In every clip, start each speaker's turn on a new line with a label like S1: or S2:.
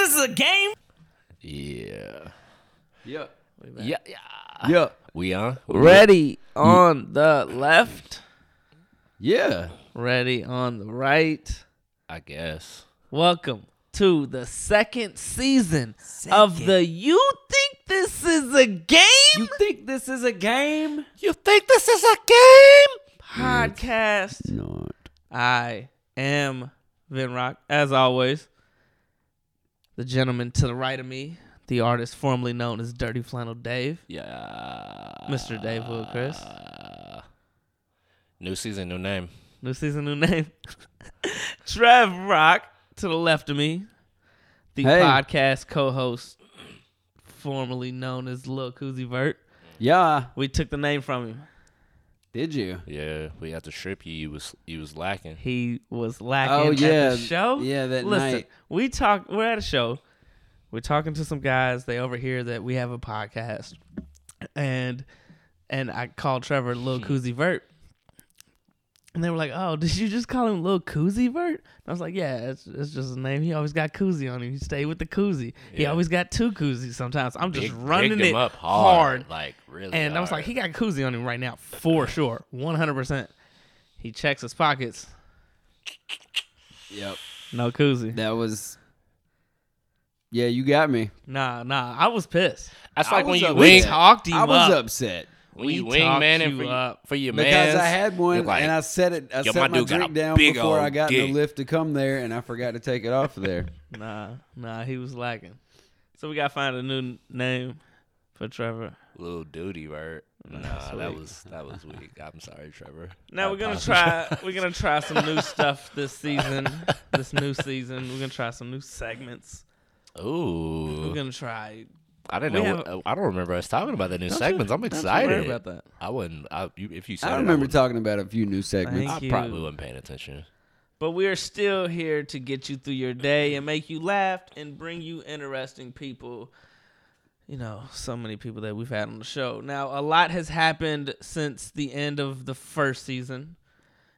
S1: is a game.
S2: Yeah.
S3: Yeah.
S2: Yeah. yeah.
S3: Yeah.
S2: We uh, on?
S1: Ready on the left,
S3: Yeah.
S1: ready on the right.
S2: I guess.
S1: Welcome to the second season of the You Think This Is a Game
S3: You think this is a game?
S2: You think this is a game?
S1: podcast.
S3: Not.
S1: I am Vinrock, as always. The gentleman to the right of me, the artist formerly known as Dirty Flannel Dave,
S2: Yeah.
S1: Mr. Dave Will Chris.
S2: New season, new name.
S1: New season, new name. Trev Rock to the left of me, the
S3: Hey.
S1: podcast co-host, formerly known as Lil Koozie Vert.
S3: Yeah.
S1: We took the name from him.
S3: Did you?
S2: Yeah, we had to strip you. You was you was lacking.
S1: He was lacking
S3: Oh,
S1: at
S3: yeah.
S1: the show.
S3: Yeah, that
S1: Listen,
S3: night.
S1: we talk. We're at a show. We're talking to some guys. They overhear that we have a podcast, and and I called Trevor Lil Koozie Vert, and they were like, "Oh, did you just call him Lil Koozie Vert?" And I was like, "Yeah, it's, it's just his name. He always got Koozie on him. He stayed with the Koozie. He
S2: Yeah.
S1: always got two Koozies. Sometimes I'm just
S2: Big-
S1: running
S2: bigged
S1: it
S2: him up
S1: hard.
S2: hard, like really.
S1: And I was like, he
S2: hard.
S1: got koozie on him right now for sure, one hundred percent. He checks his pockets,
S3: Yep.
S1: no koozie.
S3: That was. Yeah, you got me.
S1: Nah, nah. I was pissed.
S2: that's
S3: I
S2: like when
S3: was
S2: you
S3: up-
S1: We
S2: wing,
S1: talked him
S3: I was
S1: up.
S3: upset
S2: when you
S1: we
S2: wing
S1: talked
S2: man and
S1: you
S2: for, you,
S1: up.
S2: for your
S3: because
S2: mans,
S3: I had
S2: you're
S3: one
S2: like,
S3: and I set it. I
S2: "Yo,
S3: set
S2: my
S3: my,
S2: dude got
S3: drink
S2: a
S3: down
S2: big
S3: before I
S2: old
S3: got in
S2: dick.
S3: the lift to come there, and I forgot to take it off of there.
S1: Nah, nah. He was lacking. So we gotta find a new n- name for Trevor.
S2: little duty, right? Nah,
S1: That's
S2: that
S1: weak.
S2: was that was weak. I'm sorry, Trevor.
S1: Mm, Now
S2: I
S1: we're gonna
S2: apologize.
S1: try. We're gonna try some new stuff this season. This new season, we're gonna try some new segments. We're
S2: Ooh,
S1: gonna try.
S2: I didn't
S1: we
S2: know.
S1: have-
S2: what- I don't remember us talking about the new
S1: Don't you-
S2: segments. I'm
S1: don't you
S2: excited
S1: worry about that.
S2: I wouldn't. I, you, if you said
S3: I
S2: it,
S3: remember
S2: wouldn't-
S3: talking about a few new segments.
S1: Thank
S2: I
S1: you.
S2: probably wasn't paying attention.
S1: But we are still here to get you through your day and make you laugh and bring you interesting people. You know, so many people that we've had on the show. Now, a lot has happened since the end of the first season.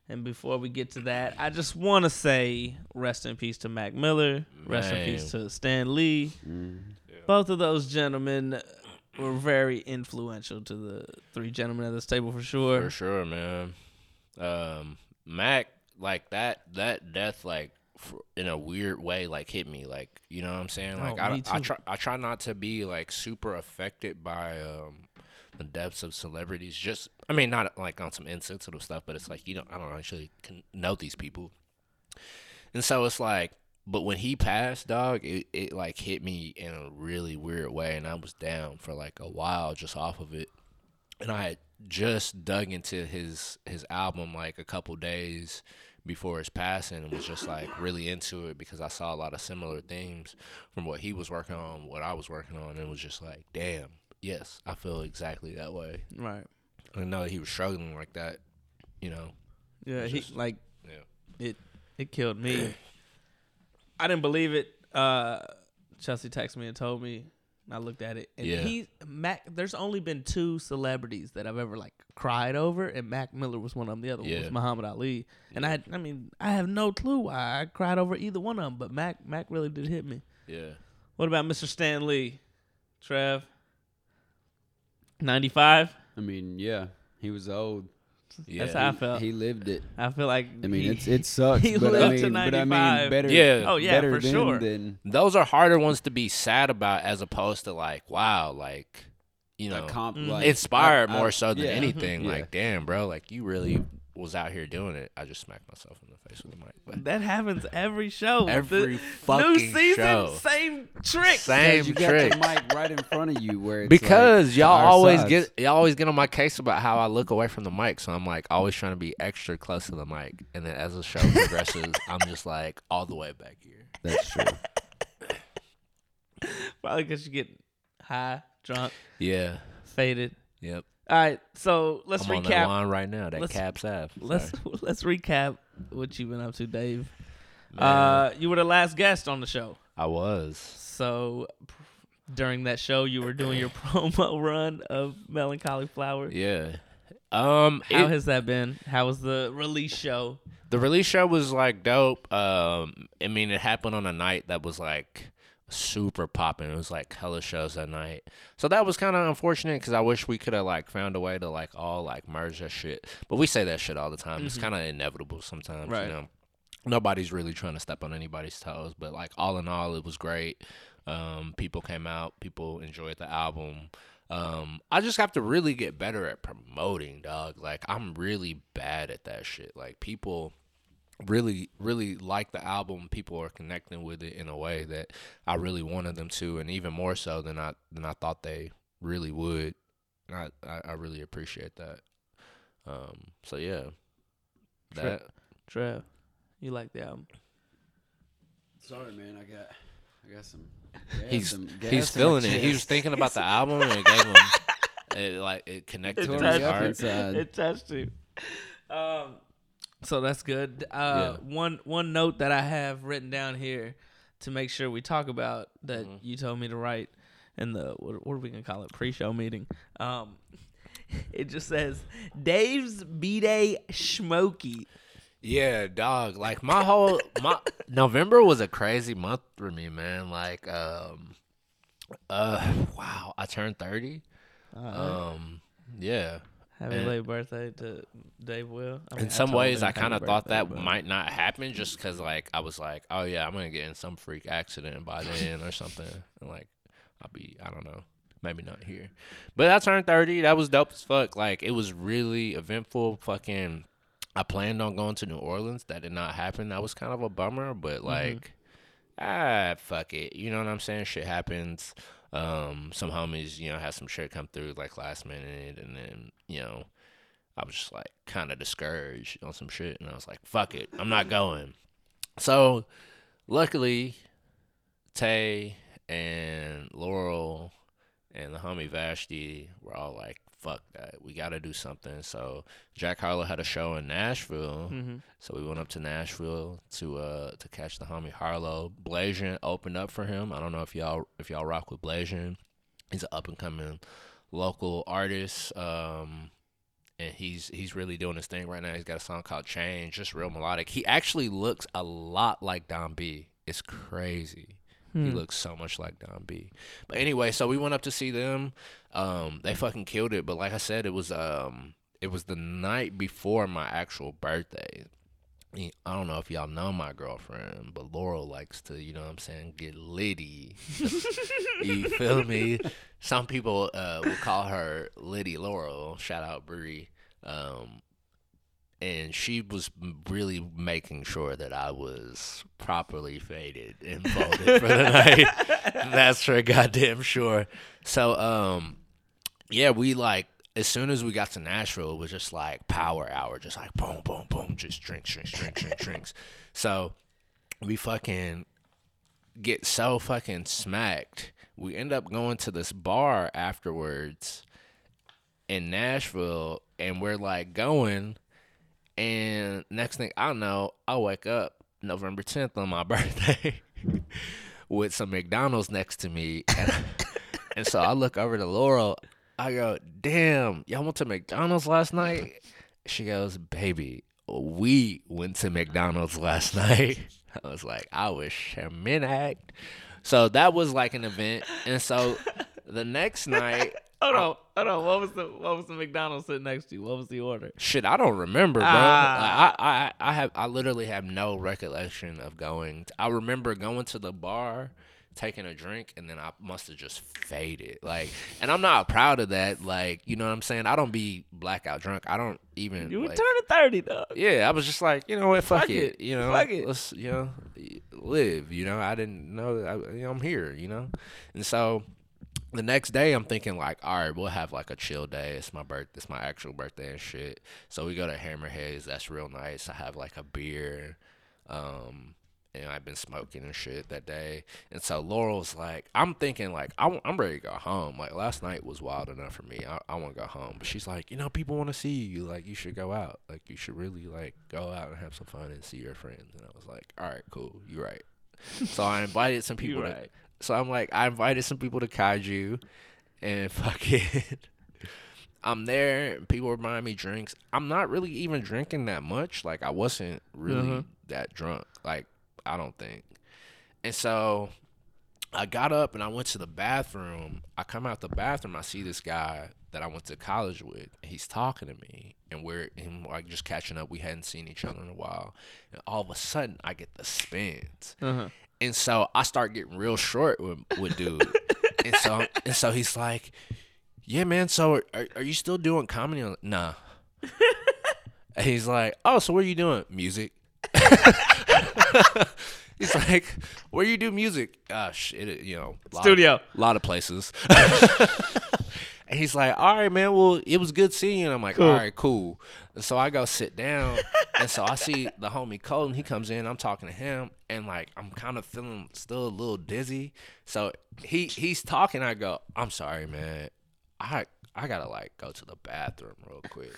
S1: And before we get to that, I just want to say rest in peace to Mac Miller, rest in
S2: Man. Mm-hmm.
S1: peace to Stan Lee. Both of those gentlemen were very influential to the three gentlemen at this table for sure.
S2: For sure, man. Um, Mac, like that, that death, like f- in a weird way, like hit me. Like you know what I'm saying? Like I,
S1: Oh, me
S2: I
S1: too.
S2: try, I try not to be like super affected by um the deaths of celebrities. Just, I mean, not like on some insensitive stuff, but it's like you don't, I don't actually con- know these people, and so it's like. But when he passed, dog, it, it like hit me in a really weird way, and I was down for like a while just off of it and I had just dug into his his album like a couple days before his passing and was just like really into it because I saw a lot of similar themes from what he was working on, what I was working on, and was just like, damn, yes, I feel exactly that way.
S1: Right.
S2: I know that he was struggling like that, you know.
S1: Yeah, he,
S2: Just-
S1: like
S2: Yeah.
S1: it it killed me. I didn't believe it. Uh, Chelsea texted me and told me. And I looked at it, and
S2: Yeah.
S1: he Mac. There's only been two celebrities that I've ever like cried over, and Mac Miller was one of them. The other one
S2: Yeah.
S1: was Muhammad Ali, and I had, I mean, I have no clue why I cried over either one of them, but Mac Mac really did hit me.
S2: Yeah.
S1: What about Mr. Stan Lee, Trev? Ninety five.
S3: I mean, yeah, he was old.
S2: Yeah.
S1: That's how I felt.
S3: He lived it.
S1: I feel like
S3: I mean,
S1: he-
S3: it's it sucks,
S1: he
S3: but I
S1: lived to
S3: mean, but I
S1: 95.
S3: mean, better.
S2: Yeah.
S1: Oh, yeah,
S3: better
S1: for
S3: than,
S1: sure.
S3: than
S2: Those are harder ones to be sad about as opposed to like, wow, like you know
S3: a comp.
S1: Mhm.
S3: Like,
S2: Mm-hmm. inspired
S3: I- I-
S2: more so than
S3: yeah.
S2: anything.
S3: Yeah.
S2: Like, damn, bro, like you really was out here doing it. I just smacked myself in the face with the mic. But
S1: That happens every show.
S2: Every
S1: The
S2: fucking
S1: new season,
S2: show.
S1: same trick.
S2: same
S3: you
S2: trick.
S3: got the mic right in front of you where it's
S2: Because
S3: like
S2: y'all
S3: our
S2: always
S3: size.
S2: get y'all always get on my case about how I look away from the mic, so I'm like always trying to be extra close to the mic. And then as the show progresses, I'm just like all the way back here.
S3: That's true.
S1: Probably because you get high, drunk,
S2: Yeah.
S1: faded.
S2: Yep.
S1: All right, so let's
S2: I'm on that
S1: recap.
S2: line right now. That
S1: Let's-
S2: caps app.
S1: Let's let's recap what you've been up to, Dave.
S2: Man.
S1: Uh, you were the last guest on the show,
S2: I was.
S1: so pr- during that show, you were doing your promo run of Melancholy Flower.
S2: Yeah. Um
S1: How
S2: it-
S1: has that been? How was the release show?
S2: the release show was like dope. Um, I mean, it happened on a night that was like super popping. It was like hella shows that night. So that was kind of unfortunate because I wish we could have like found a way to like all like merge that shit. But we say that shit all the time. It's kind of inevitable sometimes,
S1: Right.
S2: you know. Nobody's really trying to step on anybody's toes, but like all in all, it was great. Um, people came out, people enjoyed the album. Um, I just have to really get better at promoting, dog. Like I'm really bad at that shit. Like people really really like the album people are connecting with it in a way that i really wanted them to and even more so than i than i thought they really would And I, I i really appreciate that um so yeah
S1: Sure.
S2: that
S1: Trev, you like the album?
S3: Sorry, man. I got, I got some.
S2: he's he's feeling it he was thinking about the album and it gave him it like it connected to
S3: touched
S2: his
S3: him.
S2: heart
S3: inside.
S1: It touched you. Um, so that's good. Uh, One one note that I have written down here to make sure we talk about that
S2: Mm-hmm.
S1: you told me to write in the what, what are we gonna call it pre-show meeting. Um, it just says Dave's b-day smoky.
S2: Yeah, dog. Like my whole my November was a crazy month for me, man. Like um uh wow, I turned 30. Um yeah.
S1: Happy
S2: And-
S1: late birthday to Dave Will. I mean,
S2: In some
S1: told
S2: ways
S1: him
S2: I kind of
S1: happy
S2: thought
S1: birthday,
S2: that
S1: but-
S2: might not happen just cuz like I was like, oh yeah, I'm going to get in some freak accident by then or something. And like I'll be I don't know. Maybe not here. But I turned 30. That was dope as fuck. Like it was really eventful fucking I planned on going to New Orleans. That did not happen. That was kind of a bummer,
S1: Mm-hmm.
S2: but like, ah, fuck it. You know what I'm saying? Shit happens. Um, some homies, you know, had some shit come through like last minute, and then you know, I was just like kind of discouraged on some shit, and I was like, fuck it, I'm not going. So, luckily, Tay and Laurel and the homie Vashti were all like, fuck that. We got to do something. So Jack Harlow had a show in Nashville. So we went up to Nashville to uh to catch the homie Harlow. Blasian opened up for him. I don't know if y'all if y'all rock with Blasian. He's an up and coming local artist. Um and he's he's really doing his thing right now. He's got a song called Change, just real melodic. He actually looks a lot like Don B. It's crazy. He
S1: Hmm.
S2: looks so much like Don B. But anyway, so we went up to see them. Um, they fucking killed it. But like I said, it was um, it was the night before my actual birthday. I don't know if y'all know my girlfriend, but Laurel likes to, you know what I'm saying, get litty. you feel me? Some people uh, will call her Liddy Laurel. Shout out Bree. Um, and she was m- really making sure that I was properly faded and folded for the night. That's for goddamn sure. So, um, yeah, we like as soon as we got to Nashville, it was just like power hour, just like boom, boom, boom, just drinks, drinks, drinks, drinks, drinks. So we fucking get so fucking smacked. We end up going to this bar afterwards in Nashville, and we're like going. And next thing I know, I wake up November 10th on my birthday with some McDonald's next to me. And, and so I look over to Laurel. I go, damn, y'all went to McDonald's last night? She goes, baby, we went to McDonald's last night. I was like, I was sheminacked. So that was like an event. And so the next night,
S1: Hold on, hold on. What was the what was the McDonald's sitting next to you? What was the order?
S2: Shit, I don't remember, bro.
S1: Ah.
S2: Like, I, I, I have, I literally have no recollection of going. I remember going to the bar, taking a drink, and then I must have just faded. Like, and I'm not proud of that. Like, you know what I'm saying? I don't be blackout drunk. I don't even.
S1: You were
S2: like-
S1: turning thirty, dog.
S2: yeah, I was just like, you know what, fuck,
S1: Fuck
S2: it.
S1: it.
S2: you know,
S1: Fuck it.
S2: let's, you know, live, you know. I didn't know that I, you know, I'm here, you know, and so the next day I'm thinking like, all right, we'll have like a chill day. It's my birth, it's my actual birthday and shit. So we go to Hammerheads. That's real nice. I have like a beer, um, and I've been smoking and shit that day. And so Laurel's like, I'm thinking like, I'm, I'm ready to go home. Like last night was wild enough for me. I, I want to go home. But she's like, you know, people want to see you. Like you should go out. Like you should really like go out and have some fun and see your friends. And I was like, all right, cool. You're right. so I invited some people.
S1: You
S2: to-
S1: right.
S2: so I'm like, I invited some people to kaiju, and fucking. I'm there. and People were buying me drinks. I'm not really even drinking that much. Like I wasn't really that drunk. Like I don't think. And so I got up and I went to the bathroom. I come out the bathroom. I see this guy that I went to college with. And he's talking to me, and we're and like just catching up. We hadn't seen each other in a while, and all of a sudden I get the spins,
S1: Uh-huh.
S2: and so I start getting real short with, with dude, and so and so he's like, "Yeah, man. So are- are, are you still doing comedy?" I'm like, nah. and he's like, "Oh, so what are you doing? Music." He's like, where you do music? Gosh, it, you know, lot of-
S1: Studio.
S2: lot of places. and he's like, all right, man. Well, it was good seeing you. And I'm like, all right, cool. And so I go sit down, and so I see the homie Colton. He comes in. I'm talking to him, and like I'm kind of feeling still a little dizzy. So he he's talking. I go, I'm sorry, man. I I gotta like go to the bathroom real quick.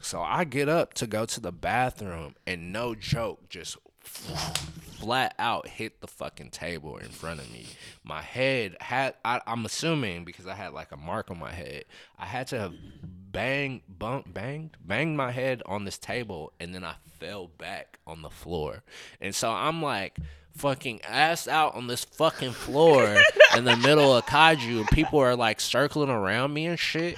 S2: So I get up to go to the bathroom, and no joke, just flat out hit the fucking table in front of me. My head had, I, I'm assuming because I had like a mark on my head, I had to have bang, bump, banged, banged my head on this table, and then I fell back on the floor. And so I'm like, fucking ass out on this fucking floor in the middle of kaiju and people are like circling around me and shit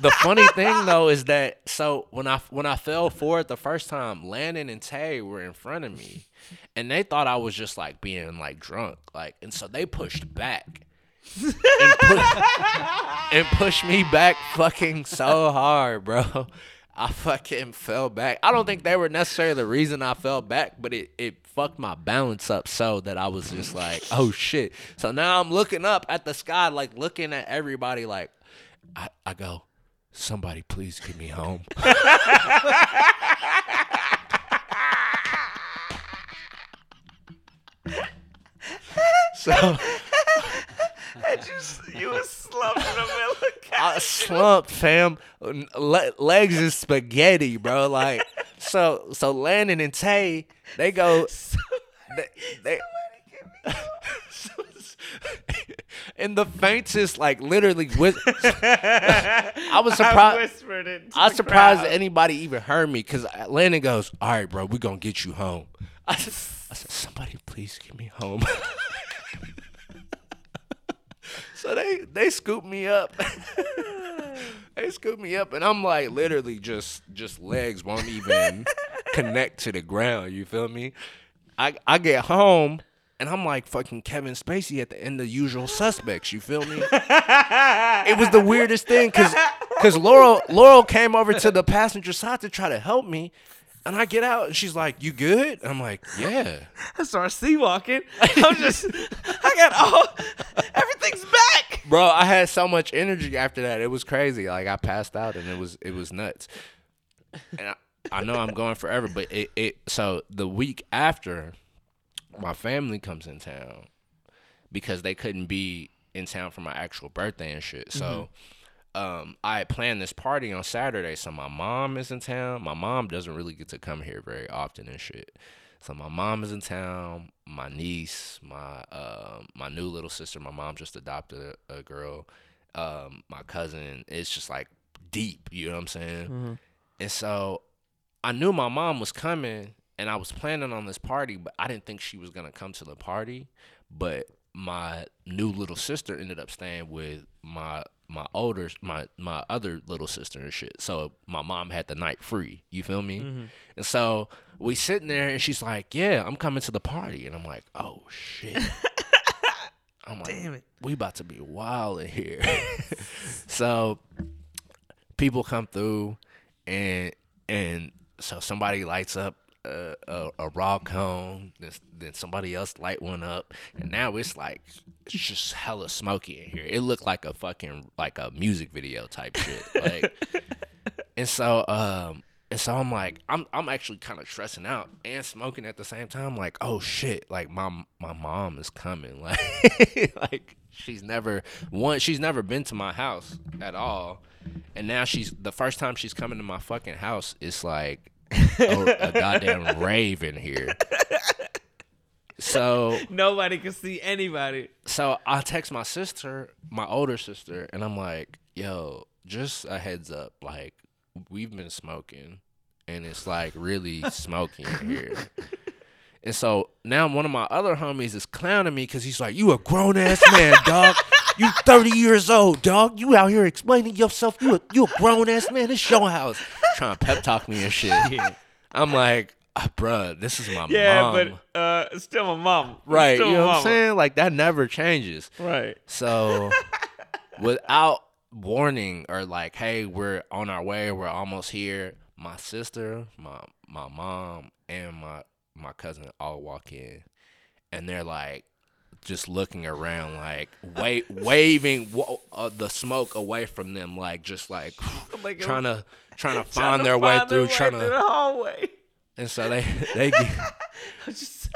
S2: the funny thing though is that so when I when I fell for it the first time, Landon and Tay were in front of me, and they thought I was just like being like drunk, like, and so they pushed back. and, pu- and pushed me back fucking so hard, bro. I fucking fell back. I don't think they were necessarily the reason I fell back, but it, it fucked my balance up so that I was just like, oh shit. So now I'm looking up at the sky, like looking at everybody, like, I, I go, somebody please get me home. so.
S1: you, you was slumped in the middle of
S2: I slumped, fam. Le- legs is spaghetti, bro. Like so, so Landon and Tay, they go. They, they, in the faintest, like literally, whis- I was
S1: I
S2: surprised.
S1: whispered it. to
S2: I was
S1: the
S2: surprised
S1: crowd.
S2: that anybody even heard me because Landon goes, "All right, bro, we gonna get you home." I said, I said "Somebody please get me home." so they they scoop me up. they scoop me up, and I'm like literally just just legs won't even connect to the ground. You feel me? I I get home. And I'm like fucking Kevin Spacey at the end of Usual Suspects. You feel me? it was the weirdest thing because because Laurel Laurel came over to the passenger side to try to help me, and I get out and she's like, "You good?" And I'm like, "Yeah."
S1: I started sea walking. I'm just, I got all, everything's back.
S2: Bro, I had so much energy after that. It was crazy. Like I passed out and it was it was nuts. And I, I know I'm going forever, but it, it so the week after my family comes in town because they couldn't be in town for my actual birthday and shit. So um, I had planned this party on Saturday, so my mom is in town. My mom doesn't really get to come here very often and shit. So my mom is in town. My niece, my um, my new little sister. My mom just adopted a, a girl. Um, my cousin. It's just like deep. You know what I'm
S1: Mm-hmm.
S2: saying? And so I knew my mom was coming and I was planning on this party, but I didn't think she was gonna come to the party. But my new little sister ended up staying with my my older my my other little sister and shit. So my mom had the night free. You feel me?
S1: Mm-hmm.
S2: And so we sitting there and she's like, "Yeah, I'm coming to the party," and I'm like, "Oh shit." I'm like,
S1: Damn it.
S2: we about to be wild in here. so people come through and and so somebody lights up a, a, a raw cone then, then somebody else light one up and now it's like it's just hella smoky in here it looked like a fucking like a music video type shit like and so um and so I'm like I'm I'm actually kind of stressing out and smoking at the same time like oh shit like my my mom is coming like like she's never one she's never been to my house at all and now she's the first time she's coming to my fucking house it's like oh, a, a goddamn rave in here so
S1: Nobody could see anybody.
S2: so I text my sister, my older sister, and I'm like, yo, just a heads up, like we've been smoking and it's like really smoking in here. And so now one of my other homies is clowning me because he's like, "You a grown ass man, dog. You 30 years old, dog. You out here explaining yourself. You a, you a grown ass man. This your house." Trying to pep talk me and shit. I'm like, ah, "Bruh, this is my
S1: Yeah,
S2: mom."
S1: but uh, it's still my mom. It's
S2: right, you
S1: still
S2: know
S1: my
S2: what I'm
S1: mama.
S2: saying? Like that never changes.
S1: Right.
S2: So without warning or like, hey, we're on our way, we're almost here, my sister, my my mom, and my my cousin all walk in and they're like just looking around like wa- waving wa- uh, the smoke away from them like just like
S1: Like,
S2: trying to trying to
S1: trying
S2: find
S1: to
S2: their way
S1: find
S2: through
S1: way
S2: trying
S1: through
S2: to
S1: the hallway.
S2: and so they they get,
S1: Just-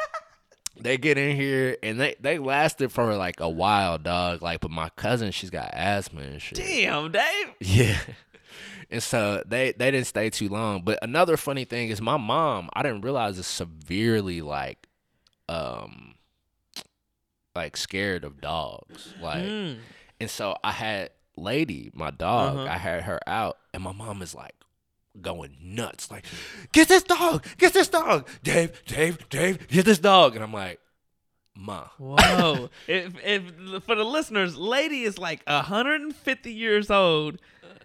S2: they get in here and they they lasted for like a while dog like but my cousin she's got asthma and shit
S1: Damn, Dave.
S2: Yeah. And so they they didn't stay too long. But another funny thing is my mom, I didn't realize is severely like um like scared of dogs. Like
S1: Mm.
S2: and so I had Lady, my dog,
S1: Uh-huh.
S2: I had her out and my mom is like going nuts like get this dog get this dog dave dave dave get this dog and i'm like ma
S1: Whoa. if, if for the listeners, lady is like 150 years old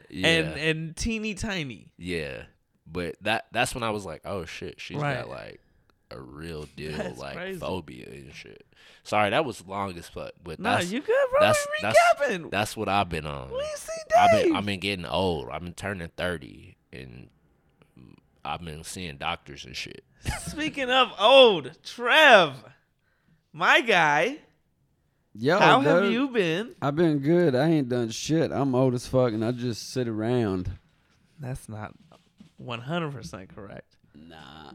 S2: yeah
S1: and and teeny tiny.
S2: yeah but that that's when i was like oh shit she's
S1: Right.
S2: got like a real deal
S1: That's
S2: like
S1: crazy.
S2: phobia and shit. Sorry, that was long as fuck, but
S1: Nah,
S2: that's
S1: you good, bro?
S2: that's-
S1: we
S2: that's-
S1: recapping.
S2: that's what I've been on.
S1: we see
S2: I've
S1: Dave.
S2: been I've been getting old. I've been turning thirty, and I've been seeing doctors and shit.
S1: Speaking of old, Trev, my guy,
S3: Yo,
S1: how have
S3: dude,
S1: you been?
S3: I've been good. I ain't done shit. I'm old as fuck, and I just sit around.
S1: That's not 100% correct.
S3: Nah.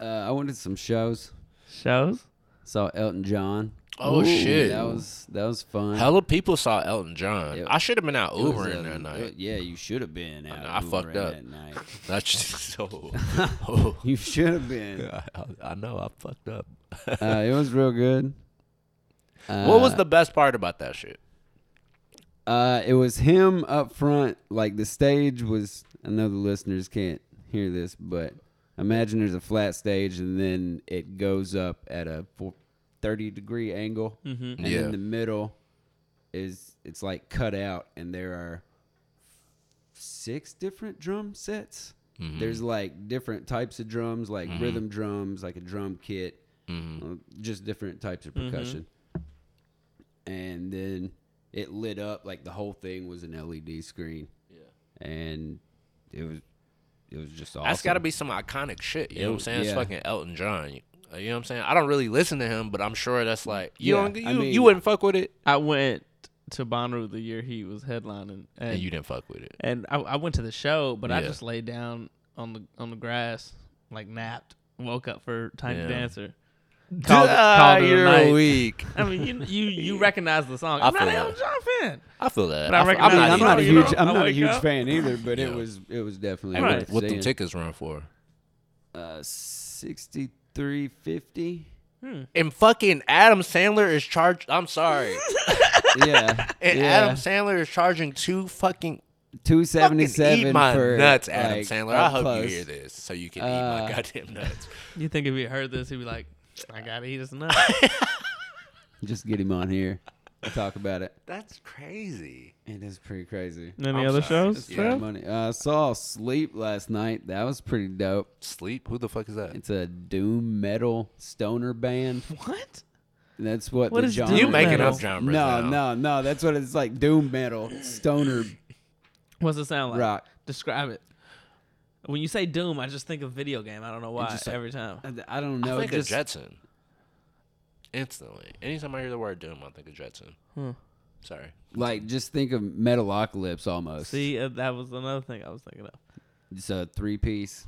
S3: Uh, I went to some shows.
S1: Shows?
S3: Saw Elton John.
S2: Oh, shit.
S3: That was that was fun.
S2: Hella people saw Elton John.
S3: It-
S2: I should have been out
S3: It was uh,
S2: Ubering
S3: a-
S2: that night.
S3: it- yeah, you should have been. Out
S2: know, I fucked
S3: Ubering
S2: up.
S3: that night.
S2: That's just so. oh,
S3: You should have been.
S2: I, I know I fucked up.
S3: Uh, it was real good. Uh,
S2: what was the best part about that shit?
S3: Uh, it was him up front. Like the stage was. I know the listeners can't hear this, but imagine there's a flat stage and then it goes up at a four, 30 degree angle,
S1: Mhm.
S3: and
S2: Yeah.
S3: in the middle is it's like cut out, and there are six different drum sets.
S2: Mm-hmm.
S3: There's like different types of drums, like rhythm drums, like a drum kit, uh, just different types of percussion and then it lit up like the whole thing was an LED screen. Yeah. And it was it was just awesome.
S2: That's got to be some iconic shit. You know what I'm saying? It's
S3: yeah.
S2: fucking Elton John. You, uh, you know what I'm saying? I don't really listen to him, but I'm sure that's like you
S3: Mm, Yeah,
S2: don't you,
S3: I mean-
S2: you wouldn't fuck with it.
S1: I went to Bonnaroo the year he was headlining, and
S2: And you didn't fuck with it.
S1: and I, I went to the show, but I
S2: Yeah.
S1: just laid down on the on the grass, like napped, woke up for Tiny
S2: Yeah.
S1: Dancer. Called, called it a night.
S2: weak.
S1: I mean, you you you recognize the song.
S2: I
S1: I'm not an
S2: feel
S1: Elton John fan.
S2: I feel that.
S1: But I
S2: I feel,
S3: I
S2: I'm
S3: mean,
S1: recognize
S2: not.
S3: I'm
S2: even-
S3: not a
S1: you know,
S3: huge I'm
S1: I
S3: not a
S1: wake
S3: huge
S1: up.
S3: fan either, but it
S2: Yeah.
S3: was it was definitely
S2: Hey,
S1: Right.
S2: what,
S3: worth
S2: what the
S3: seeing.
S2: tickets run for?
S3: Uh, sixty three fifty.
S2: And fucking Adam Sandler is charged. I'm sorry.
S3: Yeah,
S2: And
S3: yeah.
S2: Adam Sandler is charging two fucking.
S3: two
S2: Fucking
S3: seventy
S2: eat
S3: seven
S2: my
S3: for
S2: nuts, Adam
S3: like,
S2: Sandler.
S3: up
S2: I hope you
S3: close.
S2: hear this so you can eat
S3: Uh,
S2: my goddamn nuts.
S1: You think if he heard this, he'd be like, "I gotta eat his nut."
S3: Just get him on here, talk about it.
S2: That's crazy.
S3: It is pretty crazy.
S1: Any
S2: I'm
S1: other
S2: sorry.
S1: shows?
S2: Yeah.
S1: Trev?
S3: Money. Uh, I saw Sleep last night. That was pretty dope.
S2: Sleep? Who the fuck is that?
S3: It's a doom metal stoner band.
S1: What?
S3: That's what,
S1: What
S3: the
S1: is
S3: genre
S1: doom
S2: You making
S1: metal?
S2: up genres
S3: No,
S2: now.
S3: no, no. That's what it's like. Doom metal, stoner
S1: What's it sound like?
S3: rock.
S1: Describe it. When you say Doom, I just think of video game. I don't know why.
S3: just like-
S1: every time.
S3: I- I don't know.
S2: I think
S3: just,
S2: of Jetson. Instantly. Anytime I hear the word Doom, I think of Jetson.
S1: Hmm.
S2: Sorry.
S3: like just think of Metalocalypse almost.
S1: See, uh, that was another thing I was thinking of.
S3: it's a three piece.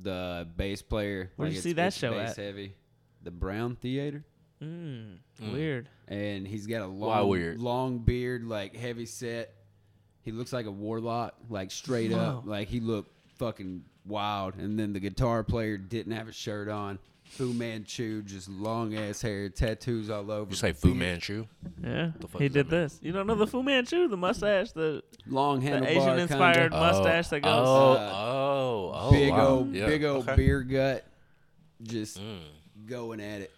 S3: The bass player.
S1: Where'd
S3: like
S1: you
S3: it's-
S1: see that
S3: it's
S1: show
S3: bass
S1: at?
S3: Heavy. The Brown Theater,
S1: Mm, Weird.
S3: and he's got a
S2: Why
S3: long,
S2: weird?
S3: long beard, like heavy set. He looks like a warlock, like straight up.
S1: Whoa.
S3: Like he looked fucking wild. And then the guitar player didn't have a shirt on. Fu Manchu, just long ass hair, tattoos all over.
S2: You say Fu Manchu?
S1: Yeah.
S2: fuck
S1: He did
S2: does that mean?
S1: this. You don't know the Fu Manchu, the mustache, the
S3: long
S1: the
S3: handlebar,
S1: Asian inspired
S3: kinda.
S1: mustache that goes.
S2: Oh,
S3: Uh,
S2: oh, oh,
S3: big
S2: wow.
S3: old,
S2: Yeah, Hmm.
S3: big old
S2: okay.
S3: beer gut. Just going at it.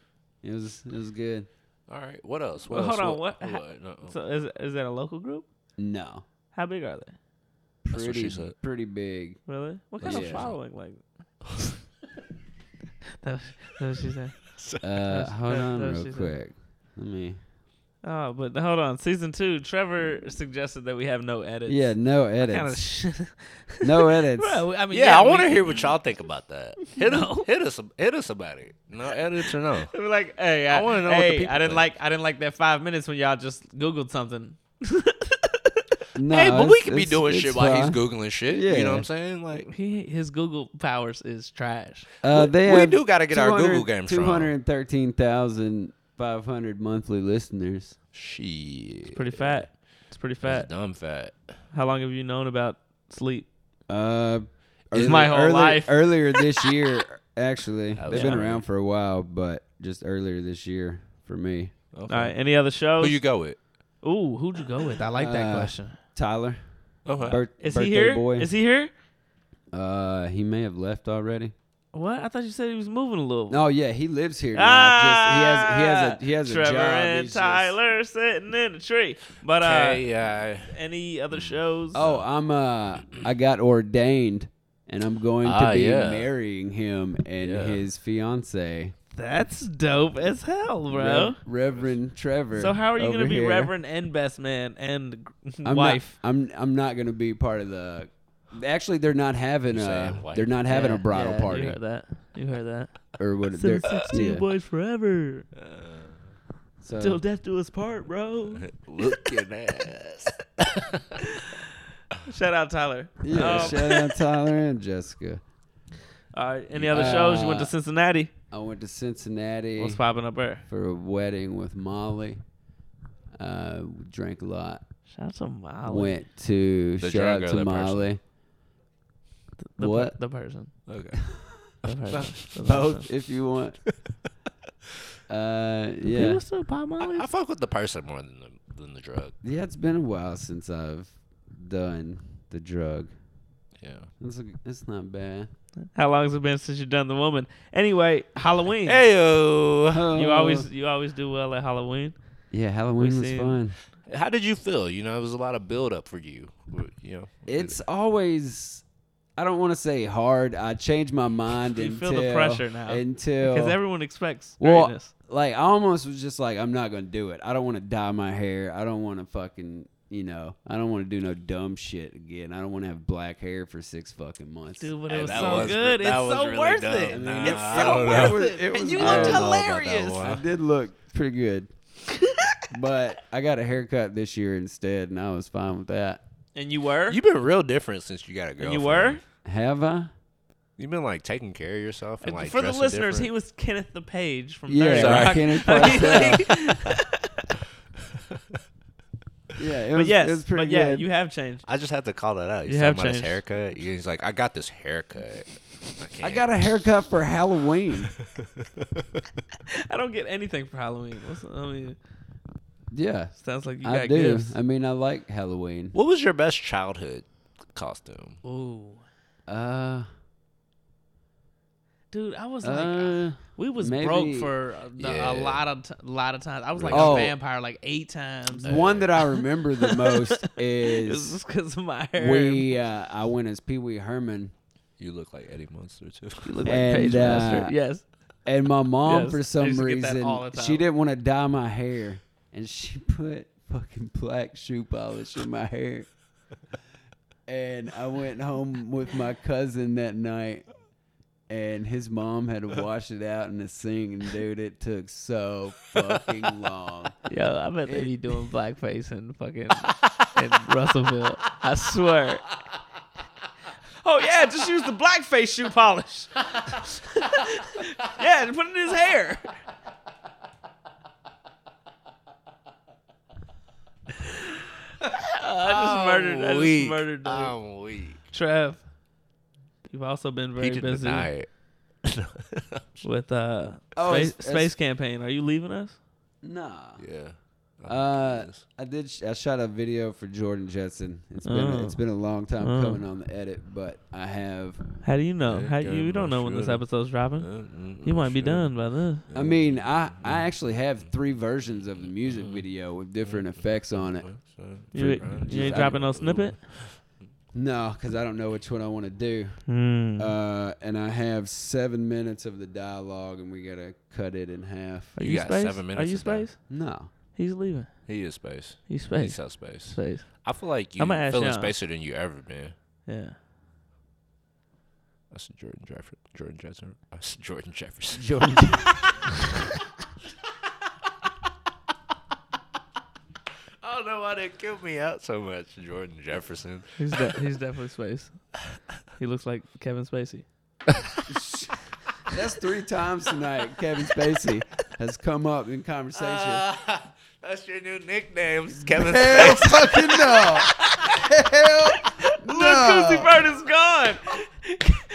S3: It was it was good.
S2: All right. What else? What
S1: Well,
S2: else?
S1: hold on, what-
S2: no, no.
S1: So is is that a local group?
S3: No,
S1: How big are they?
S2: what
S3: pretty
S2: she said.
S3: pretty big.
S1: Really? What kind of
S3: Yeah.
S1: following? Like. That's what she said.
S3: Uh, hold
S1: that-
S3: on
S1: that's
S3: real
S1: just a-
S3: quick. Let me.
S1: Oh, but hold on. Season two, Trevor suggested that we have no edits.
S3: yeah, no edits.
S1: Kind of shit.
S3: no edits.
S1: Bro, I mean,
S2: yeah, I want to
S1: we-
S2: hear what y'all think about that. Hit us, hit us, hit us about it. No edits or no.
S1: We're like, hey, I,
S2: I wanna know what the
S1: hey,
S2: people
S1: I didn't
S2: think.
S1: like, I didn't like that five minutes when y'all just googled something.
S3: No,
S2: hey, but we
S3: it's-
S2: could be
S3: it's-
S2: doing
S3: it's
S2: shit while he's
S3: fine.
S2: googling shit.
S3: Yeah.
S2: You know what I'm saying? Like
S1: He, his Google powers is trash.
S3: Uh, they
S2: we
S3: have
S2: do got to get our
S3: 200
S2: Google game strong.
S3: 213,500 monthly listeners.
S2: Shit,
S1: Pretty fat. It's pretty fat.
S2: That's dumb fat.
S1: How long have you known about sleep?
S3: Uh,
S1: It's my whole life.
S3: Earlier this year, actually.
S2: Oh,
S3: They've
S2: yeah.
S3: been around for a while, but just earlier this year for me.
S2: Okay.
S1: All right. Any other shows?
S2: Who you go with?
S1: Ooh, who'd you go with? I like that
S3: Uh,
S1: question.
S3: Tyler,
S2: Okay.
S3: birth-
S1: Is
S3: birthday
S1: he here?
S3: boy.
S1: Is he here?
S3: uh, he may have left already.
S1: What? I thought you said he was moving a little.
S3: Oh yeah, he lives here now.
S1: Ah,
S3: just,
S2: Ah,
S3: he has he has a he has
S1: Trevor
S3: a job.
S1: and
S3: He's just-
S1: Tyler sitting in a tree. But uh,
S2: K-I-
S1: any other shows?
S3: Oh, I'm uh I got ordained and I'm going to
S2: Ah,
S3: be
S2: yeah.
S3: marrying him and
S2: Yeah.
S3: his fiance,
S1: that's dope as hell, bro.
S3: Rev- Reverend Trevor.
S1: So how are you
S3: over
S1: gonna be
S3: here.
S1: reverend and best man and g-
S3: I'm
S1: wife?
S3: Not, I'm I'm not gonna be part of the. Actually, they're not having
S2: You
S3: a
S2: saying wife.
S3: they're not having a
S1: Yeah,
S3: bridal
S1: yeah,
S3: party
S1: You heard that? You heard that?
S3: or what? They're, uh,
S1: Since sixteen
S3: yeah. Uh.
S1: boys forever,
S3: So,
S1: till death do us part, bro.
S2: looking ass.
S1: Shout out Tyler.
S3: yeah,
S1: Um,
S3: shout out Tyler and Jessica.
S1: all right. Any other shows? You went to
S3: Uh,
S1: Cincinnati.
S3: I went to Cincinnati
S1: What's popping up there?
S3: for a wedding with Molly. Uh, drank a lot.
S1: Shout out to Molly.
S3: Went to
S2: The
S3: shout
S2: drunk
S3: out
S2: or
S3: to
S2: the person?
S3: Molly.
S1: The per-
S3: what? Oh,
S1: the person.
S2: Okay.
S1: The person. The
S3: Both,
S1: person.
S3: if you want. uh, yeah,
S1: People still pop Molly.
S2: I, I fuck with the person more than the than the drug.
S3: yeah. It's been a while since I've done the drug.
S2: Yeah.
S3: That's a, that's not bad.
S1: How long has it been since you've done the woman? Anyway, Halloween.
S2: Heyo.
S1: You always you always do well at Halloween.
S3: yeah. Halloween was
S1: seen-
S3: fun.
S2: How did you feel? You know, it was a lot of build up for you. You know,
S3: It's always. I don't want to say hard. I change my mind
S1: You
S3: until
S1: feel the pressure now.
S3: Until
S1: Because everyone expects
S3: Well,
S1: greatness.
S3: like I almost was just like, I'm not gonna do it. I don't want to dye my hair. I don't want to fucking, you know, I don't want to do no dumb shit again. I don't want to have black hair for six fucking months.
S1: Dude, but
S2: Hey,
S1: it was
S2: that
S1: so
S2: was-
S1: good. It's
S2: that was
S1: so
S2: really
S1: worth
S2: dope.
S1: it.
S2: Nah,
S1: it's
S2: I
S1: so
S2: don't know.
S1: worth it.
S3: It was-
S1: and you
S3: I don't
S1: looked
S3: know
S2: about that
S1: hilarious.
S2: one.
S3: I did look pretty good, but I got a haircut this year instead, and I was fine with that.
S1: And you were?
S2: you've been real different since you got a girl.
S1: and you were?
S3: Have I?
S2: You've been like taking care of yourself and like
S1: For the
S2: dressing
S1: listeners, he
S2: different.
S1: was Kenneth the Page from 30
S3: Yeah,
S2: Sorry.
S1: Rock.
S3: Kenneth
S1: I mean,
S3: Parcell. Yeah, it
S1: but
S3: was,
S1: yes,
S3: it was pretty
S1: but yeah,
S3: good.
S1: you have changed.
S2: I just had to call that out.
S1: You
S2: He's
S1: have
S2: talking about his
S1: changed.
S2: haircut. He's like, I got this haircut.
S3: I
S2: can't."
S3: got a haircut for Halloween.
S1: I don't get anything for Halloween. What's, I mean,
S3: yeah,
S1: sounds like you got
S3: I do.
S1: gifts.
S3: I mean, I like Halloween.
S2: What was your best childhood costume?
S1: Ooh.
S3: Uh,
S1: Dude, I was like,
S3: uh,
S1: we was
S3: maybe-
S1: broke for a, the-
S2: Yeah.
S1: a lot of t- lot of times. I was like
S3: Oh.
S1: a vampire like eight times.
S3: one that I remember the most
S1: It was
S3: is
S1: just because of my hair.
S3: we. Uh, I went as Pee Wee Herman,
S2: You look like Eddie Munster too.
S1: look
S3: like and, Page Master. uh,
S1: Yes.
S3: and my mom
S1: Yes,
S3: for
S1: I
S3: some
S1: used to get that all
S3: reason
S1: the time.
S3: she didn't want to dye my hair, and she put fucking black shoe polish in my hair. And I went home with my cousin that night, and his mom had to wash it out in the sink. And dude, it took so fucking long.
S1: Yo, I bet they be doing blackface and fucking in Russellville. I swear. Oh yeah, just use the blackface shoe polish. yeah, and put it in his hair. I just murdered. I just murdered. dude.
S2: I'm weak.
S1: Trev, you've also been
S2: He
S1: very
S2: didn't
S1: busy uh,
S2: deny it.
S1: with uh
S3: Oh,
S1: space,
S3: it's- it's-
S1: Oh, space campaign. Are you leaving us?
S3: Nah.
S2: Yeah. I think
S3: Uh,
S2: it is.
S3: I did. Sh- I shot a video for Jordan Jetson. It's been
S1: Oh.
S3: it's been a long time
S1: Oh.
S3: coming on the edit, but I have.
S1: How do you know?
S2: Yeah,
S1: How
S2: got
S1: you, you don't
S2: my
S1: know when this
S2: shredder.
S1: episode's dropping?
S2: Mm, mm,
S1: You might be
S2: shit.
S1: done by then.
S3: I mean, I I actually have three versions of the music video with different effects on it.
S1: You,
S3: Freak, man.
S1: you
S3: Just-
S1: ain't
S3: I-
S1: dropping no snippet.
S2: mm,
S3: No, because I don't know which one I want to do.
S1: Hmm.
S3: Uh, and I have seven minutes of the dialogue, and we gotta cut it in half.
S1: Are
S2: you
S1: you,
S2: got
S1: space?
S2: seven
S1: Are
S2: minutes
S1: you
S2: of that.
S1: space?
S3: No,
S1: He's leaving.
S2: He is space.
S1: He's
S2: He's
S1: space.
S2: out space.
S1: Space.
S2: I feel like you
S1: I'ma ask
S2: feeling
S1: y'all.
S2: spacer than you ever been.
S1: Yeah.
S2: That's Jordan Jefferson. Jordan Jefferson. That's Jordan Jefferson.
S3: Jordan.
S2: I don't know why they killed me out so much. Jordan Jefferson.
S1: He's de- he's definitely space. He looks like Kevin Spacey.
S3: That's three times tonight. Kevin Spacey has come up in conversation.
S2: that's your new nickname, Kevin
S3: Hell fucking no. Hell
S1: Cousy
S3: no.
S1: Bird is gone.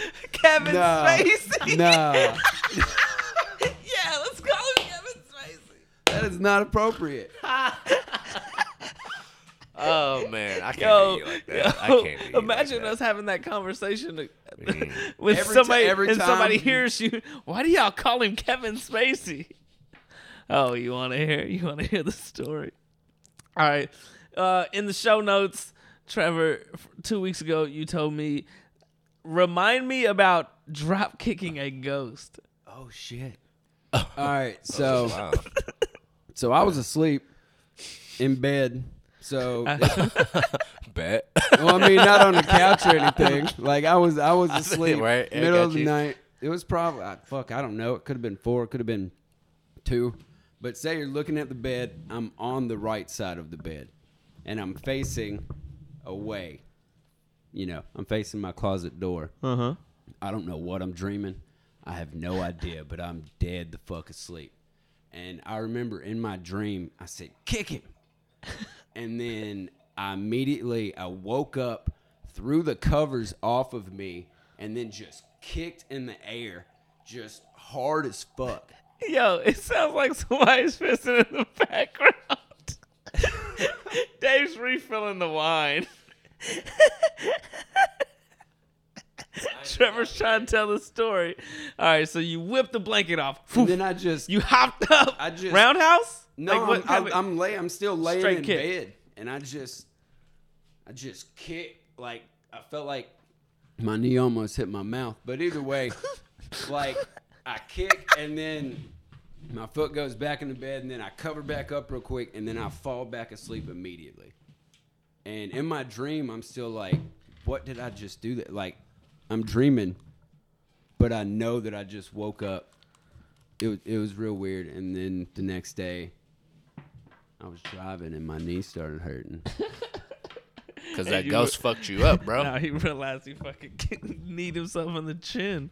S1: Kevin
S3: No.
S1: Spacey.
S3: No.
S1: yeah, let's call him Kevin Spacey.
S3: That is not appropriate.
S2: Oh man, I can't
S1: Yo,
S2: do you like that. I
S1: yo
S2: can't do you
S1: imagine
S2: like
S1: us having that conversation
S2: that. Mm.
S1: with
S3: Every ti-
S1: somebody
S3: every
S1: and somebody
S3: time-
S1: hears you. Why do y'all call him Kevin Spacey? Oh, you want to hear? You want to hear the story? All right. Uh, in the show notes, Trevor, f- two weeks ago, you told me, remind me about drop kicking a ghost.
S3: Oh shit. Oh, All right.
S1: Oh,
S3: So
S2: Wow.
S3: so I was asleep in bed. So
S2: Bet.
S3: well, I mean not on the couch or anything. Like I was I was asleep
S2: Right, I
S3: middle
S2: got
S3: of the
S2: you.
S3: night. It was probably uh, fuck, I don't know. It could have been 4, it could have been 2. But say you're looking at the bed, I'm on the right side of the bed and I'm facing away. You know, I'm facing my closet door.
S1: Uh
S2: Uh-huh.
S1: huh.
S3: I don't know what I'm dreaming. I have no idea, but I'm dead the fuck asleep. And I remember in my dream, I said, kick him. and then I immediately I woke up, threw the covers off of me, and then just kicked in the air, just hard as fuck.
S1: Yo, it sounds like somebody's pissing in the background. Dave's refilling the wine. Trevor's trying to tell the story. All right, so you whip the blanket off.
S3: And then I just
S1: You hopped up.
S3: I just-
S1: roundhouse.
S3: No,
S1: Like, what
S3: I'm,
S1: kind
S3: I'm,
S1: of-
S3: I'm lay. I'm still laying
S1: Straight
S3: in
S1: kick.
S3: bed, and I just, I just kicked. Like I felt like my knee almost hit my mouth. But either way, like I kick, and then my foot goes back in the bed, and then I cover back up real quick, and then I fall back asleep immediately. And in my dream, I'm still like, what did I just do? That like, I'm dreaming, but I know that I just woke up. It was, it was real weird. And then the next day, I was driving and my knee started hurting.
S2: Because that
S1: you
S2: ghost fucked you up, bro.
S1: Now he realized he fucking need himself in the chin.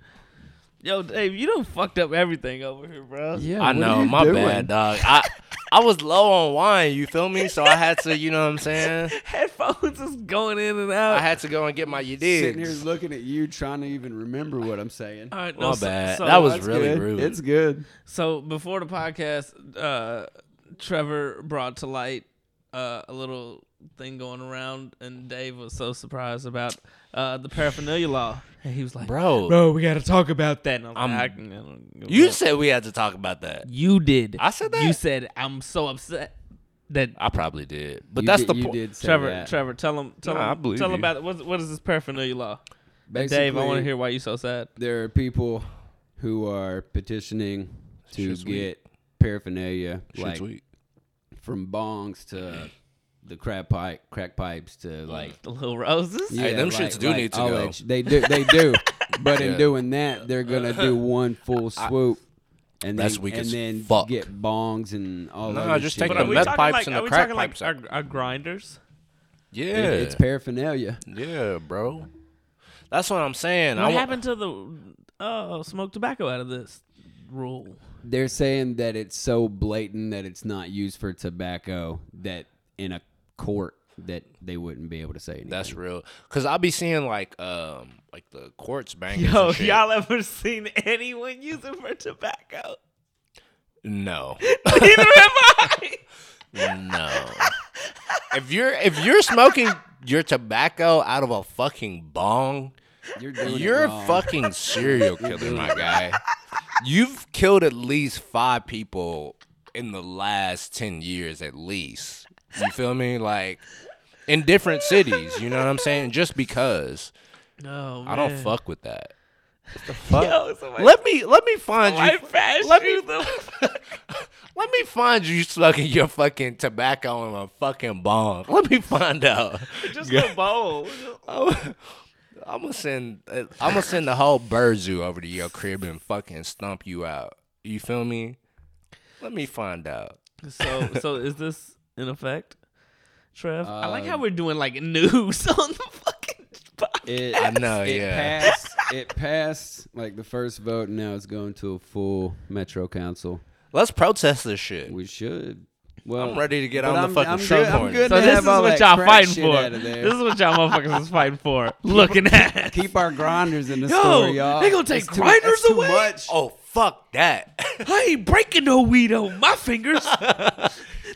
S1: Yo, Dave, you done fucked up everything over here, bro.
S2: I know, my bad, dog. I I was low on wine. You feel me? So I had to, you know what I'm saying?
S1: Headphones is going in and out.
S2: I had to go and get my you
S3: Sitting here
S2: digs.
S3: looking at you, trying to even remember what I'm saying.
S1: All right,
S2: My
S1: no, so-
S2: bad.
S1: so-
S2: That was really
S3: good.
S2: rude.
S3: It's good.
S1: So before the podcast, uh, Trevor brought to light uh, a little thing going around, and Dave was so surprised about uh, the paraphernalia law, and he was like,
S2: Bro,
S1: bro, we got to talk about that." And I was
S2: I'm-
S1: like, I can- I don't give a
S2: you
S1: fuck."
S2: said we had to talk about that.
S1: you did.
S2: I said that?
S1: You said I'm so upset that
S2: I probably did. But that's the point.
S3: did say
S1: Trevor.
S3: that.
S1: Trevor, tell him. Tell
S2: Nah, I
S1: him.
S2: believe
S1: tell
S2: you.
S1: him about what, what is this paraphernalia law, Dave. I
S3: Basically,
S1: want to hear why you so sad.
S3: There are people who are petitioning to
S2: Shit's weak.
S3: get paraphernalia,
S2: Shit's
S3: like
S2: weak.
S3: from bongs to the crab pipe, crack pipes to like
S1: The little roses.
S2: Hey, them shits do need to
S3: all
S2: go.
S3: that sh- They do, they do. but in
S2: Yeah.
S3: doing that, they're gonna do one full swoop, and
S2: That's
S3: then,
S2: weak
S3: and
S2: as
S3: then
S2: fuck.
S3: get bongs and all.
S2: Nah,
S3: other
S2: just take
S3: shit.
S1: But
S2: the
S1: are we
S2: meth
S1: talking
S2: pipes
S1: like,
S2: and
S1: are
S2: the
S1: we
S2: crack
S1: talking like
S2: pipes.
S1: our, our grinders?
S2: Yeah.
S3: It- It's paraphernalia.
S2: yeah, bro. That's what I'm saying. I
S1: What
S2: wa-
S1: happened to the oh smoke tobacco out of this rule?
S3: They're saying that it's so blatant that it's not used for tobacco that in a court that they wouldn't be able to say anything.
S2: That's real. Cause I'll be seeing like um like the quartz bangers.
S1: Yo,
S2: and shit.
S1: y'all ever seen anyone use it for tobacco?
S2: No.
S1: Neither have I.
S2: No. if you're if you're smoking your tobacco out of a fucking bong,
S3: You're doing it
S2: you're a
S3: wrong.
S2: fucking serial killer, my guy. You've killed at least five people in the last ten years, at least. You feel me? Like in different cities. You know what I'm saying? Just because
S1: No,
S2: I don't fuck with that.
S1: Yo, so my,
S2: Let me let me find
S1: my
S2: you.
S1: fast
S2: let
S1: shoe,
S2: me-
S1: though.
S2: Let me find you smoking your fucking tobacco in a fucking bong. Let me find out.
S1: just a bowl.
S2: I'm gonna send I'm gonna send the whole bird zoo over to your crib and fucking stomp you out. You feel me? Let me find out.
S1: So, so is this in effect, Trev? I like how
S2: Uh,
S3: Um,
S1: we're doing like news on the fucking podcast.
S3: It,
S2: I know,
S3: it
S2: yeah.
S3: passed. It passed like the first vote. and Now it's going to a full Metro Council.
S2: Let's protest this shit.
S3: We should. Well,
S2: I'm ready to get
S3: but
S2: on the
S3: I'm-
S2: fucking
S3: I'm
S2: truck
S3: good- I'm
S2: horn.
S3: good.
S1: So
S3: to
S1: this
S3: have
S1: is
S3: all
S1: what y'all
S3: that crack
S1: fighting
S3: shit
S1: for.
S3: out of there.
S1: This is what y'all motherfuckers is fighting for. Looking at.
S3: keep our grinders in the
S1: Yo,
S3: store, y'all.
S1: they gonna take
S3: It's too-
S1: grinders
S3: it's too
S1: away?
S3: much.
S2: Oh fuck that.
S1: I ain't breaking no weed on my fingers.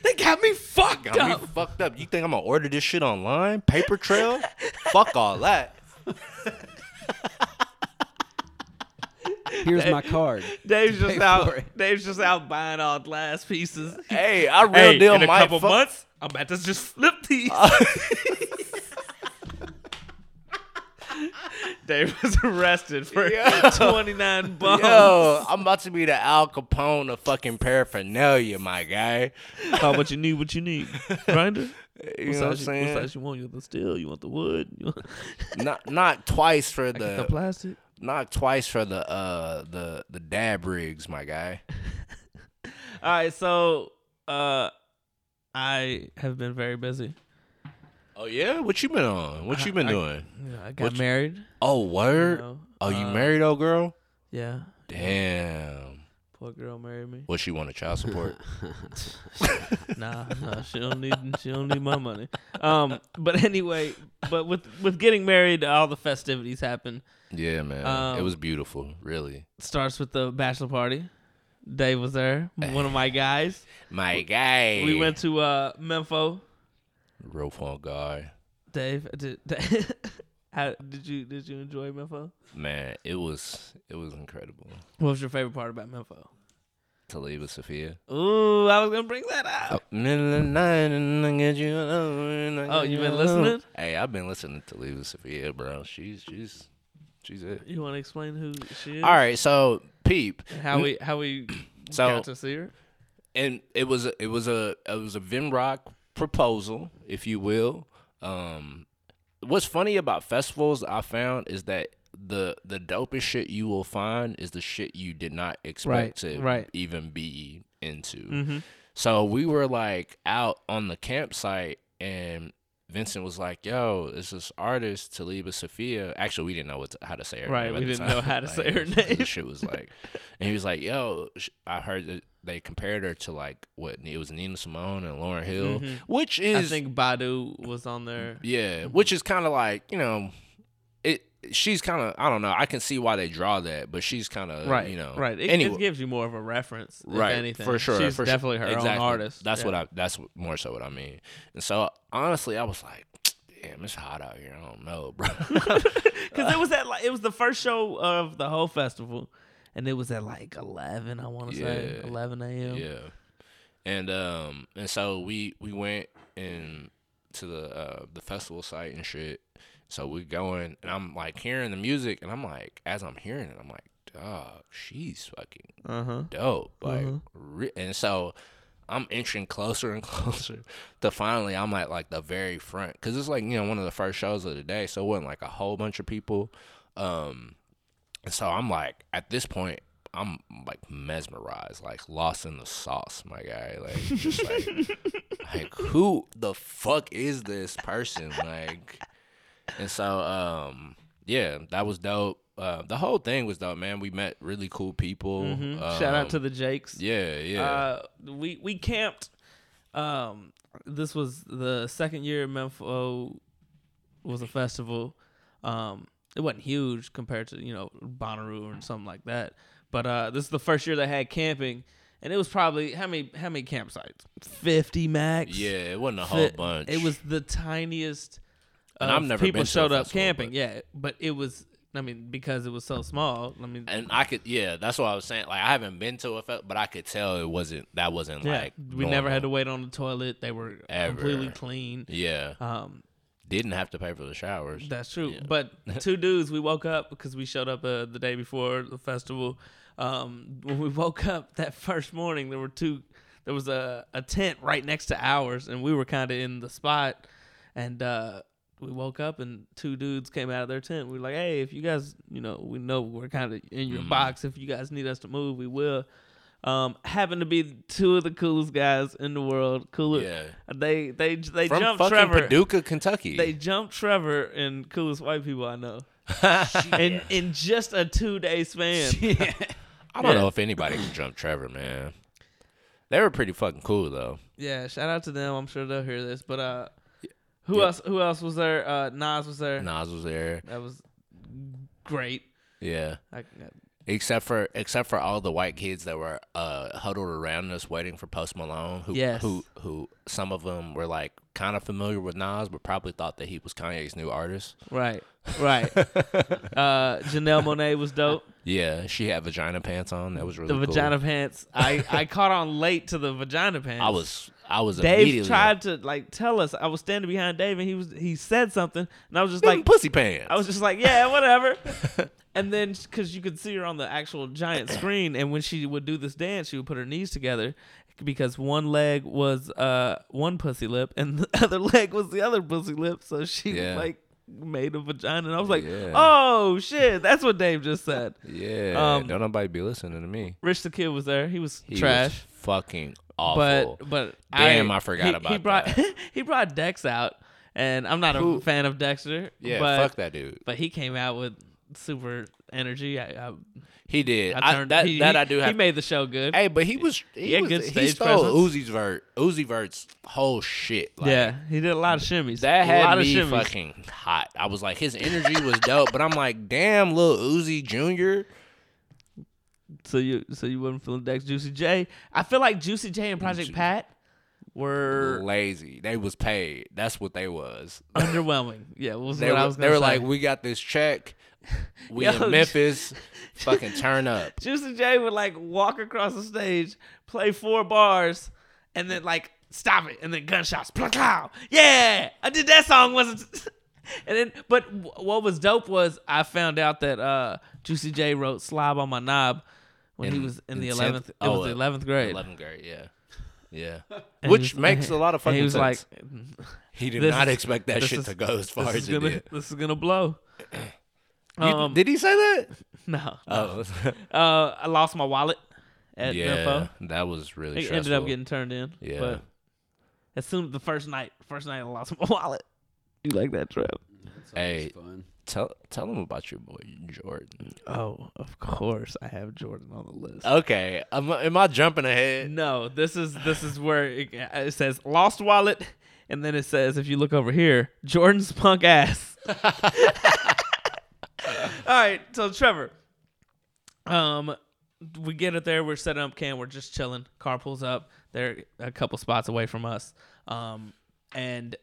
S1: they got me fucked
S2: Got me fucked up. You think I'm gonna order this shit online? Paper trail? fuck all that.
S3: Here's my card.
S1: Dave's just
S3: pay
S1: out.
S3: for it.
S1: Dave's just out buying all glass pieces.
S2: Hey, I real
S1: Hey,
S2: deal
S1: in a
S2: might
S1: couple
S2: fuck- Uh,
S1: months, I'm about to just flip these. Dave was arrested for
S2: Yo.
S1: 29 bums.
S2: Yo, I'm about to be the Al Capone of fucking paraphernalia, my guy.
S1: Call what you need, what you need. Grinder.
S2: You
S1: What
S2: know what I'm
S1: size, you, what
S2: saying?
S1: size you want? You want the steel? You want the wood? You want
S2: Not not twice for
S1: the
S2: the
S1: plastic?
S2: Knock twice for the uh the the dab rigs, my guy.
S1: All right, so uh, I have been very busy.
S2: Oh yeah, what you been on? What you been doing?
S1: You know, I got
S2: What you-
S1: married.
S2: Oh
S1: You
S2: word.
S1: know,
S2: oh, you
S1: uh,
S2: married old girl?
S1: Yeah,
S2: Damn.
S1: poor girl married me.
S2: What she want a child support?
S1: nah, nah, she don't need she don't need my money. Um, but anyway, but with with getting married, all the festivities happen.
S2: yeah, man. it
S1: Um,
S2: was beautiful, really.
S1: Starts with the bachelor party. Dave was there, one of my guys.
S2: My guy.
S1: We went to uh Memphis.
S2: rope on guy.
S1: Dave, did, did, how, did you did you enjoy Memphis?
S2: Man, it was it was incredible.
S1: What was your favorite part about Memphis?
S2: Taliba Sophia.
S1: Ooh, I was gonna bring that
S2: Oh.
S1: up.
S2: Middle of the night and I get you alone, I
S1: Oh,
S2: get
S1: you been
S2: alone.
S1: listening?
S2: Hey, I've been listening to Taliba Sophia, bro. She's she's she's it.
S1: You want to explain who she is?
S2: All right, so peep.
S1: And How we how we
S2: So-
S1: got to see her?
S2: and it was a, it was a it was a Vimrock proposal, if you will. Um, what's funny about festivals I found is that the the dopest shit you will find is the shit you did not expect
S1: Right,
S2: to
S1: right.
S2: even be into. So we were like out on the campsite and Vincent was like, "Yo, it's this artist Taliba Sophia." Actually, we didn't know what to, how to say her
S1: Right,
S2: name.
S1: we
S2: at the
S1: didn't
S2: time.
S1: know how to
S2: Like,
S1: say her
S2: this- this
S1: name.
S2: Shit was like, and he was like, "Yo, sh- I heard that they compared her to like what it was Nina Simone and Lauren Hill, which
S1: Mm-hmm. I
S2: is
S1: think Mm-hmm. Badu was on there.
S2: yeah, which is kind of like you know, it. She's kind of I don't know. I can see why they draw that, but she's kind of
S1: right,
S2: uh, you know,
S1: right. It,
S2: anyway,
S1: it gives you more of a reference, if
S2: right
S1: anything.
S2: for sure.
S1: she's
S2: for sure.
S1: definitely her own
S2: Exactly.
S1: artist.
S2: That's what I. That's what- more so what I mean. And so honestly, I was like, damn, it's hot out here. I don't know, bro.
S1: because it was at like it was the first show of the whole festival, and it was at like eleven. I want to say
S2: Yeah.
S1: eleven a.m.
S2: yeah. And um and so we we went and to the uh the festival site and shit. So we going and I'm like hearing the music and I'm like as I'm hearing it I'm like dog she's fucking
S1: Uh huh.
S2: dope. Like,
S1: Mhm.
S2: re- and so I'm inching closer and closer to finally I'm at like the very front because it's like you know one of the first shows of the day, so it wasn't like a whole bunch of people. Um, and so I'm like at this point. I'm like mesmerized, like lost in the sauce, my guy. Like, just like, like who the fuck is this person? Like, and so, um, yeah, that was dope. Uh, the whole thing was dope, man. We met really cool people.
S1: Mm-hmm. Shout out
S2: Um,
S1: to the Jakes.
S2: yeah, yeah.
S1: Uh, we we camped. Um, this was the second year Memphis was a festival. Um, it wasn't huge compared to you know Bonnaroo or something like that. But uh, this is the first year they had camping, and it was probably how many how many campsites? Fifty max.
S2: Yeah, it wasn't a whole
S1: Fi-
S2: bunch.
S1: It was the tiniest.
S2: And
S1: of
S2: I've never
S1: people
S2: been to a
S1: showed up
S2: festival,
S1: camping.
S2: but-
S1: Yeah, but it was. I mean, because it was so small. I mean,
S2: and I could, yeah, that's what I was saying. Like I haven't been to a, fe- but I could tell it wasn't. That wasn't
S1: yeah,
S2: like
S1: we never had to
S2: normal.
S1: wait on the toilet. They were
S2: Ever.
S1: completely clean.
S2: Yeah,
S1: Um,
S2: didn't have to pay for the showers.
S1: That's true. But two dudes, we woke up because we showed up uh, the day before the festival. Um, when we woke up that first morning, there were two. There was a, a tent right next to ours, and we were kind of in the spot. And uh, we woke up, and two dudes came out of their tent. We were like, "Hey, if you guys, you know, we know we're kind of in
S2: Mm-hmm.
S1: your box. If you guys need us to move, we will." Um, happened to be two of the coolest guys in the world. Cooler.
S2: Yeah.
S1: They they they
S2: From
S1: jumped
S2: fucking
S1: Trevor.
S2: Paducah, Kentucky.
S1: They jumped Trevor and coolest white people I know. in in just a two day span.
S2: I don't
S1: Yeah.
S2: know if anybody can jump Trevor, man. They were pretty fucking cool though.
S1: yeah, shout out to them. I'm sure they'll hear this. But uh who else who else was there? Uh Nas was there.
S2: Nas was there.
S1: That was great.
S2: Yeah.
S1: I,
S2: Except for except for all the white kids that were uh, huddled around us waiting for Post Malone, who
S1: Yes.
S2: who who some of them were like kind of familiar with Nas, but probably thought that he was Kanye's new artist.
S1: right. Right. uh Janelle Monet was dope.
S2: Yeah, she had vagina pants on. That was really
S1: The
S2: cool.
S1: vagina pants. I I caught on late to the vagina pants.
S2: I was I was
S1: Dave
S2: immediately
S1: tried to like tell us. I was standing behind Dave and he was he said something and I was just
S2: like
S1: like
S2: "Them pussy pants.
S1: I was just like, yeah, whatever. and then, because you could see her on the actual giant screen, and when she would do this dance, she would put her knees together because one leg was uh one pussy lip and the other leg was the other pussy lip. So she
S2: Yeah.
S1: like made a vagina, and I was like,
S2: Yeah.
S1: oh shit, that's what Dave just said.
S2: yeah,
S1: um,
S2: don't nobody be listening to me.
S1: Rich the Kid was there. He was
S2: He was
S1: trash.
S2: fucking awful.
S1: But but
S2: Damn, I forgot
S1: he- he
S2: about
S1: brought he brought Dex out, and I'm not a
S2: Who-
S1: fan of Dexter.
S2: yeah,
S1: but,
S2: fuck that dude.
S1: But he came out with super energy. I, I
S2: He did.
S1: I
S2: I
S1: turned
S2: that
S1: he-
S2: that
S1: he-
S2: I do have.
S1: He made the show good.
S2: hey, but he was he,
S1: He had
S2: was,
S1: good
S2: he
S1: stage
S2: stole
S1: presence.
S2: Uzi's vert, Uzi vert's whole shit. Like,
S1: yeah, he did a lot of shimmies.
S2: that
S1: a
S2: had
S1: lot
S2: me
S1: of shimmies.
S2: fucking hot. I was like, his energy was dope, but I'm like, damn, little Uzi Junior.
S1: So you so you wasn't feeling Dex Juicy J. I feel like Juicy J and Project Pat were
S2: Lazy. They was paid. That's what they was.
S1: underwhelming. Yeah, was
S2: They
S1: what
S2: were,
S1: I was
S2: they
S1: gonna
S2: were
S1: say.
S2: like, we got this check. We
S1: Yo,
S2: in Memphis. fucking turn up.
S1: Juicy J would like walk across the stage, play four bars, and then like stop it, and then gunshots. Plow, plow. Yeah, I did that song wasn't. And then, but wh- what was dope was I found out that uh, Juicy J wrote "Slob on My Knob" when he
S2: In-
S1: was in,
S2: in
S1: the
S2: tenth-
S1: eleventh. It
S2: oh,
S1: was the
S2: uh,
S1: eleventh grade.
S2: Eleventh grade. Yeah. Yeah.
S1: And he
S2: Which
S1: was-
S2: makes a lot of
S1: and
S2: fucking
S1: He was
S2: sense.
S1: like,
S2: he did
S1: this
S2: not
S1: is-
S2: expect that
S1: this
S2: shit
S1: is-
S2: to go as far
S1: "This
S2: as
S1: is
S2: it
S1: gonna,
S2: did.
S1: this is gonna blow."
S2: You-
S1: Um,
S2: did he say that?
S1: no,
S2: Oh,
S1: uh, I lost my wallet at
S2: yeah,
S1: Memphis.
S2: that was really.
S1: It
S2: stressful.
S1: ended up getting turned in.
S2: Yeah.
S1: But as soon as the first night, first night I lost my wallet. You like that trip?
S3: It's always
S2: Hey.
S3: fun.
S2: Tell tell them about your boy Jordan.
S1: Oh, of course I have Jordan on the list.
S2: Okay, am, I- am I jumping ahead?
S1: no, this is this is where it, it says lost wallet, and then it says if you look over here, Jordan's punk ass. All right, so Trevor, um, we get it there. We're setting up camp. We're just chilling. Car pulls up. They're a couple spots away from us. Um, and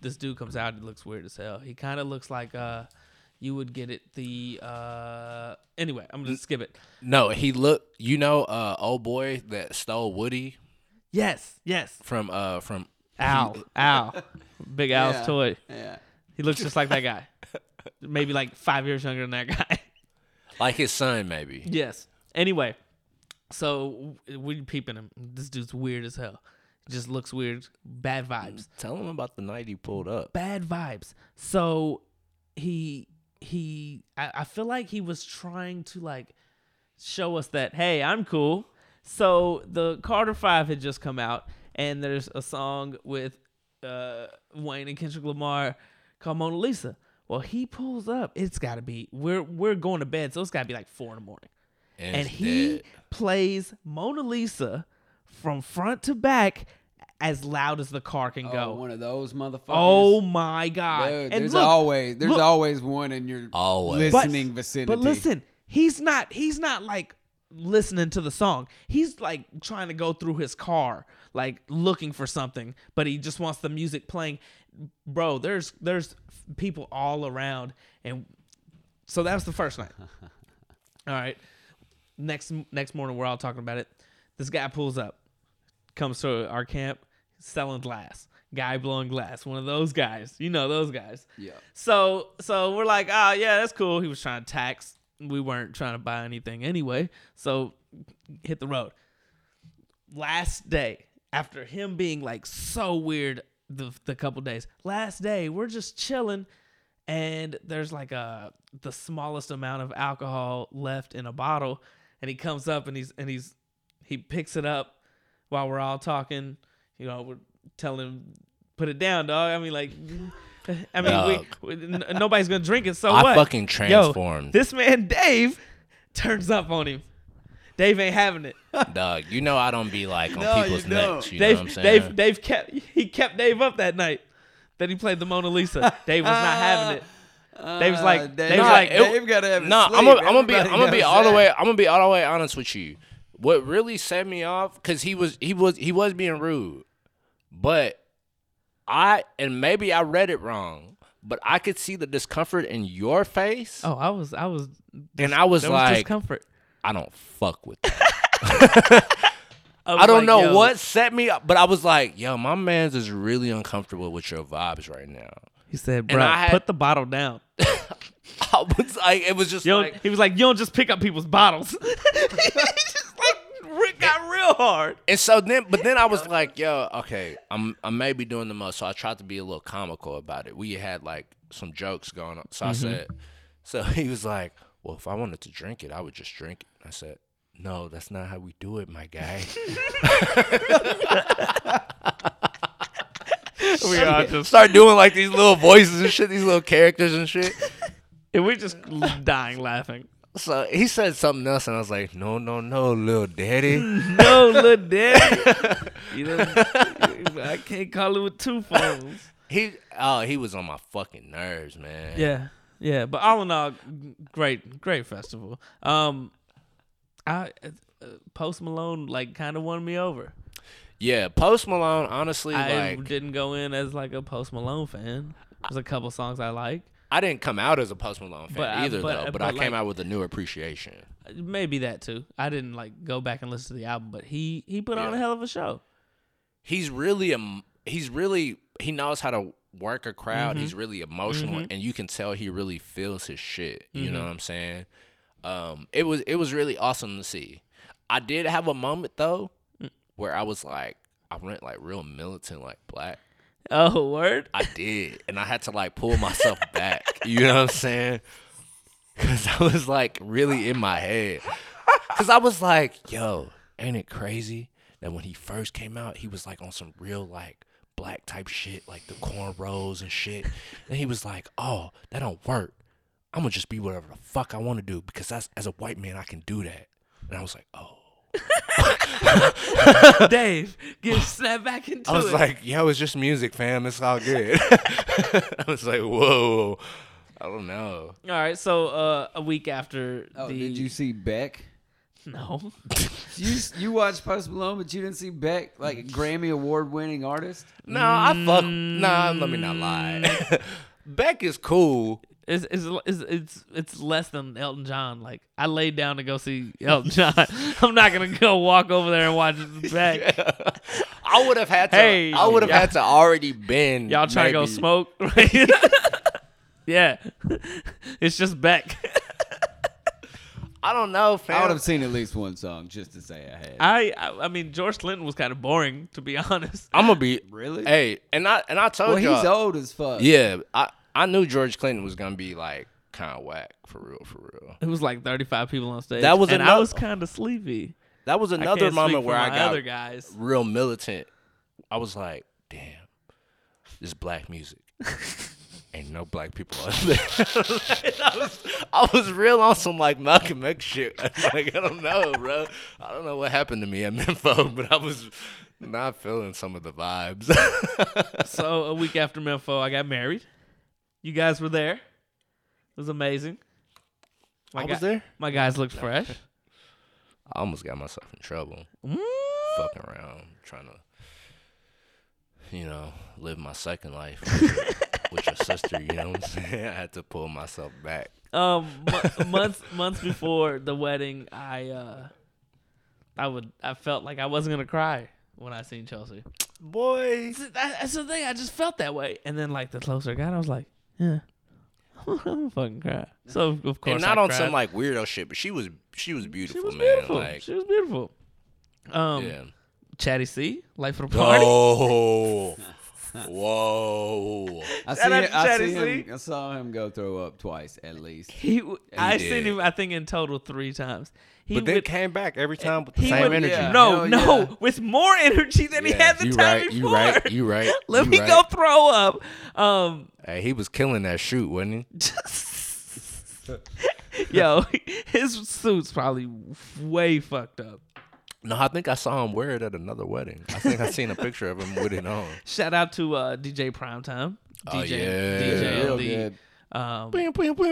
S1: this dude comes out. He looks weird as hell. He kind of looks like uh, you would get it the uh. Anyway, I'm gonna skip it.
S2: No, he looked. You know, uh, old boy that stole Woody
S1: Yes, yes.
S2: from uh from.
S1: Al, Al, Big Al's
S3: Yeah.
S1: toy.
S3: Yeah.
S1: He looks just like that guy. Maybe like five years younger than that guy.
S2: Like his son, maybe.
S1: yes. Anyway, so w- we peeping him. This dude's weird as hell. Just looks weird. Bad vibes.
S2: Tell him about the night he pulled up.
S1: Bad vibes. So he he. I, I feel like he was trying to like show us that hey, I'm cool. So the Carter Five had just come out, and there's a song with uh, Wayne and Kendrick Lamar called Mona Lisa. Well, he pulls up. It's got to be we're we're going to bed, so it's got to be like four in the morning.
S2: And,
S1: And
S2: it's
S1: he
S2: dead.
S1: plays Mona Lisa from front to back as loud as the car can
S3: Oh,
S1: go.
S3: one of those motherfuckers.
S1: Oh my god! and
S3: Dude, there's
S1: look,
S3: always there's
S1: look-
S3: always one in your
S2: Always.
S1: but-
S3: listening vicinity.
S1: But listen, he's not he's not like listening to the song. He's like trying to go through his car, like looking for something, but he just wants the music playing. Bro, there's there's people all around, and so that was the first night. All right, next next morning we're all talking about it. This guy pulls up, comes to our camp, selling glass. Guy blowing glass, one of those guys. You know those guys.
S3: Yeah.
S1: So so we're like, oh yeah, that's cool. He was trying to tax. We weren't trying to buy anything anyway. So hit the road. Last day, after him being like so weird the the couple days, last day, we're just chilling and there's like a the smallest amount of alcohol left in a bottle and he comes up and he's and he's he picks it up while we're all talking, you know, we're telling him put it down, dog. I mean like I mean,
S2: Dog.
S1: we, we, n- nobody's gonna drink it. So
S2: I
S1: what?
S2: fucking
S1: Yo,
S2: transformed.
S1: this man Dave turns up on him. Dave ain't having it.
S2: Dog, you know I don't be like on
S3: No, you
S2: people's
S3: don't.
S2: necks. You
S1: Dave,
S2: know what I'm saying?
S1: Dave, Dave kept he kept Dave up that night. Then he played the Mona Lisa. Dave was not having it. They was like- they was
S3: nah,
S1: like-
S3: Uh, Dave gotta have
S2: No,
S3: his
S2: I'm gonna,
S3: sleep.
S2: I'm gonna be, I'm
S3: Everybody
S2: gonna be
S3: knows
S2: all the
S3: that.
S2: way, I'm gonna be all the way honest with you. What really set me off because he was, he was, he was being rude, but I and maybe I read it wrong, but I could see the discomfort in your face,
S1: Oh, I was I was
S2: and I was
S1: there was
S2: like,
S1: discomfort.
S2: I don't fuck with. That.
S1: was
S2: I don't
S1: like,
S2: know
S1: yo,
S2: what set me up, but I was like, yo, my man's is really uncomfortable with your vibes right now.
S1: he said,
S2: And
S1: bro.
S2: I had-
S1: put the bottle down.
S2: I was like, it was just
S1: You don't,
S2: like
S1: he was like, you don't just pick up people's bottles. he just like re- got real hard.
S2: And so then, but then I was like, yo, okay, I'm I may be doing the most. So I tried to be a little comical about it. We had like some jokes going on. So I
S1: Mm-hmm.
S2: said, so he was like, well, if I wanted to drink it, I would just drink it. I said, no, that's not how we do it, my guy.
S1: We all just
S2: Start doing like these little voices and shit, these little characters and shit.
S1: and we just dying laughing.
S2: So he said something else, and I was like, no, no, no, little daddy.
S1: No, little daddy. you know, I can't call it with two phones.
S2: He, oh, he was on my fucking nerves, man.
S1: Yeah, yeah. But all in all, g- great, great festival. Um, I uh, Post Malone like kind of won me over.
S2: Yeah, Post Malone, honestly,
S1: I
S2: like,
S1: didn't go in as like a Post Malone fan. There's a couple songs I like.
S2: I didn't come out as a Post Malone fan
S1: But I-
S2: either,
S1: but-
S2: though. But,
S1: but
S2: I came
S1: like-
S2: out with a new appreciation.
S1: Maybe that too. I didn't like go back and listen to the album, but he he put on a
S2: Yeah.
S1: hell of a show.
S2: He's really a he's really he knows how to work a crowd.
S1: Mm-hmm.
S2: He's really emotional, and you can tell he really feels his shit. You know
S1: Mm-hmm.
S2: what I'm saying? Um, it was it was really awesome to see. I did have a moment though
S1: Mm.
S2: where I was like, I went like real militant, like black.
S1: Oh, word.
S2: I did, and I had to like pull myself back. You know what I'm saying? Because I was like really in my head. Because I was like, yo, ain't it crazy that when he first came out, he was like on some real like black type shit, like the cornrows and shit. And he was like, oh, that don't work. I'm gonna just be whatever the fuck I want to do because that's as a white man I can do that. And I was like, oh.
S1: Dave, get snapped back into
S2: I was
S1: it.
S2: like, yo, it's just music, fam. It's all good. I was like, whoa. I don't know.
S1: All right, so uh, a week after
S3: Oh,
S1: the
S3: did you see Beck?
S1: no,
S3: You you watched Post Malone, but you didn't see Beck, like a Grammy award winning artist.
S2: No, I fuck. Nah, let me
S1: Mm.
S2: not lie. Beck is cool.
S1: it's, it's it's it's it's less than Elton John. Like I laid down to go see Elton John. I'm not gonna go walk over there and watch his back.
S2: I would have had to.
S1: Hey,
S2: I would have
S1: y'all-
S2: had to already been.
S1: Y'all trying to go
S2: maybe-
S1: smoke? yeah, it's just Beck.
S2: I don't know,
S3: I would
S2: fam.
S3: have seen at least one song just to say I had.
S1: I, I I mean George Clinton was kind of boring to be honest.
S2: I'm gonna be
S3: really?
S2: Hey, and I and I told
S3: well,
S2: y'all.
S3: he's old as fuck.
S2: Yeah, I I knew George Clinton was gonna be like kind of whack for real, for real.
S1: It was like 35 people on stage.
S2: That was
S1: and I
S2: another-
S1: was kind of sleepy.
S2: That was
S1: I
S2: another
S1: can't speak
S2: moment
S1: for
S2: where I
S1: my
S2: got
S1: other guys.
S2: real militant. I was like, damn, this black music. Ain't no black people out there. I, was, I was real on some like Malcolm X shit. like, I don't know, bro. I don't know what happened to me at Memphis, but I was not feeling some of the vibes.
S1: so a week after Memphis, I got married. You guys were there. It was amazing. My
S2: I was
S1: guy-
S2: there.
S1: My guys looked fresh.
S2: I almost got myself in trouble. Fucking around, trying to, you know, live my second life with your, with your sister. You know what I'm saying? I had to pull myself back.
S1: Um, mo- months months before the wedding, I uh, I would I felt like I wasn't gonna cry when I seen Chelsea.
S2: Boy,
S1: That's, that's the thing. I just felt that way, and then like the closer I got, I was like, yeah, I'm gonna fucking cry. So of course,
S2: and not
S1: I
S2: on
S1: cried.
S2: some like weirdo shit, but she was she was
S1: she
S2: beautiful,
S1: was
S2: man.
S1: beautiful.
S2: Like,
S1: she was beautiful. Um,
S2: yeah.
S1: Chatty C, life of the party.
S2: Oh, whoa.
S3: I see,
S1: Shout out
S3: it-
S1: to
S3: I,
S1: Chatty
S3: see him,
S1: C.
S3: I saw him go throw up twice at least.
S1: He, w I seen
S2: did.
S1: him. I think in total three times. He
S2: But then
S1: would, eh,
S2: came back every time with the
S1: he
S2: same
S1: would-
S2: energy.
S3: yeah.
S1: no,
S3: Hell
S1: no,
S3: yeah.
S1: with more energy than he
S2: Yeah,
S1: had the
S2: you
S1: time
S2: right,
S1: before.
S2: you right, you right.
S1: Let
S2: you
S1: me
S2: right.
S1: go throw up. Um,
S2: Hey, he was killing that shoot, wasn't he?
S1: yo, his suit's probably way fucked up.
S2: No, I think I saw him wear it at another wedding. I think I seen a picture of him with it on.
S1: Shout out to uh, DJ Primetime. DJ,
S2: Oh, yeah.
S1: DJ,
S3: Real
S1: the,
S3: good.
S1: Um,
S2: He,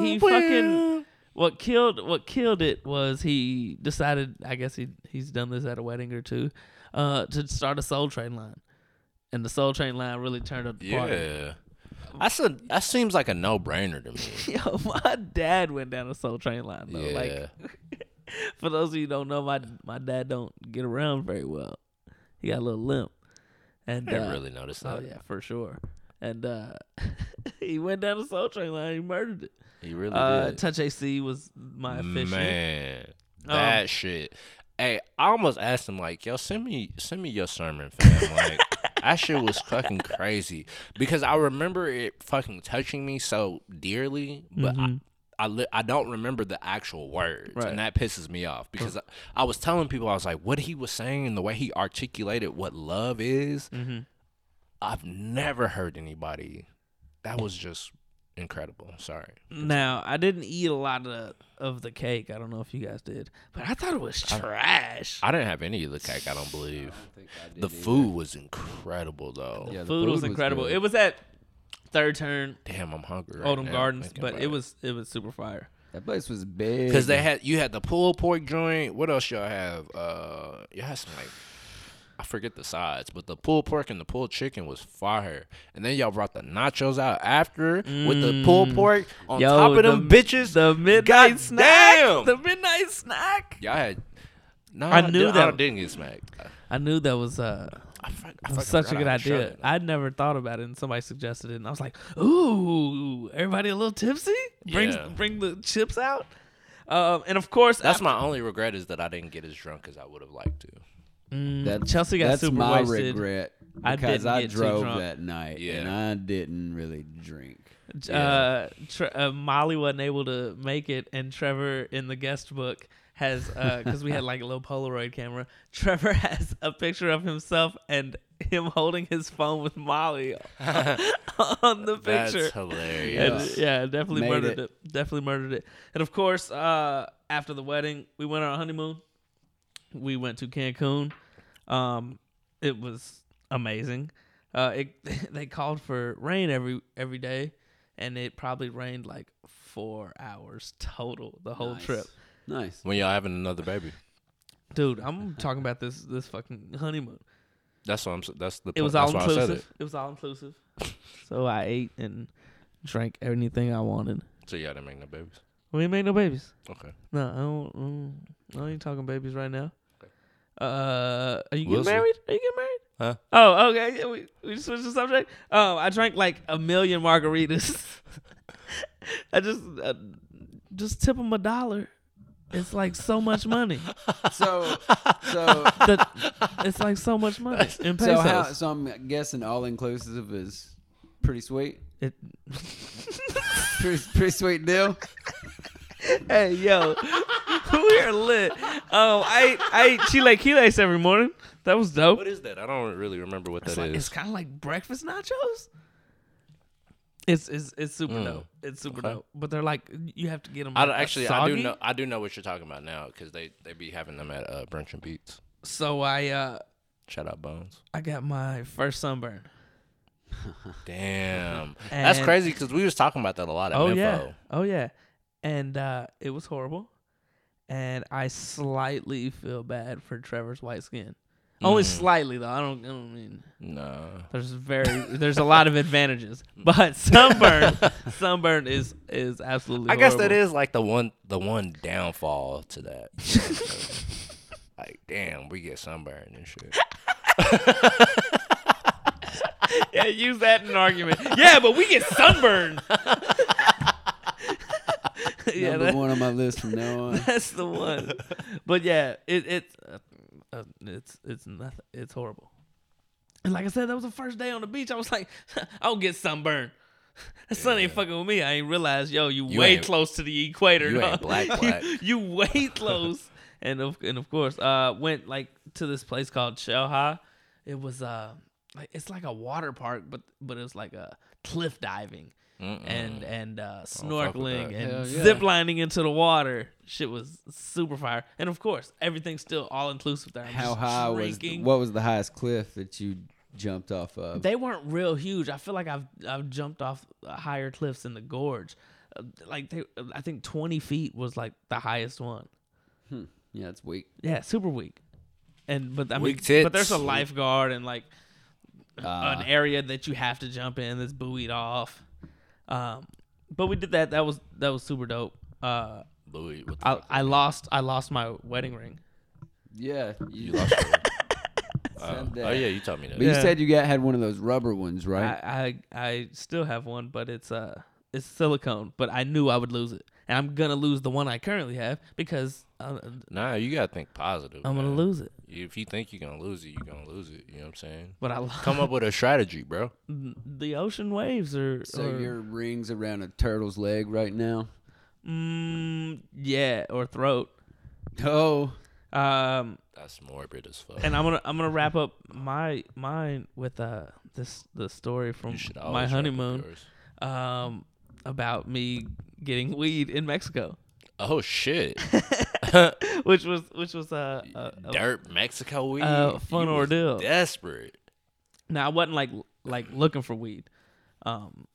S1: he fucking- what killed what killed it was he decided I guess he he's done this at a wedding or two, uh, to start a Soul Train line, and the Soul Train line really turned up the party.
S2: Yeah. That's a, that seems like a no brainer to me.
S1: Yo, my dad went down a Soul Train line though.
S2: yeah.
S1: Like for those of you who don't know, my my dad don't get around very well. He got a little limp, and
S2: I didn't
S1: uh,
S2: really notice that.
S1: oh yeah, for sure. And uh, he went down the Soul Train line. He murdered it.
S2: He really
S1: Uh,
S2: did.
S1: Touch AC was my official.
S2: Man,
S1: Um,
S2: that shit. Hey, I almost asked him like, "Yo, send me, send me your sermon, fam." Like, that shit was fucking crazy because I remember it fucking touching me so dearly, but I, I, li- I don't remember the actual words,
S1: Mm-hmm. Right.
S2: and that pisses me off because I, I was telling people I was like, what he was saying and the way he articulated what love is,
S1: Mm-hmm.
S2: I've never heard anybody. That was just incredible. Sorry.
S1: Now I didn't eat a lot of of the cake. I don't know if you guys did, but I thought it was trash.
S2: I didn't have any of the cake. I don't believe.
S3: I think I did
S2: The
S3: either.
S2: food was incredible though.
S3: Yeah, the
S1: food, was incredible. It was at Third Turn
S2: Damn, I'm hungry. Right
S1: Oldham
S2: now,
S1: Gardens,
S2: thinking
S1: but
S2: about
S1: it was it was super fire.
S3: that place was big.
S2: because they had you had the pulled pork joint. What else y'all have? Uh, you had some like I forget the sides, but the pulled pork and the pulled chicken was fire. And then y'all brought the nachos out after with the pulled pork on
S1: Mm. Yo,
S2: top of
S1: the-
S2: them bitches.
S1: The midnight
S2: God
S1: snack.
S2: damn!
S1: The midnight snack.
S2: y'all had. No,
S1: I
S2: I
S1: knew
S2: knew I
S1: that-
S2: didn't get smacked. I,
S1: I knew that was uh
S2: I, fuck- I
S1: that was
S2: fucking
S1: such a
S2: forgot
S1: good
S2: how to shove
S1: idea.
S2: it.
S1: I never thought about it, and somebody suggested it, and I was like, "Ooh, everybody a little tipsy? Bring
S2: Yeah.
S1: bring the chips out." Um, and of course,
S2: That's my only regret is that I didn't get as drunk as I would have liked to.
S3: That-
S1: Chelsea got
S3: that's
S1: super
S3: my
S1: wasted.
S3: regret
S1: I
S3: because
S1: didn't
S3: I,
S1: get too
S3: drove
S1: drunk.
S3: that night
S2: Yeah.
S3: and I didn't really drink.
S1: uh, tre- uh, Molly wasn't able to make it, and Trevor in the guest book has because we had like a little Polaroid camera. Trevor has a picture of himself and him holding his phone with Molly on the picture.
S2: That's
S1: And,
S2: hilarious.
S1: yeah, definitely
S3: Made
S1: murdered it.
S3: it.
S1: Definitely murdered it. And of course, uh, after the wedding, we went on our honeymoon. We went to Cancun. Um, it was amazing. Uh, it they called for rain every every day, and it probably rained like four hours total the whole
S3: Nice.
S1: trip.
S3: Nice.
S2: When y'all having another baby.
S1: Dude, I'm talking about this this fucking honeymoon.
S2: That's what I'm. s- That's the.
S1: It
S2: point.
S1: was
S2: that's
S1: all
S2: why I said
S1: inclusive.
S2: it.
S1: It. was all inclusive. so I ate and drank anything I wanted.
S2: So y'all didn't make no babies.
S1: We didn't make no babies.
S2: Okay.
S1: No, I don't. mm, I ain't talking babies right now. Uh, are you getting
S2: We'll see.
S1: married? Are you getting married?
S2: Huh?
S1: Oh, okay. Yeah, we we switched the subject. Um, I drank like a million margaritas. I just uh, just tip them a dollar. It's like so much money.
S3: So, so,
S1: The- it's like so much money in pesos.
S3: so, how, so I'm guessing all inclusive is pretty sweet.
S1: It-
S3: Pretty, pretty sweet deal.
S1: hey yo, we are lit. Oh, I ate, I ate chilaquiles every morning. That was dope.
S2: What is that? I don't really remember what
S1: It's
S2: that
S1: like-
S2: is.
S1: It's kind of like breakfast nachos. It's it's it's super
S2: Mm.
S1: dope. It's super
S2: Okay.
S1: dope. But they're like you have to get them.
S2: I don't- actually I do know I do know what you're talking about now because they they be having them at uh, brunch and beats.
S1: So I uh
S2: Shout out Bones.
S1: I got my first sunburn.
S2: Damn, that's
S1: And-
S2: crazy because we was talking about that a lot. At
S1: Oh
S2: Menfo.
S1: yeah. Oh yeah. And uh it was horrible. and I slightly feel bad for Trevor's white skin.
S2: Hmm.
S1: Only slightly though. I don't. I don't mean
S2: Nah.
S1: there's very there's a lot of advantages, but sunburn sunburn is is absolutely.
S2: I guess that
S1: horrible.
S2: is like the one the one downfall to that. like, damn, we get sunburned and shit.
S1: Yeah, use that in an argument. Yeah, but we get sunburned. yeah,
S3: Number
S1: that-
S3: one on my list from now on.
S1: that's the one. But yeah, it it uh, uh, it's it's nothing. It's horrible. And like I said, that was the first day on the beach. I was like, I don't get sunburned. The sun ain't fucking with me. I ain't realized, yo, you,
S2: You
S1: way
S2: ain't-
S1: close to the equator.
S2: you
S1: dog.
S2: ain't black, black.
S1: you, you way close. and of and of course, uh, went like to this place called Shell High. It was uh, like it's like a water park, but but it was like a cliff diving and and uh,
S2: with
S1: snorkeling
S2: that.
S1: and
S3: Hell yeah.
S1: zip lining into the water. Shit was super fire. And of course, everything's still all inclusive there. I'm
S3: How
S1: just
S3: high was
S1: drinking.
S3: what was the highest cliff that you jumped off of?
S1: They weren't real huge. I feel like I've I've jumped off uh, higher cliffs in the gorge. Uh, Like they, I think twenty feet was like the highest one.
S3: yeah, it's weak.
S1: Yeah, super weak. And but I mean,
S2: Weak
S1: but there's
S2: tits.
S1: a lifeguard and like
S3: Uh,
S1: an area that you have to jump in that's buoyed off. Um, but we did that. That was that was super dope. Uh,
S2: Louis, what the
S1: I
S2: fuck?
S1: I lost I lost my wedding ring.
S3: yeah, you,
S2: You lost your- Oh,
S3: said that.
S2: oh, yeah, you told me that.
S3: But you said you got had one of those rubber ones, right?
S1: I, I I still have one, but it's uh it's silicone. But I knew I would lose it, and I'm gonna lose the one I currently have because I'm,
S2: Nah, you gotta think positive.
S1: I'm gonna
S2: man.
S1: lose it.
S2: If you think you're gonna lose it, you're gonna lose it. You know what I'm saying?
S1: But I lo-
S2: Come up with a strategy, bro.
S1: the ocean waves are.
S3: so
S1: are-
S3: your rings around a turtle's leg right now.
S1: mm, yeah, or throat.
S3: Oh,
S1: Um,
S2: That's morbid as fuck.
S1: and I'm gonna I'm gonna wrap up my mine with uh this the story from
S2: You should always
S1: my
S2: wrap up
S1: honeymoon
S2: yours.
S1: um about me getting weed in Mexico,
S2: Oh shit!
S1: Uh, which was which was uh, a, a
S2: Dirt Mexico weed.
S1: uh, fun
S2: You was
S1: ordeal.
S2: Desperate.
S1: Now I wasn't like like looking for weed. Um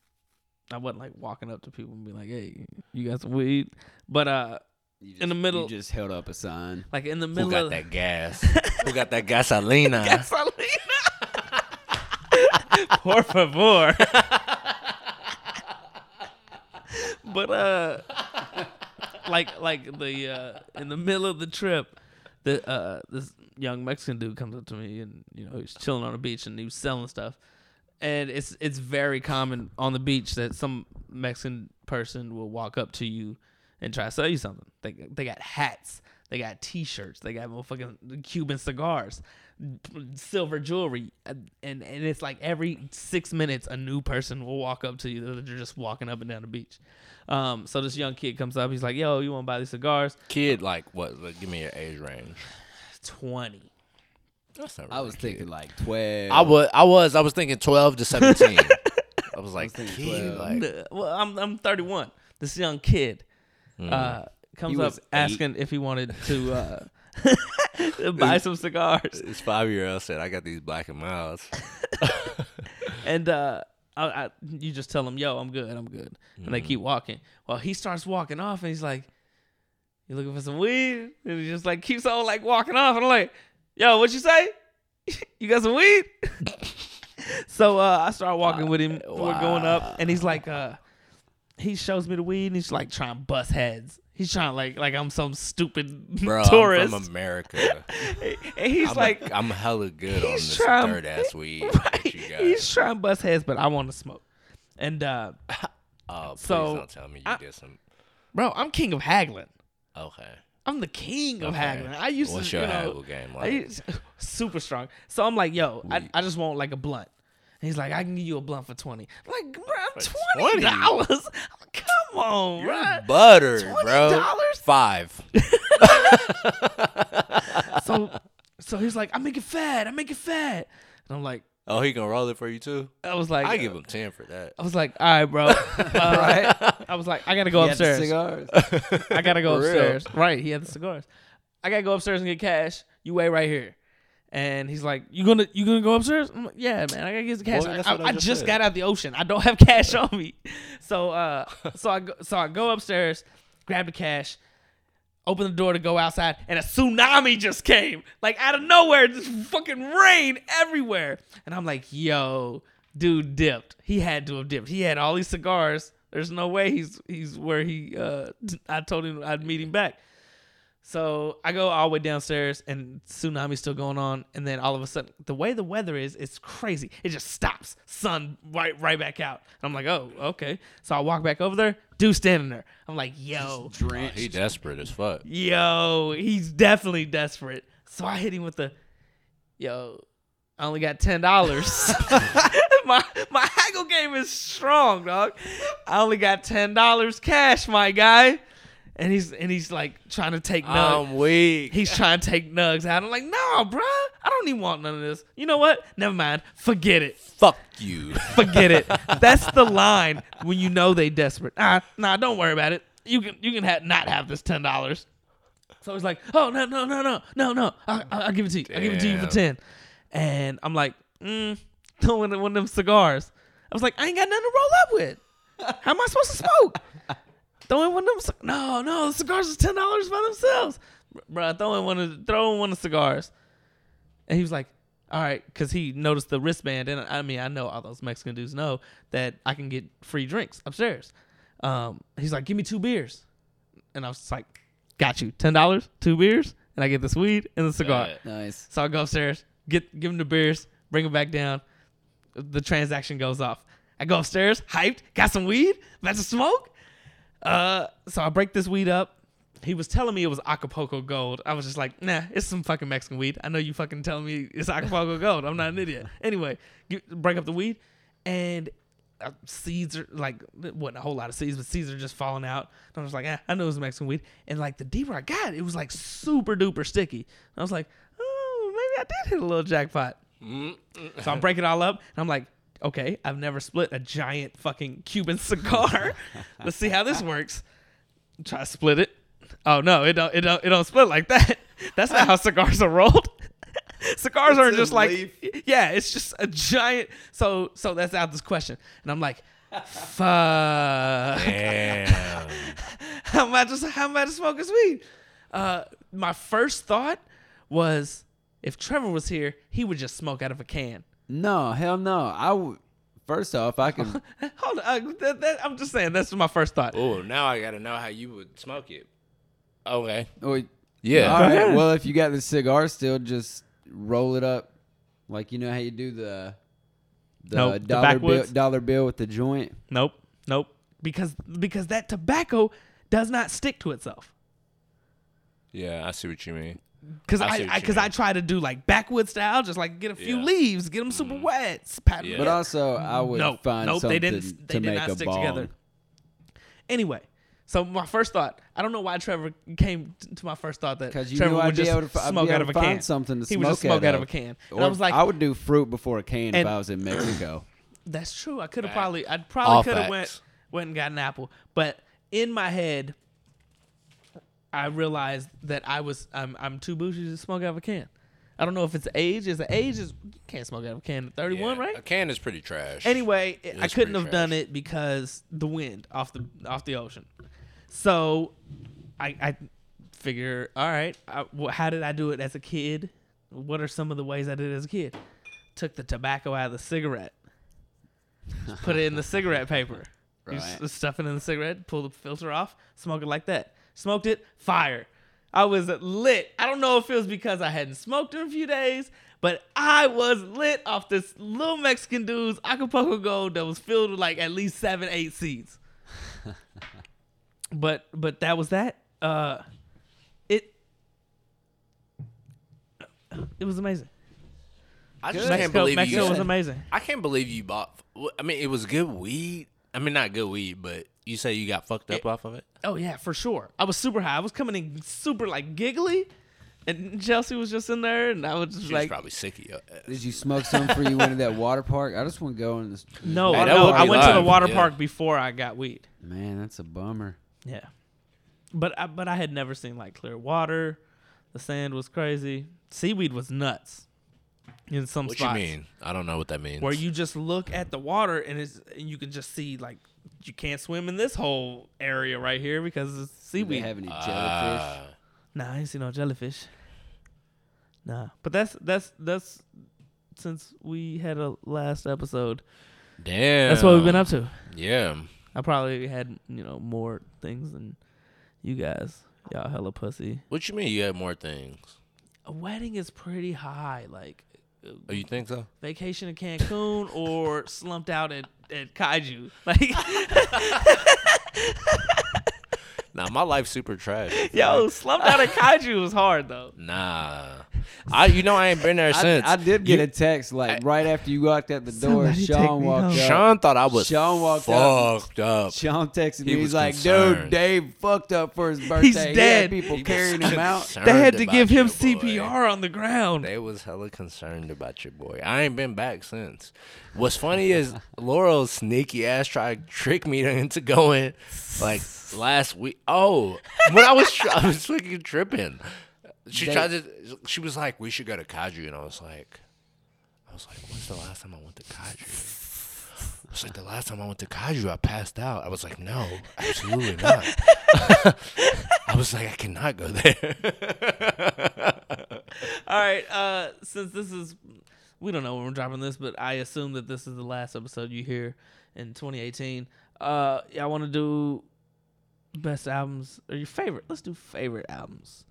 S1: I wasn't like walking up to people and be like, "Hey, you got some weed?" But uh
S3: you
S1: In the
S3: just-
S1: middle-
S3: you just held up a sign.
S1: like in the
S2: Who
S1: middle
S2: got
S1: of
S2: that gas? Who got that gasolina?
S1: Gasolina. Por favor. but uh like like the uh in the middle of the trip the uh this young Mexican dude comes up to me and you know he's chilling on the beach and he was selling stuff and it's it's very common on the beach that some Mexican person will walk up to you and try to sell you something. They they got hats, they got T-shirts, they got motherfucking Cuban cigars, silver jewelry, and and it's like every six minutes a new person will walk up to you. They're just walking up and down the beach. Um, so this young kid comes up. He's like, "Yo, you want to buy these cigars?"
S2: Kid, like what? Like, give me your age range.
S1: Twenty.
S2: That's not.
S3: I
S2: really
S3: was
S2: kid.
S3: thinking like twelve.
S2: I was. I was. I was thinking twelve to seventeen. I was like,
S3: thinking
S2: kid,
S3: 12.
S2: like
S1: Uh, Well, I'm I'm 31. This young kid
S2: hmm.
S1: uh, comes
S3: Hmm. He
S1: up
S3: was eight.
S1: asking if he wanted to uh, buy some cigars,
S2: this five year old said, I got these black and miles.
S1: and uh, I, I, you just tell him, "Yo, I'm good, I'm good," and they
S2: Mm-hmm.
S1: keep walking. Well, he starts walking off, and he's like, "You looking for some weed?" And he just like keeps on like walking off, and I'm like, "Yo, what you say? you got some weed?" so uh, I start walking with
S2: Uh,
S1: him. We're going up, and he's like, uh, he shows me the weed, and he's like trying to bust heads. He's trying to like like I'm some stupid
S2: Bro,
S1: tourist,
S2: I'm from America.
S1: and he's
S2: I'm
S1: like,
S2: like, I'm hella good on
S1: he's
S2: this
S1: trying-
S2: dirt ass weed that you got.
S1: he's trying to bust heads, but I want to smoke. And uh,
S2: oh, please
S1: so,
S2: don't tell me you
S1: I-
S2: did some.
S1: bro, I'm king of haggling.
S2: Okay.
S1: I'm the king of
S2: okay.
S1: haggling. I used
S2: What's
S1: to,
S2: your
S1: you know,
S2: haggle game
S1: I
S2: like?
S1: used, super strong. So I'm like, yo, I, I just want like a blunt. And he's like, I can give you a blunt for twenty. I'm like, bro, twenty
S2: 20?
S1: dollars. Come on,
S2: You're
S1: bro.
S2: butter, bro.
S1: $20?
S2: Five.
S1: so, so he's like, I make it fat. I make it fat. And I'm like,
S2: Oh, he gonna roll it for you too?
S1: I was like,
S2: I give him ten for that.
S1: I was like, all right, bro. Uh, I was like, I gotta go
S3: He had the
S1: upstairs.
S3: cigars.
S1: I gotta go
S2: For real.
S1: upstairs. Right, he had the cigars. I gotta go upstairs and get cash. You wait right here. And he's like, "You gonna you gonna go upstairs?" I'm like, "Yeah, man. I gotta get the cash.
S2: Boy, that's
S1: I,
S2: what
S1: I,
S2: I
S1: I
S2: just
S1: just
S2: said.
S1: got out of the ocean. I don't have cash on me." So, uh, so I go, so I go upstairs, grab the cash. opened the door to go outside, and a tsunami just came. Like out of nowhere, just fucking rain everywhere. And I'm like, yo, dude dipped. He had to have dipped. He had all these cigars. There's no way he's he's where he uh I told him I'd meet him back. So I go all the way downstairs and tsunami's still going on, and then all of a sudden the way the weather is, it's crazy. It just stops. Sun right right back out. And I'm like, oh, okay. So I walk back over there, dude standing there. I'm like, yo,
S2: Oh, he desperate as fuck.
S1: yo, he's definitely desperate. So I hit him with the yo, I only got ten dollars. my my haggle game is strong, dog. I only got ten dollars cash, my guy. And he's and he's like trying to take nugs.
S2: I'm weak.
S1: he's trying to take nugs out. I'm like, no, bruh, I don't even want none of this. You know what? Never mind. Forget it.
S2: Fuck you.
S1: Forget it. That's the line when you know they desperate. Nah, nah, don't worry about it. You can you can ha- not have this ten dollars. So he's like, oh no no no no no no, I, I, I'll give it to you. I'll give it to you for ten. And I'm like, mm, one of, one of them cigars. I was like, I ain't got nothing to roll up with. How am I supposed to smoke? Throw in one of them. c- No, no, the cigars is ten dollars by themselves, bro. Throw in one of throw in one of the cigars, and he was like, "All right," because he noticed the wristband, and I mean, I know all those Mexican dudes know that I can get free drinks upstairs. Um, he's like, "Give me two beers," and I was just like, "Got you, ten dollars, two beers, and I get this weed and the cigar."
S2: Yeah.
S3: Nice.
S1: So I go upstairs, get give him the beers, bring him back down. The transaction goes off. I go upstairs, hyped, got some weed, about to smoke. Uh, so I break this weed up. He was telling me it was Acapulco Gold. I was just like, nah, it's some fucking Mexican weed. I know you fucking telling me it's Acapulco Gold. I'm not an idiot. Anyway, get, break up the weed, and uh, seeds are like, it wasn't a whole lot of seeds, but seeds are just falling out. And I was like, eh, I know it was Mexican weed. And like the deeper I got, it was like super duper sticky. And I was like, oh, maybe I did hit a little jackpot. So I'm breaking it all up, and I'm like, okay, I've never split a giant fucking Cuban cigar. Let's see how this works. Try to split it. Oh no, it don't, it don't, it don't split like that. That's not how cigars are rolled. cigars aren't
S3: a
S1: just like,
S3: leaf.
S1: yeah, it's just a giant. So, so that's out this question, and I'm like, fuck.
S2: Damn.
S1: how am I just how am I to smoke this weed? Uh, my first thought was if Trevor was here, he would just smoke out of a can.
S3: No, hell no. I w- first off, I can.
S1: Hold on, uh, that, that, I'm just saying that's my first thought.
S2: oh, now I gotta know how you would smoke it. Okay.
S3: oh,
S2: Yeah.
S3: All right. Well, if you got the cigar still, just roll it up, like you know how you do the the
S1: Nope, the
S3: dollar bill
S1: backwoods.
S3: dollar bill with the joint.
S1: Nope, nope, because because that tobacco does not stick to itself.
S2: Yeah, I see what you mean.
S1: Because
S2: I see
S1: I
S2: what you
S1: because I,
S2: mean.
S1: try to do like backwoods style, just like get a few
S2: Yeah. Mm.
S1: leaves, get them super wet, pat 'em
S2: Yeah.
S1: down.
S3: But also, I would
S1: Nope,
S3: find
S1: nope,
S3: something
S1: they didn't- they
S3: to
S1: did
S3: make
S1: not
S3: a
S1: stick
S3: bong.
S1: together. Anyway, so my first thought, I don't know why Trevor came t- to my first thought that
S3: Because you
S1: Trevor
S3: knew
S1: would
S3: I'd be
S1: just
S3: able to, fi- I'd be
S1: smoke
S3: able
S1: out
S3: to
S1: of a
S3: find
S1: can.
S3: something to
S1: he
S3: smoke,
S1: would just smoke out of a can. and I
S3: Or
S1: was like,
S3: I would do fruit before a can if
S1: And-
S3: I was in Mexico.
S1: that's true. I could have
S2: Facts.
S1: probably, I
S2: All
S1: probably could have went
S2: facts.
S1: went and got an apple. But in my head, I realized that I was I'm I'm too bougie to smoke out of a can. I don't know if it's age. Is the age is you can't smoke out of a can at 31,
S2: Yeah,
S1: right?
S2: A can is pretty trash.
S1: Anyway, it- I
S2: was
S1: couldn't have
S2: pretty
S1: done
S2: trash.
S1: it because the wind off the off the ocean. So, I, I figure, all right, I, well, how did I do it as a kid? What are some of the ways I did it as a kid? Took the tobacco out of the cigarette, Just put it in the cigarette paper. You s-
S3: Right.
S1: stuff it in the cigarette, pull the filter off, smoke it like that. Smoked it, fire. I was lit. I don't know if it was because I hadn't smoked in a few days, but I was lit off this little Mexican dude's Acapulco Gold that was filled with like at least seven, eight seeds. but but that was that. Uh, it it was amazing.
S2: I just can't
S1: Mexico,
S2: believe
S1: Mexico
S2: you.
S1: was amazing.
S2: I can't believe you bought. I mean, it was good weed. I mean, not good weed, but you say you got fucked up off of it.
S1: Oh yeah, for sure. I was super high. I was coming in super like giggly, and Chelsea was just in there, and I was just
S2: She was
S1: like,
S2: probably sick of your uh, ass.
S3: Did you smoke some for you went to that water park? I just want to go in this.
S1: no,
S2: Hey, that
S1: no.
S2: would
S1: I
S2: be
S1: went to the
S2: live,
S1: water
S2: yeah.
S1: park before I got weed.
S3: Man, that's a bummer.
S1: Yeah, but I, but I had never seen like clear water. The sand was crazy. Seaweed was nuts. In some
S2: What
S1: spots,
S2: you mean? I don't know what that means.
S1: where you just look at the water and it's and you can just see like you can't swim in this whole area right here because it's
S3: Do we
S1: seaweed.
S2: Uh,
S3: have any jellyfish?
S2: Ah.
S1: Nah, I ain't seen no jellyfish. Nah, but that's that's that's since we had a last episode.
S2: Damn.
S1: That's what we've been up to.
S2: Yeah.
S1: I probably had you know more things than you guys. Y'all hella pussy.
S2: What you mean you had more things?
S1: A wedding is pretty high. Like uh,
S2: Oh, you think so?
S1: vacation in Cancun or slumped out at at Kaiju. Like
S2: Nah, my life's super trash.
S1: yo, slumped out at Kaiju was hard though.
S2: Nah. I you know I ain't been there
S3: I,
S2: since.
S3: I did get a text like right after you walked out the door.
S1: Somebody take
S3: Sean
S1: me
S3: walked
S1: home.
S3: up.
S2: Sean thought I was
S3: Sean walked up.
S2: fucked up.
S3: Sean texted me.
S2: He was
S3: He's like,
S2: concerned.
S3: dude, Dave fucked up for his birthday. He had
S1: dead.
S3: people carrying him out.
S1: They had to
S2: Concerned
S1: give
S2: about
S1: him
S2: you, boy.
S1: CPR on the ground.
S2: They was hella concerned about your boy. I ain't been back since. What's funny is Laurel's sneaky ass tried to trick me into going like last week. Oh, when I was I was fucking tripping. She
S3: They-
S2: tried to. She was like, "We should go to Kaju," and I was like, "I was like, when's the last time I went to Kaju?" I was like, "The last time I went to Kaju, I passed out." I was like, "No, absolutely not." I was like, "I cannot go there."
S1: All right. Uh, since this is, we don't know when we're dropping this, but I assume that this is the last episode you hear in 2018. Uh, yeah, I want to do best albums or your favorite. Let's do favorite albums.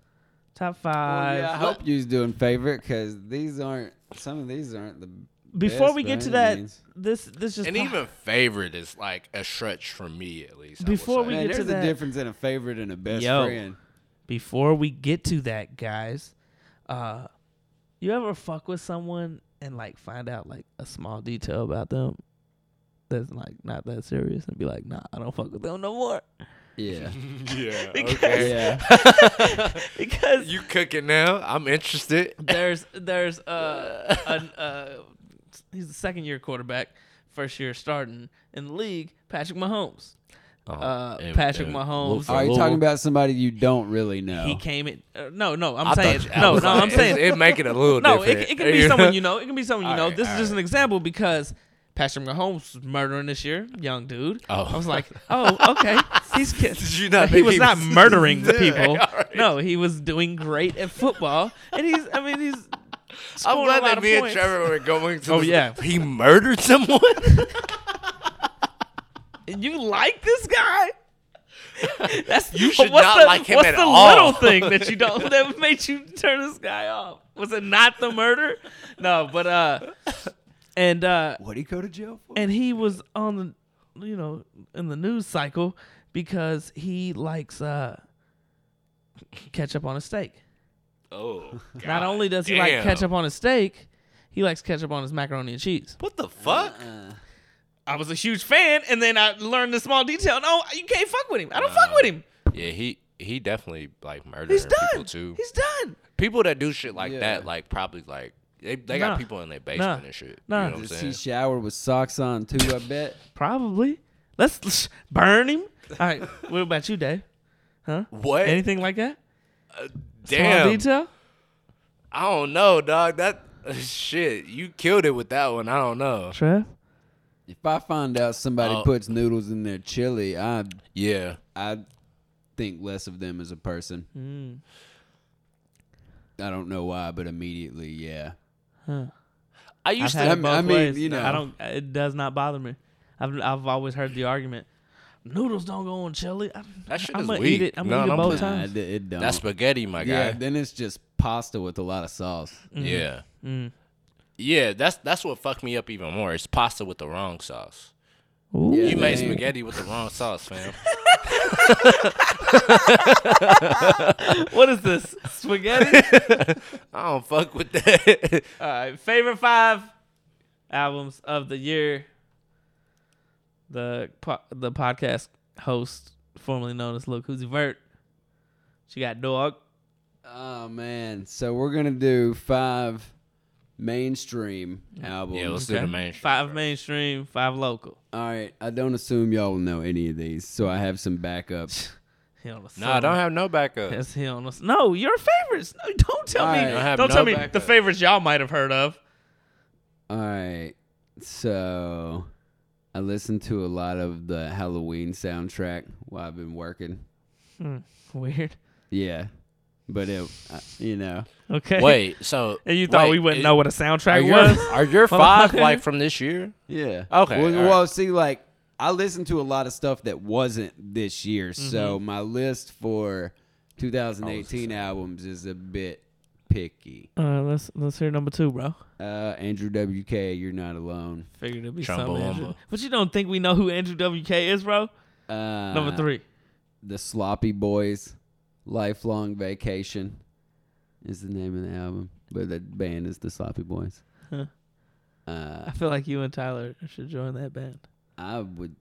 S1: Top
S3: Well,
S1: five.
S3: Oh, yeah, I hope you's doing favorite because these aren't. Some of these aren't the.
S1: Before
S3: best
S1: we
S3: by
S1: get to
S3: any
S1: that,
S3: means.
S1: this this just
S2: And
S1: pop-
S2: even favorite is like a stretch for me at least. I would
S1: Before we
S2: say.
S3: Man,
S1: get to
S3: there's a
S1: that-
S3: difference in a favorite and a best
S1: Yo.
S3: friend.
S1: before we get to that, guys, uh, you ever fuck with someone and like find out like a small detail about them that's like not that serious and be like, nah, I don't fuck with them no more.
S3: Yeah.
S2: yeah,
S1: Because-
S2: okay.
S3: yeah.
S1: because
S2: You cooking now? I'm interested.
S1: there's there's uh, an, uh he's a second year quarterback, first year starting in the league, Patrick Mahomes.
S2: Oh,
S1: Uh, Patrick Mahomes.
S2: Look for
S3: Are you
S2: Louisville.
S3: talking about somebody you don't really know?
S1: He came in. Uh, no, no, I'm
S2: I thought
S1: saying
S2: you- I
S1: no,
S2: was
S1: no,
S2: like,
S1: I'm saying
S2: it, it make it a little
S1: no. It,
S2: different.
S1: it can be someone you know. It can be someone you know.
S2: Alright,
S1: this is just an
S2: alright.
S1: example because Patrick Mahomes was murdering this year, young dude.
S2: Oh.
S1: I was like, oh, okay, he's kid.
S2: Did you not
S1: he
S2: think
S1: was
S2: he
S1: not
S2: was-
S1: murdering the
S2: Yeah,
S1: people.
S2: alright.
S1: No, he was doing great at football, and he's. I mean, he's.
S2: I'm
S1: scoring a
S2: glad
S1: lot
S2: that
S1: of
S2: me and
S1: points.
S2: Trevor were going to.
S1: Oh,
S2: this-
S1: yeah.
S2: he murdered someone.
S1: And you like this guy? That's
S2: You should
S1: what's
S2: not
S1: the,
S2: like him
S1: what's
S2: at
S1: the
S2: all.
S1: little thing that you don't that made you turn this guy off? Was it not the murder? No, but uh, and uh,
S3: What would he go to jail for?
S1: and he was on the you know in the news cycle because he likes uh ketchup on a steak.
S2: oh,
S1: Not only does he like
S2: damn.
S1: ketchup on his steak, he likes ketchup on his macaroni and cheese.
S2: what the fuck?
S3: Uh,
S1: I was a huge fan, and then I learned the small detail. No, you can't fuck with him. I don't fuck with him.
S2: Yeah, he he definitely like murdered
S1: He's
S2: people
S1: done.
S2: too.
S1: He's done.
S2: people that do shit like
S3: Yeah.
S2: that, like probably like they they
S1: Nah.
S2: got people in their basement and shit.
S1: Nah.
S2: You know what
S3: does
S2: I'm
S3: he
S2: saying?
S3: shower with socks on too? I bet.
S1: Probably. Let's, let's burn him. All right. What about you, Dave? Huh?
S2: What?
S1: Anything like that? Small
S2: Damn.
S1: detail.
S2: I don't know, dog. That shit, you killed it with that one. I don't know.
S1: Trev.
S3: If I find out somebody
S2: Oh.
S3: puts noodles in their chili, I
S2: Yeah.
S3: I think less of them as a person.
S1: Mm.
S3: I don't know why, but immediately, yeah.
S1: Huh.
S2: I used
S1: I've
S2: to.
S1: had
S3: I
S1: it both
S3: mean,
S1: ways.
S3: you know.
S1: I don't. It does not bother me. I've I've always heard the argument. Noodles don't go on chili. I'm,
S2: That shit
S1: I'm
S2: is
S1: gonna
S2: weak.
S1: eat it. I'm
S2: No,
S1: gonna eat it
S2: I'm
S1: both
S2: playing.
S3: Nah,
S1: times.
S3: it, it don't.
S2: That's spaghetti, my
S3: yeah.
S2: guy.
S3: Then it's just pasta with a lot of sauce.
S2: Yeah.
S1: Mm.
S2: Mm-hmm. Yeah, that's that's what fucked me up even more. It's pasta with the wrong sauce.
S1: Ooh.
S3: Yeah,
S2: You made
S3: man.
S2: spaghetti with the wrong sauce, fam.
S1: What is this spaghetti?
S2: I don't fuck with that.
S1: All right, favorite five albums of the year. The po- the podcast host, formerly known as Lil Koozie Vert. She got dog.
S3: Oh man! So we're gonna do five mainstream albums.
S2: yeah, let's do
S1: Okay.
S2: the main. shit
S1: Five
S2: first.
S1: mainstream, five local.
S3: All right. I don't assume y'all will know any of these, so I have some backups.
S1: He on the
S2: Nah, I don't have no backup.
S1: That's he on us. No, your favorites. No, don't tell
S3: All
S1: me.
S3: right. I
S2: have
S1: don't
S2: no
S1: tell me the
S2: backup.
S1: favorites y'all might have heard of.
S3: All right. So I listened to a lot of the Halloween soundtrack while I've been working.
S1: Hmm, Weird.
S3: Yeah. But it, uh, you know,
S1: Okay.
S2: Wait, so
S1: And you thought
S2: wait,
S1: we wouldn't
S2: is-
S1: know what a soundtrack
S2: are your,
S1: was?
S2: Are your five like from this year?
S3: yeah.
S2: Okay, all
S3: Well,
S2: right.
S3: well, see, like I listened to a lot of stuff that wasn't this year,
S2: Mm-hmm.
S3: so my list for
S2: Oh,
S3: 2018 albums is a bit picky.
S1: All right, Uh, let's let's hear number two, bro.
S3: Uh, Andrew WK, you're not alone.
S1: Figured it'd be
S2: Trumbo
S1: something. Andrew.
S2: Wumbo.
S1: But you don't think we know who Andrew WK is, bro?
S3: Uh,
S1: Number three.
S3: The Sloppy Boys, Lifelong Vacation is the name of the album, but the band is the Sloppy Boys.
S1: Huh.
S3: Uh,
S1: I feel like you and Tyler should join that band.
S3: I would.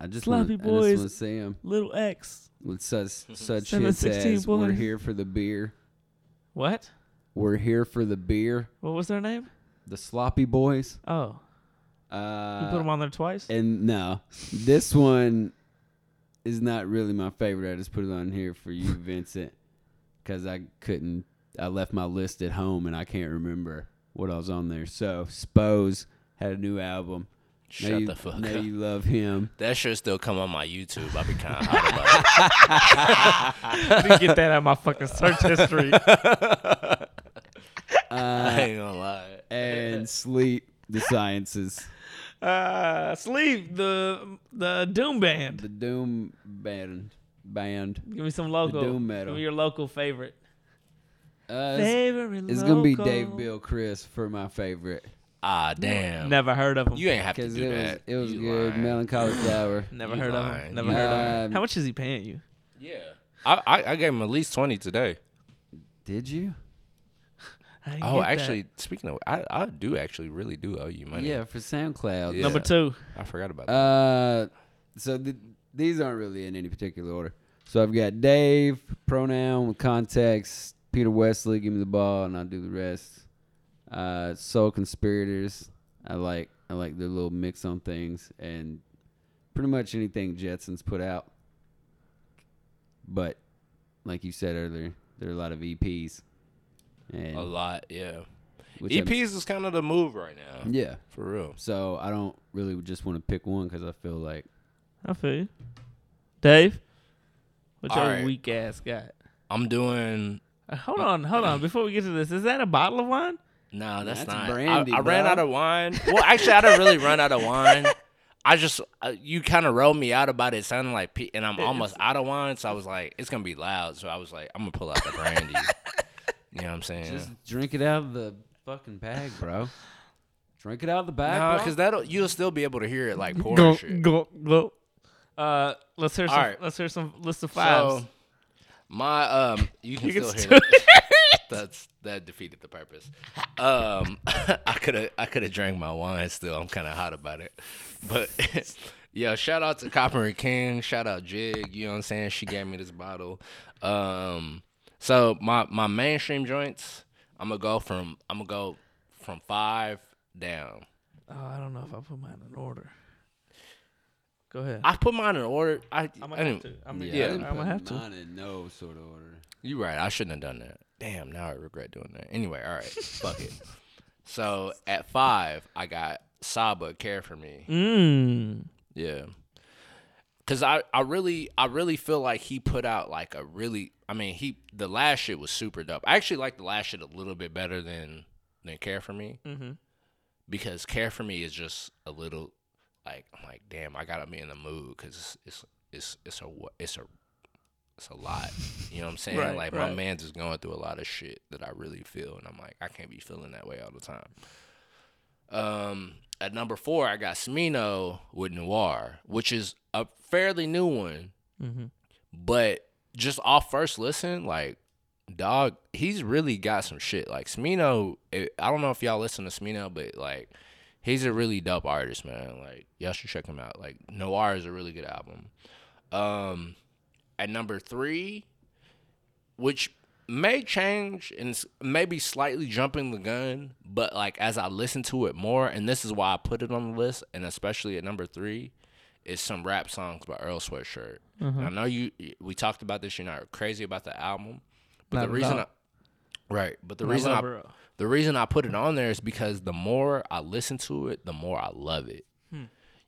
S3: I just
S1: Sloppy
S3: wanna, I
S1: Boys.
S3: just want to see them
S1: Little X.
S3: with such such
S1: Seven
S3: hits
S1: sixteen
S3: as "We're
S1: boys.
S3: Here for the Beer,"
S1: What?
S3: "We're Here for the Beer,"
S1: What was their name?
S3: the Sloppy Boys.
S1: Oh, you
S3: Uh,
S1: put them on there twice.
S3: And no, this one is not really my favorite. I just put it on here for you, Vincent, because I couldn't. I left my list at home and I can't remember what I was on there. So Spose had a new album. Now
S2: Shut
S3: you-
S2: the fuck
S3: Now
S2: up.
S3: you love him.
S2: That should still come on my YouTube. I'll be kind of hot about it.
S1: Let me get that out of my fucking search history.
S2: I
S3: Uh,
S2: ain't gonna lie.
S3: and Sleep, The Sciences,
S1: Uh, sleep the the Doom
S3: the
S1: band.
S3: Doom Band. Band.
S1: Give me some local.
S3: Doom metal.
S1: Give me your local favorite.
S3: Uh, it's
S1: favorite.
S3: it's gonna be
S1: local.
S3: Dave Bill Chris for my favorite
S2: Ah, damn.
S1: Never heard of him.
S2: You ain't have to
S3: because
S2: do
S3: it was
S2: that.
S3: it was
S2: You
S3: good.
S2: lying.
S3: Melancholy Flower.
S1: Never
S2: you
S1: heard of
S2: lying.
S1: him. Never
S2: You
S1: heard of
S3: lying.
S1: him. How much is he paying you?
S2: Yeah. I, I, I gave him at least 20 today.
S3: Did you?
S1: I didn't
S2: Oh,
S1: get that.
S2: actually, speaking of, I, I do actually really do owe you money.
S3: Yeah, for SoundCloud.
S2: Yeah.
S1: number two.
S2: I forgot about that.
S3: Uh, so th- these aren't really in any particular order. So I've got Dave, pronoun with context, Peter Wesley, give me the ball, and I'll do the rest. Uh, Soul Conspirators, I like I like their little mix on things, and pretty much anything Jetsons put out. But like you said earlier, there are a lot of EPs. And
S2: a E lot, yeah.
S3: which I-
S2: EPs is kind of the move right now.
S3: yeah.
S2: For real.
S3: So I don't really just want to pick one because I feel like
S1: I feel you. Dave, what your
S2: All right.
S1: weak ass got?
S2: I'm doing.
S1: Uh, Hold on, hold on. Before we get to this, is that a bottle of wine?
S2: No, that's,
S3: That's
S2: not.
S3: brandy,
S2: I, I ran
S3: bro.
S2: out of wine. Well, actually, I didn't really run out of wine. I just uh, you kind of rolled me out about it sounding like, pe- and I'm almost out of wine, so I was like, it's gonna be loud. So I was like, I'm gonna pull out the brandy. you know what I'm saying?
S3: Just drink it out of the fucking bag, bro. Drink it out of the bag,
S2: No,
S3: bro.
S2: because that'll you'll still be able to hear it like pouring shit.
S1: go, go. Uh, let's hear some.
S2: right.
S1: Let's hear some list of fives.
S2: So my um, you can
S1: You can
S2: still
S1: still
S2: hear that. That's that defeated the purpose. Um, I could have I could have drank my wine still. I'm kind of hot about it, but. Yo, shout out to Copper and King. Shout out Jig. You know what I'm saying? She gave me this bottle. Um, so my my mainstream joints, I'm gonna go from I'm gonna go from five down.
S1: oh, I don't know if I put mine in order. Go ahead.
S2: I put mine in order. I,
S1: I'm gonna
S2: I
S1: have
S2: didn't-
S1: to. I'm gonna,
S2: yeah.
S1: I'm gonna have to.
S3: Not in no sort of order.
S2: You right. I shouldn't have done that. Damn. Now I regret doing that. Anyway, all right. Fuck it. So at five, I got Saba care for me.
S1: Mmm.
S2: Yeah. Cause I, I really I really feel like he put out like a really I mean he the last shit was super dope. I actually like the last shit a little bit better than than Care for Me
S1: Mm-hmm.
S2: because Care for Me is just a little like I'm like damn I gotta be in the mood because it's it's it's a wa- it's a it's a lot. You know what I'm saying?
S1: Right,
S2: like my
S1: right.
S2: man's is going through a lot of shit that I really feel, and I'm like I can't be feeling that way all the time. Um, at number four, I got Smino with Noir, which is a fairly new one,
S1: Mm-hmm.
S2: but just off first listen, like dog, he's really got some shit. Like Smino, it, I don't know if y'all listen to Smino, but like he's a really dope artist, man. Like y'all should check him out. Like Noir is a really good album. Um, at number three, which may change and s- maybe slightly jumping the gun, but like as I listen to it more, and this is why I put it on the list, and especially at number three, is some rap songs by Earl Sweatshirt.
S1: Mm-hmm.
S2: And I know you. We talked about this. You're not crazy about the album, but
S1: Not
S2: the
S1: at
S2: reason,
S1: all.
S2: I, right? But the reason I the reason I put it on there is because the more I listen to it, the more I love it.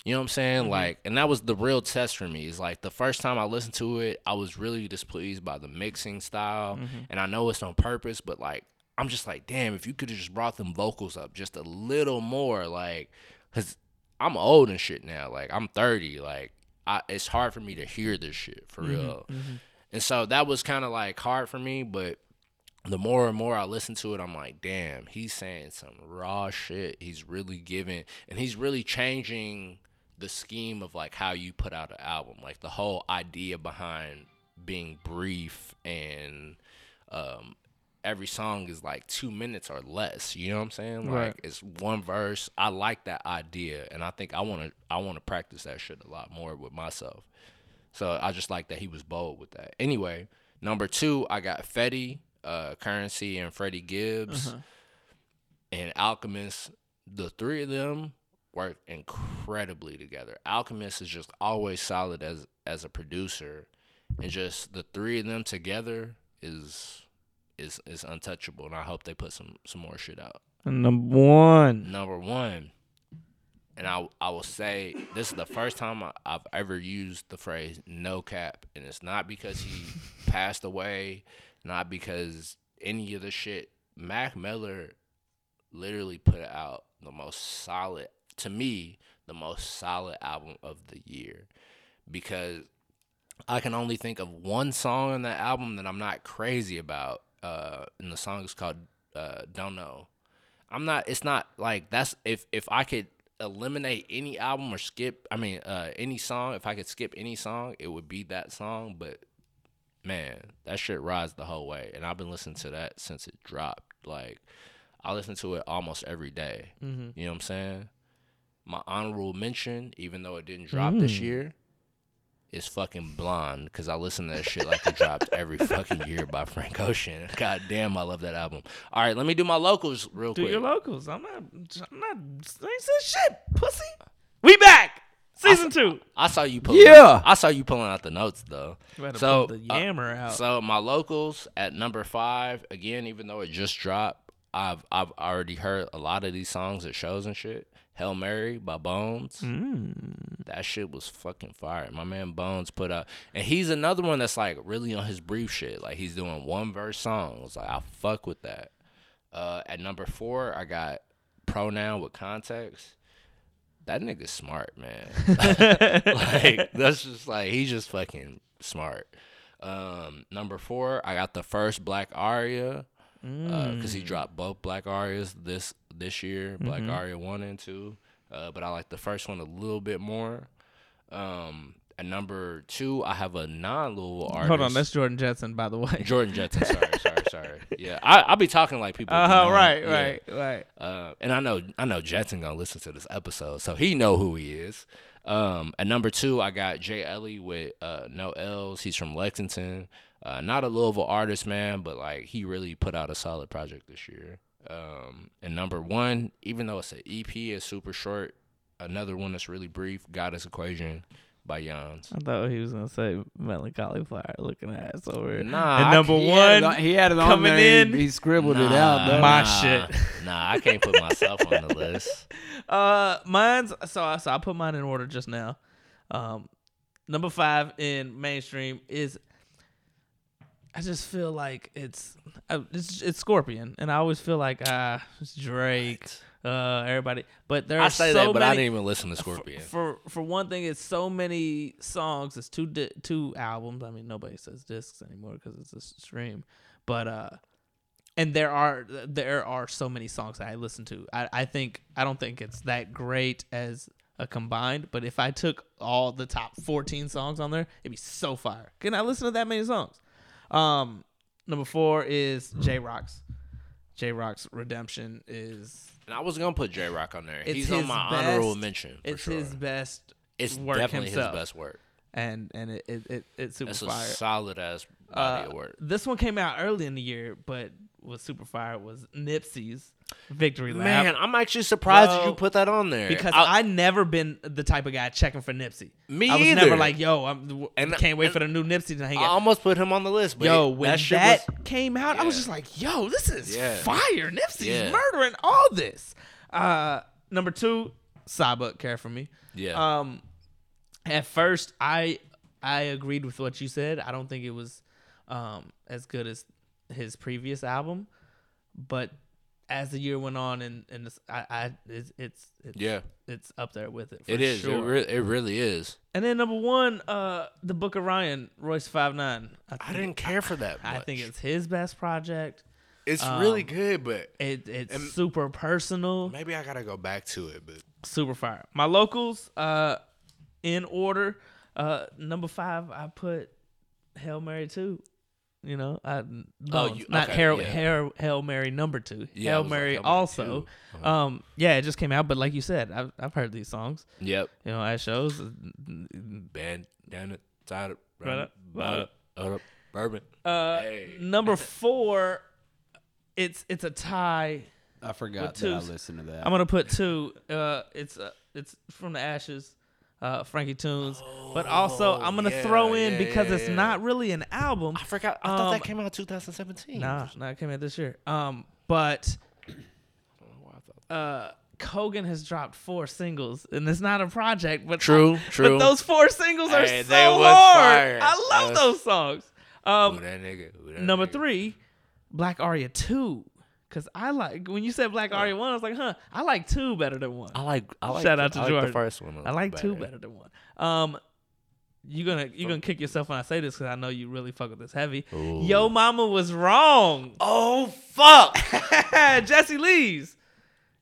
S2: You know what I'm saying? Like, and that was the real test for me. Is like the first time I listened to it, I was really displeased by the mixing style, and I know it's on purpose, but like, I'm just like, damn, if you could have just brought them vocals up just a little more, like, cause I'm old and shit now. Like, I'm 30. Like, I, it's hard for me to hear this shit for real. And so that was kind of like hard for me, but the more and more I listen to it, I'm like, damn, he's saying some raw shit. He's really giving, and he's really changing the scheme of like how you put out an album, like the whole idea behind being brief and um, every song is like two minutes or less. You know what I'm saying? Like
S1: Right.
S2: it's one verse. I like that idea, and I think I want to I want to practice that shit a lot more with myself. So I just like that he was bold with that. Anyway, number two, I got Fetty, uh, Currency, and Freddie Gibbs,
S1: Uh-huh.
S2: and Alchemist. The three of them work incredibly together. Alchemist is just always solid as as a producer, and just the three of them together is is is untouchable. And I hope they put some some more shit out.
S1: And number one.
S2: Number one, and I I will say this is the first time I, I've ever used the phrase "no cap," and it's not because he passed away, not because any of the shit. Mac Miller literally put out the most solid to me, the most solid album of the year because I can only think of one song on that album that I'm not crazy about. Uh, and the song is called uh, "Don't Know." I'm not. It's not like that's if if I could eliminate any album or skip. I mean, uh, any song. If I could skip any song, it would be that song. But man, that shit rides the whole way, and I've been listening to that since it dropped. Like, I listen to it almost every day.
S1: Mm-hmm.
S2: You know what I'm saying? My honorable mention, even though it didn't drop this
S1: Hmm.
S2: year, is fucking blonde because I listen to that shit like it dropped every fucking year by Frank Ocean. God damn, I love that album. All right, let me do my locals real
S1: Do
S2: quick.
S1: your locals. I'm not. I'm not. I ain't said shit, pussy. We back. Season two.
S2: I saw you pulling.
S3: Yeah.
S2: I saw you pulling out the notes though.
S1: You had to
S2: So
S1: put the
S2: uh,
S1: yammer out.
S2: So my locals at number five again, even though it just dropped, I've I've already heard a lot of these songs at shows and shit. Hail Mary by Bones.
S1: Mm.
S2: That shit was fucking fire. My man Bones put out, and he's another one that's like really on his brief shit. Like he's doing one verse songs. Like I fuck with that. Uh, at number four, I got pronoun with context. That nigga's smart, man. like that's just like he's just fucking smart. Um, number four, I got the first Black Aria because he
S1: Mm.
S2: dropped both Black Arias this this year, Black
S1: Mm-hmm.
S2: Aria one and two. Uh, but I like the first one a little bit more. Um, at number two, I have a non Louisville artist.
S1: Hold on, that's Jordan Jetson, by the way.
S2: Jordan Jetson. Sorry, sorry, sorry. Yeah, I, I'll be talking like people.
S1: Uh huh.
S2: know.
S1: Right.
S2: Yeah.
S1: Right. Right.
S2: Uh, and I know I know Jetson gonna listen to this episode, so he know who he is. Um, at number two, I got Jay Ellie with uh, no L's. He's from Lexington. Uh, not a Louisville artist, man, but like he really put out a solid project this year. Um, and number one, even though it's an EP, it's super short. Another one that's really brief, Goddess Equation by Yons.
S1: I thought he was gonna say melancholy flower looking ass over. here.
S2: Nah,
S1: And
S2: I
S1: number
S2: can't-
S3: He had it on,
S1: one.
S3: he had it on
S1: coming
S3: there,
S1: in.
S3: He, he scribbled it
S2: Nah,
S3: out. Though.
S1: My
S2: nah,
S1: shit.
S2: Nah, I can't put myself on the list.
S1: Uh, mine's so I so I put mine in order just now. Um, number five in mainstream is. I just feel like it's uh, it's it's Scorpion, and I always feel like ah, it's Drake, uh, everybody. But there are
S2: I say
S1: so
S2: that, but
S1: many,
S2: I didn't even listen to Scorpion.
S1: for for one thing, it's so many songs. It's two di- two albums. I mean, nobody says discs anymore because it's a stream. But uh, and there are there are so many songs that I listen to. I I think I don't think it's that great as a combined. But if I took all the top fourteen songs on there, it'd be so fire. Can I listen to that many songs? Um, number four is J Rock's. J Rock's Redemption is
S2: And I was gonna put J Rock on there.
S1: It's
S2: He's on
S1: his
S2: my
S1: best-
S2: honorable mention. For
S1: it's
S2: sure.
S1: his best.
S2: it's
S1: work
S2: definitely
S1: himself.
S2: his best work.
S1: and and it it, it it's super
S2: That's a
S1: fire.
S2: solid ass body of
S1: Uh,
S2: work.
S1: This one came out early in the year, but was super fire was Nipsey's Victory Lap.
S2: Man, I'm actually surprised that
S1: Bro,
S2: you put that on there
S1: because
S2: I-
S1: I, never been the type of guy checking for Nipsey.
S2: Me
S1: I was
S2: either.
S1: never like, yo, I'm
S2: And-
S1: can't wait
S2: and-
S1: for the new Nipsey to hang
S2: I
S1: out.
S2: almost put him on the list. But
S1: Yo,
S2: it-
S1: when that,
S2: shit was,
S1: came out, I was
S2: Yeah.
S1: just like, yo, this is
S2: Yeah.
S1: fire. Nipsey's
S2: Yeah.
S1: murdering all this. Uh, number two, Sabuk care for me.
S2: Yeah.
S1: Um, at first, I I agreed with what you said. I don't think it was um, as good as his previous album, but as the year went on, and and this, I, I it's, it's it's
S2: yeah.
S1: it's up there with it. For
S2: It is.
S1: Sure.
S2: It, re- it really is.
S1: and then number one, uh, the Book of Ryan, Royce Five Nine.
S2: I didn't care for that.
S1: I
S2: much.
S1: think it's his best project.
S2: it's
S1: Um,
S2: really good, but
S1: It, it's
S2: And-
S1: super personal.
S2: maybe I gotta go back to it. But
S1: super fire. My locals, uh, in order, uh, number five, I put Hail Mary two. You know, I Bones,
S2: Oh, you-
S1: not
S2: okay,
S1: Hail,
S2: yeah.
S1: Hail Hail Mary number two.
S2: Yeah, it
S1: Hail
S2: was like
S1: Mary
S2: Hail Mary
S1: also.
S2: 2.
S1: Um, yeah, it just came out, but like you said, I've I've heard these songs.
S2: yep,
S1: You know, at shows.
S2: band down it, tied it,
S1: Right up, right up.
S2: up, bourbon.
S1: Uh,
S2: Hey.
S1: number four, it's it's a tie.
S3: I forgot
S1: With
S3: that I
S1: twos.
S3: listened to that.
S1: I'm gonna put two. Uh, it's uh, it's from the ashes, uh, Frankie Tunes. but also, I'm gonna
S2: yeah,
S1: throw in
S2: Oh, yeah,
S1: because
S2: yeah,
S1: it's
S2: yeah.
S1: not really an album.
S2: I forgot. I thought that came out in 2017.
S1: um, Nah, nah, it came out this year. Um, but
S2: I don't know why I thought
S1: uh, Kogan has dropped four singles, and it's not a project. But
S2: True,
S1: But
S2: true.
S1: those four singles are
S2: Hey,
S1: so
S2: they was
S1: hard.
S2: fire.
S1: I love
S2: That was-
S1: those songs.
S2: that. Who
S1: Um,
S2: that nigga. Who that
S1: number
S2: nigga?
S1: three, Black Aria two. Cause I like when you said Black Aria one, I was like, huh, I like two better than one.
S2: I like. I like.
S1: Shout out to
S2: I like
S1: Jordan.
S2: the first one. a
S1: I like
S2: lot
S1: two better than one. Um, you're gonna you're gonna kick yourself when I say this because I know you really fuck with this heavy. Yo, mama was wrong.
S2: Oh fuck!
S1: Jesse Lees.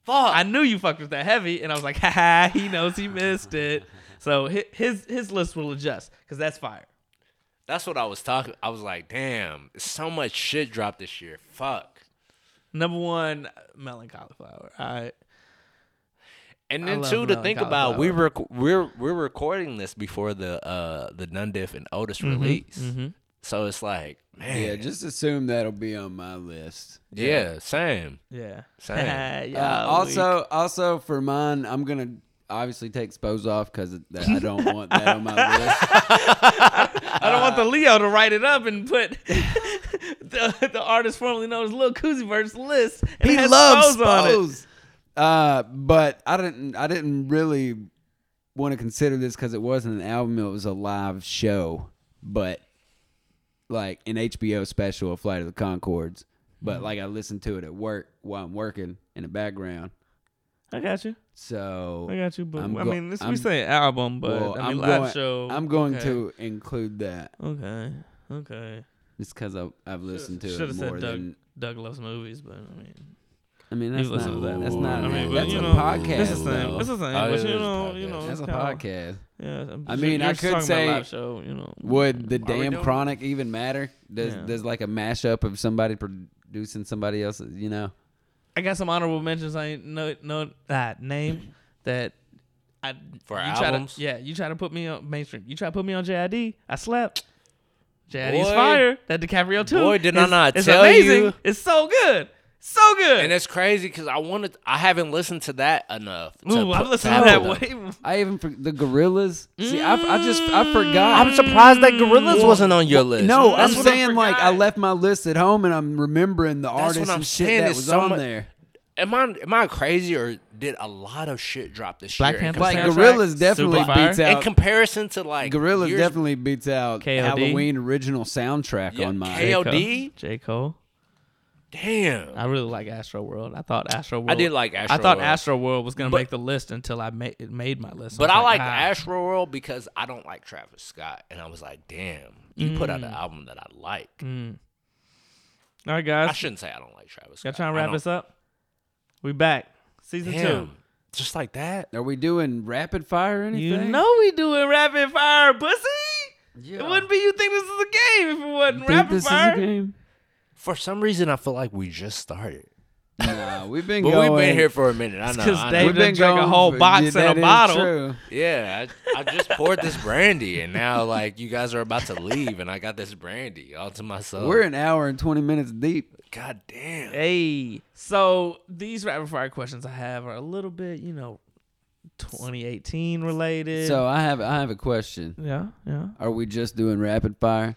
S2: fuck!
S1: I knew you fucked with that heavy, and I was like, ha ha, he knows he missed it. So hi- his his list will adjust because that's fire.
S2: That's what I was talking. I was like, damn, so much shit dropped this year. Fuck.
S1: Number one, melon cauliflower. I
S2: And
S1: I
S2: then
S1: love
S2: two to
S1: Melon
S2: think
S1: Cauliflower.
S2: about, we were we're we're recording this before the uh the Nundiff and Otis
S1: Mm-hmm,
S2: release, so it's like, man,
S3: yeah, just assume that'll be on my list.
S2: yeah, same.
S1: yeah.
S2: Same.
S1: Yeah,
S3: Uh,
S1: we-
S3: also, also for mine, I'm gonna obviously take Spose off because I don't want that on my list.
S1: I don't want the
S3: Uh,
S1: Leo to write it up and put the, the artist formerly known as Lil Koozie Verse list. And it
S3: He
S1: has
S3: loves
S1: Spose on it.
S3: Spose. Uh, but I didn't. I didn't really want to consider this because it wasn't an album; it was a live show. But like an HBO special, of Flight of the Concords. But like I listened to it at work while I'm working in the background.
S1: I got you.
S3: So
S1: I got you. But
S3: I'm
S1: I
S3: go-
S1: mean, this we
S3: I'm-
S1: say album, but
S3: well,
S1: I mean
S3: I'm
S1: live
S3: going-
S1: show.
S3: I'm going
S1: okay.
S3: to include that.
S1: Okay. Okay.
S3: It's because I've, I've listened to
S1: Should
S3: it
S1: have
S3: more
S1: said Doug.
S3: than.
S1: Doug loves movies, but I mean,
S3: I mean, that's
S1: You've listened
S3: not
S1: to that
S3: that's
S1: before.
S3: not.
S1: I mean, but
S3: that's
S1: you
S3: a
S1: know,
S3: podcast.
S1: it's the same.
S3: though.
S1: It's the same.
S2: Oh, it
S1: but
S2: is
S1: you
S2: a
S1: know,
S2: podcast.
S1: you know,
S3: That's a
S1: it's kinda-
S3: podcast.
S1: Yeah. I'm
S3: I
S1: just-
S3: mean, I
S1: you're just
S3: could
S1: talking about
S3: say-
S1: live show. You know.
S3: Would
S2: we
S3: the damn
S2: doing
S3: chronic even matter? Does
S1: Yeah.
S3: does like a mashup of somebody producing somebody else's? You know,
S1: I got some honorable mentions. I ain't know know that name that. I,
S2: For
S1: you try to-
S2: albums?
S1: yeah. You try to put me on mainstream. You try to put me on JID. I slept. JID's
S2: Boy.
S1: fire. That DiCaprio too.
S2: Boy, did I not
S1: it's
S2: tell
S1: amazing.
S2: you.
S1: It's so good. So good.
S2: And it's crazy because I wanted, I haven't listened to that enough. to
S1: Ooh,
S2: put
S1: I'm listening to
S2: out
S1: that way.
S2: though.
S1: more.
S3: I even for, the gorillas. See, I, I just
S2: Mm.
S3: I forgot.
S2: I'm surprised that
S1: Mm.
S2: Gorillas wasn't on your list.
S3: No,
S2: That's
S3: I'm
S2: what I
S3: saying like I
S1: forgot.
S3: left my list at home and I'm remembering the
S2: what
S3: artists
S2: I'm
S3: and shit
S2: saying
S3: that
S2: is
S3: was
S2: so
S3: on
S2: mu-
S3: there.
S2: Am I am I crazy or did a lot of shit drop this
S1: Black
S2: year?
S1: Panther
S2: in,
S3: Like
S1: soundtrack,
S3: gorillas definitely
S1: Superfire.
S3: beats
S2: com- in
S3: out.
S2: comparison to like
S3: gorillas
S2: years-
S3: definitely beats out
S1: KOD.
S3: Halloween original soundtrack
S2: Yeah,
S3: on my.
S2: K- LD?
S1: J. Cole.
S2: Damn,
S1: I really like Astro World. I thought Astro World.
S2: I did like
S1: I thought
S2: Astroworld.
S1: Astro World was gonna
S2: But-
S1: make the list until I made made my list.
S2: But
S1: was
S2: I like
S1: ah.
S2: Astro World because I don't like Travis Scott, and I was like, damn, you put
S1: Mm.
S2: out an album that I like.
S1: hmm." All right,
S2: I
S1: guys,
S2: shouldn't say I don't like Travis
S1: y'all
S2: Scott.
S1: trying to
S2: I
S1: wrap
S2: don't-
S1: this up? We back season
S2: Damn,
S1: two.
S2: just like that.
S3: Are we doing rapid fire or anything?
S1: You know we doing rapid fire, pussy. It
S3: Yeah.
S1: wouldn't be you think this is a game if it wasn't
S3: Think
S1: rapid
S3: this
S1: fire.
S3: is a game?
S2: For some reason, I feel like we just started,
S3: Nah, we've been
S2: but
S3: going.
S2: we've been here for a minute. I know.
S1: 'cause
S2: I
S1: they-
S2: know.
S1: We've been drank a whole
S3: for-
S1: box and
S3: that
S1: a
S3: is
S1: bottle.
S3: true.
S2: Yeah, I, I just poured this brandy, and now like you guys are about to leave, and I got this brandy all to
S1: Oh.
S2: myself.
S3: We're an hour and twenty minutes deep.
S2: God damn.
S1: Hey, so these rapid fire questions I have are a little bit, you know, 2018 related.
S3: So I have I have a question.
S1: yeah, yeah.
S3: Are we just doing rapid fire?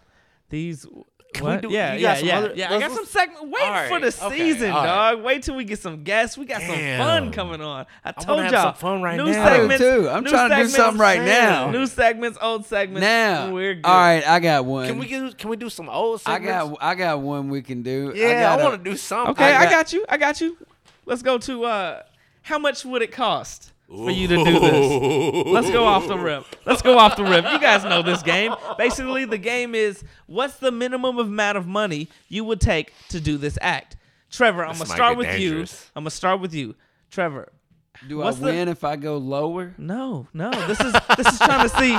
S1: These
S2: Can we
S1: What?
S2: do-
S1: yeah,
S2: you
S1: yeah,
S2: got some
S1: yeah,
S2: other-
S1: yeah. I
S2: those
S1: got
S2: was-
S1: some segment. Wait
S2: All
S1: for
S2: right,
S1: the
S2: okay,
S1: season,
S2: all right.
S1: dog. Wait till we get some guests. We got some fun
S2: Damn.
S1: coming on. I
S2: wanna
S1: told
S2: have
S1: y'all
S2: some fun right
S1: new
S2: now. I do
S1: segments.
S3: too. I'm
S1: new
S3: trying to do
S1: segments,
S3: something right
S1: man.
S3: now.
S1: New segments, old segments.
S3: Now,
S1: we're good.
S3: all right, I got one.
S2: Can we get? Can we do some old?
S3: I
S2: Segments?
S3: got I got one we can do.
S2: Yeah, I,
S3: got a-
S2: want to do something.
S1: Okay, I
S3: I
S1: got,
S3: got-
S1: you. I got you. Let's go to uh, how much would it cost for you to do this? Let's go off the rip. Let's go off the rip. You guys know this game. Basically, the game is what's the minimum amount of money you would take to do this act? Trevor, I'm gonna
S2: might
S1: start
S2: get
S1: with
S2: dangerous.
S1: you. I'm gonna start with you, Trevor.
S3: Do
S1: What's
S3: I
S1: the-
S3: win if I go lower?
S1: No, no. This is this is trying to see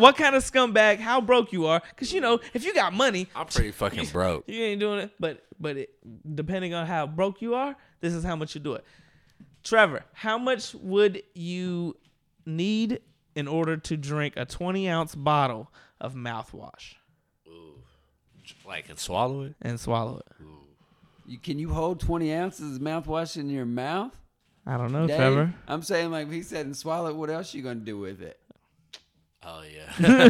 S1: what kind of scumbag, how broke you are. Cause you know, if you got money,
S2: I'm pretty fucking broke.
S1: you ain't doing it. But but it, depending on how broke you are, this is how much you do it. Trevor, how much would you need in order to drink a 20 ounce bottle of mouthwash
S2: Like and swallow it.
S1: and swallow it?
S3: You, can you hold 20 ounces of mouthwash in your mouth?
S1: I don't know,
S3: Dave?
S1: Trevor.
S3: I'm saying like he said and swallow. it, What else you gonna do with it?
S2: Oh yeah.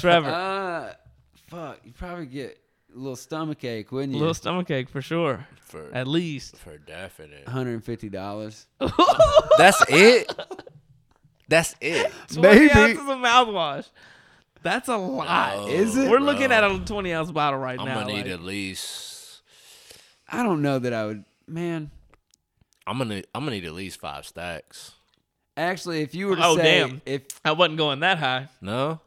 S1: Trevor,
S3: Uh, fuck. You probably get a little stomach ache, wouldn't
S1: a
S3: you?
S1: little stomach ache for sure,
S2: for
S1: at least.
S2: for definite.
S3: Hundred and fifty dollars.
S2: That's it. That's it.
S1: 20
S3: Maybe.
S1: ounces of mouthwash. That's a lot.
S3: Is it?
S1: We're looking at a 20 ounce bottle right
S2: I'm
S1: now.
S2: gonna need
S1: like-
S2: at least.
S3: I don't know that I would. Man,
S2: I'm gonna. I'm gonna need at least five stacks.
S3: actually, if you were to
S1: Oh,
S3: say
S1: damn.
S3: if
S1: I wasn't going that high.
S2: No.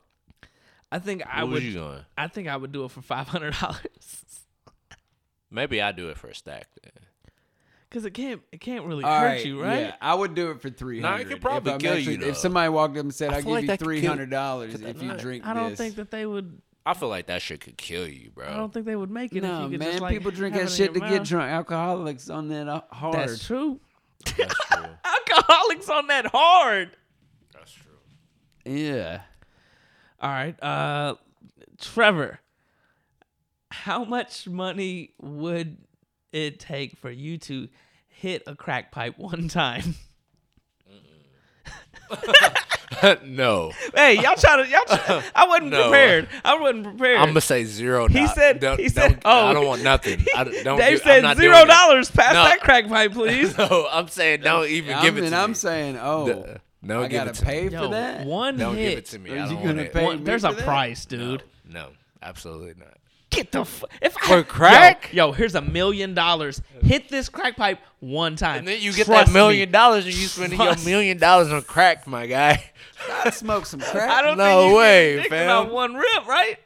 S1: I think I
S2: Where was
S1: would.
S2: you going?
S1: I think I would do it for five hundred dollars.
S2: Maybe I do it for a stack. Then.
S1: Cause it can't it can't really
S3: all
S1: hurt
S3: right,
S1: you, right?
S3: Yeah, I would do it for three hundred.
S2: could probably kill you, though.
S3: If somebody walked up and said,
S2: I
S3: "I'll
S2: feel
S3: give
S2: like
S3: you
S2: that could kill-
S3: three hundred dollars
S2: could that
S3: if you
S2: not-
S3: drink
S1: I don't
S3: this,"
S1: think that they would.
S2: I feel like that shit could kill you, bro.
S1: I don't think they would make it.
S3: no,
S1: if you could
S3: man,
S1: just, like,
S3: people drink
S1: have
S3: that
S1: it in
S3: shit to
S1: your
S3: get
S1: mouth.
S3: drunk. Alcoholics on that uh, hard.
S1: That's true.
S2: That's true.
S1: Alcoholics on that hard.
S2: That's true.
S3: Yeah.
S1: All right, uh, Trevor, how much money would it take for you to hit a crack pipe one time?
S2: no,
S1: hey, y'all trying to y'all? Try, I wasn't
S2: No.
S1: prepared. I wasn't prepared.
S2: I'm gonna say zero.
S1: He
S2: do-
S1: said-
S2: Don't,
S1: he said-
S2: don't- I
S1: oh.
S2: don't want nothing. I don't. don't
S1: Dave
S2: do- I'm
S1: said
S2: not
S1: zero
S2: doing it.
S1: dollars. Pass
S2: No.
S1: that crack pipe, please.
S2: No, I'm saying don't even
S3: I'm,
S2: give it
S3: and
S2: to
S3: I'm
S2: me.
S3: saying, oh,
S2: Duh. no,
S3: I
S2: give it
S3: gotta
S2: to
S3: pay
S2: me.
S3: for that.
S1: one
S2: Don't
S1: hit.
S2: give it to me.
S3: Are
S2: I
S3: you
S2: don't want
S3: gonna
S2: it.
S3: pay
S1: One-
S3: me
S1: there's
S3: for
S1: a
S3: that?
S1: price,
S2: No,
S1: dude.
S2: no, absolutely not.
S1: Get the f- if I,
S2: For crack?
S1: Yo, yo, here's a million dollars. Hit this crack pipe one time,
S2: And then you get
S1: Trust
S2: that million
S1: Me.
S2: dollars and you spending your
S1: Trust-
S2: million dollars on crack, my guy.
S3: I'd smoke some crack.
S1: I don't
S2: No
S1: think you
S2: way,
S1: think
S2: fam.
S1: about one rip, right?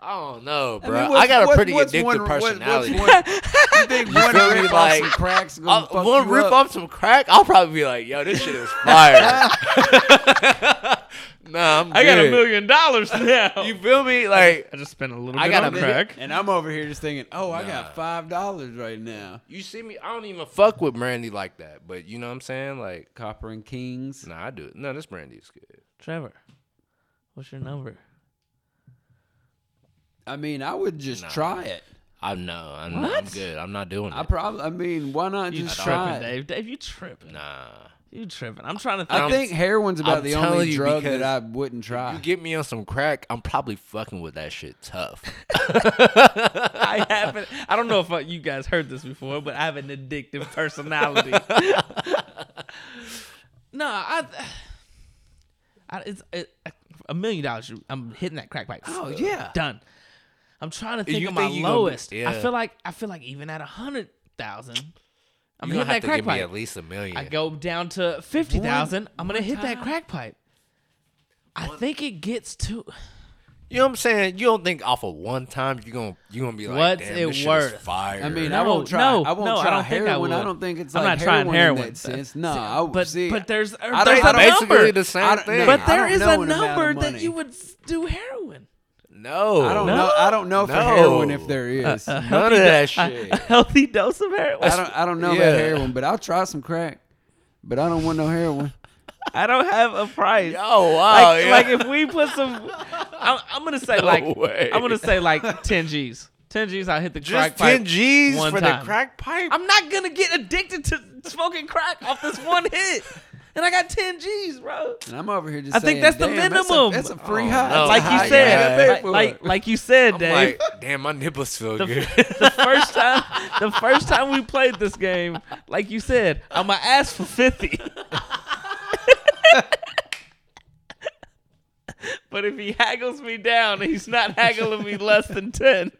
S2: I don't know,
S3: I
S2: bro.
S3: mean,
S2: I,
S3: what's-
S2: got a
S3: what-
S2: pretty
S3: what's
S2: addictive
S3: one- what- what's
S2: personality.
S3: one- you think one
S2: feel me?
S3: rip off
S2: Like,
S3: some cracks gonna
S2: I'll-
S3: fuck
S2: one
S3: you
S2: rip
S3: up?
S2: off some crack, I'll probably be like, "Yo, this shit is fire." nah, I'm
S1: I got a
S2: good.
S1: million dollars now.
S2: You feel me? Like
S1: I just spent a little
S2: I
S1: bit
S2: got
S1: on
S2: a
S1: crack.
S3: And I'm over here just thinking, oh, I
S2: Nah.
S3: got five dollars right now.
S2: you see me? I don't even fuck with brandy like that. But you know what I'm saying? Like,
S3: Copper and Kings.
S2: nah, I do. it. No, this brandy is good.
S1: Trevor, what's your number?
S3: I mean, I would just
S2: Nah.
S3: try it.
S2: I know. I'm, I'm
S1: What?
S2: good. I'm not doing
S3: I
S2: it.
S3: probably. I mean, why not
S1: You
S3: just try
S1: tripping,
S3: it?
S1: Dave? Dave, you tripping?
S2: nah.
S1: You tripping? I'm trying to think.
S3: I think heroin's about
S2: I'm
S3: the
S2: telling
S3: only
S2: you
S3: drug
S2: because
S3: that I wouldn't try.
S2: You get me on some crack, I'm probably fucking with that shit tough.
S1: I haven't. I don't know if uh, you guys heard this before, but I have an addictive personality. no, I. I it's it, a million dollars. you- I'm hitting that crack pipe.
S3: Oh, yeah.
S1: done. I'm trying to think
S2: You
S1: of
S2: think
S1: my
S2: you gonna be-
S1: lowest. I
S2: yeah.
S1: feel like I feel like even at a hundred thousand, I'm
S2: you gonna
S1: hitting that
S2: have to
S1: crack
S2: give me at
S1: pipe.
S2: least a million.
S1: I go down to fifty thousand. I'm gonna hit that crack pipe. I think it gets to
S2: you know what I'm saying? You don't think off of one time you're gonna you gonna be like,
S1: What's
S2: damn,
S1: it
S2: this shit
S1: worth?
S2: is fire.
S3: I mean,
S1: No,
S3: I won't try.
S1: no,
S3: I won't
S1: no, I
S3: try
S1: don't think I
S3: heroin. I
S1: would.
S3: don't think it's
S1: I'm
S3: like
S1: not trying
S3: heroin
S1: heroin,
S3: in that
S1: but-
S3: sense. No, I would
S1: but
S3: see.
S1: but there's
S3: I
S1: there's
S3: don't-
S1: a
S3: I
S2: basically
S1: number.
S2: the same
S3: I don't-
S2: thing.
S3: no,
S1: But
S3: I
S1: there
S3: don't
S1: is
S3: know
S1: a
S3: an amount of
S1: number that
S3: money.
S1: you would s- do heroin.
S2: no,
S3: I don't
S1: No?
S3: know. I don't know for
S2: No.
S3: heroin if there is.
S2: None of that shit.
S1: A healthy dose of heroin.
S3: I don't. I don't know
S2: Yeah.
S3: about heroin, but I'll try some crack. But I don't want no heroin.
S1: I don't have a price.
S2: Oh wow!
S1: like,
S2: yeah.
S1: like if we put some, I'm, I'm gonna say like
S2: way.
S1: I'm gonna say like ten G's. Ten G's. I hit the crack
S2: just ten
S1: pipe
S2: G's
S1: one
S2: for
S1: time.
S2: the crack pipe.
S1: I'm not gonna get addicted to smoking crack off this one hit. and I got 10 G's, bro.
S3: And I'm over here just.
S1: I think
S3: saying,
S1: that's the
S3: "Damn, that's a-
S1: minimum."
S3: That's a, free
S2: Oh,
S3: high.
S2: no.
S3: That's a
S1: like
S3: high
S1: you
S3: you
S1: said,
S3: gotta
S1: like,
S3: pay for.
S1: like like you said,
S2: I'm
S1: Dave.
S2: like, damn, my nipples feel
S1: the,
S2: good.
S1: f- the first time, the first time we played this game, like you said, I'ma ask for fifty. but if he haggles me down, he's not haggling me less than ten.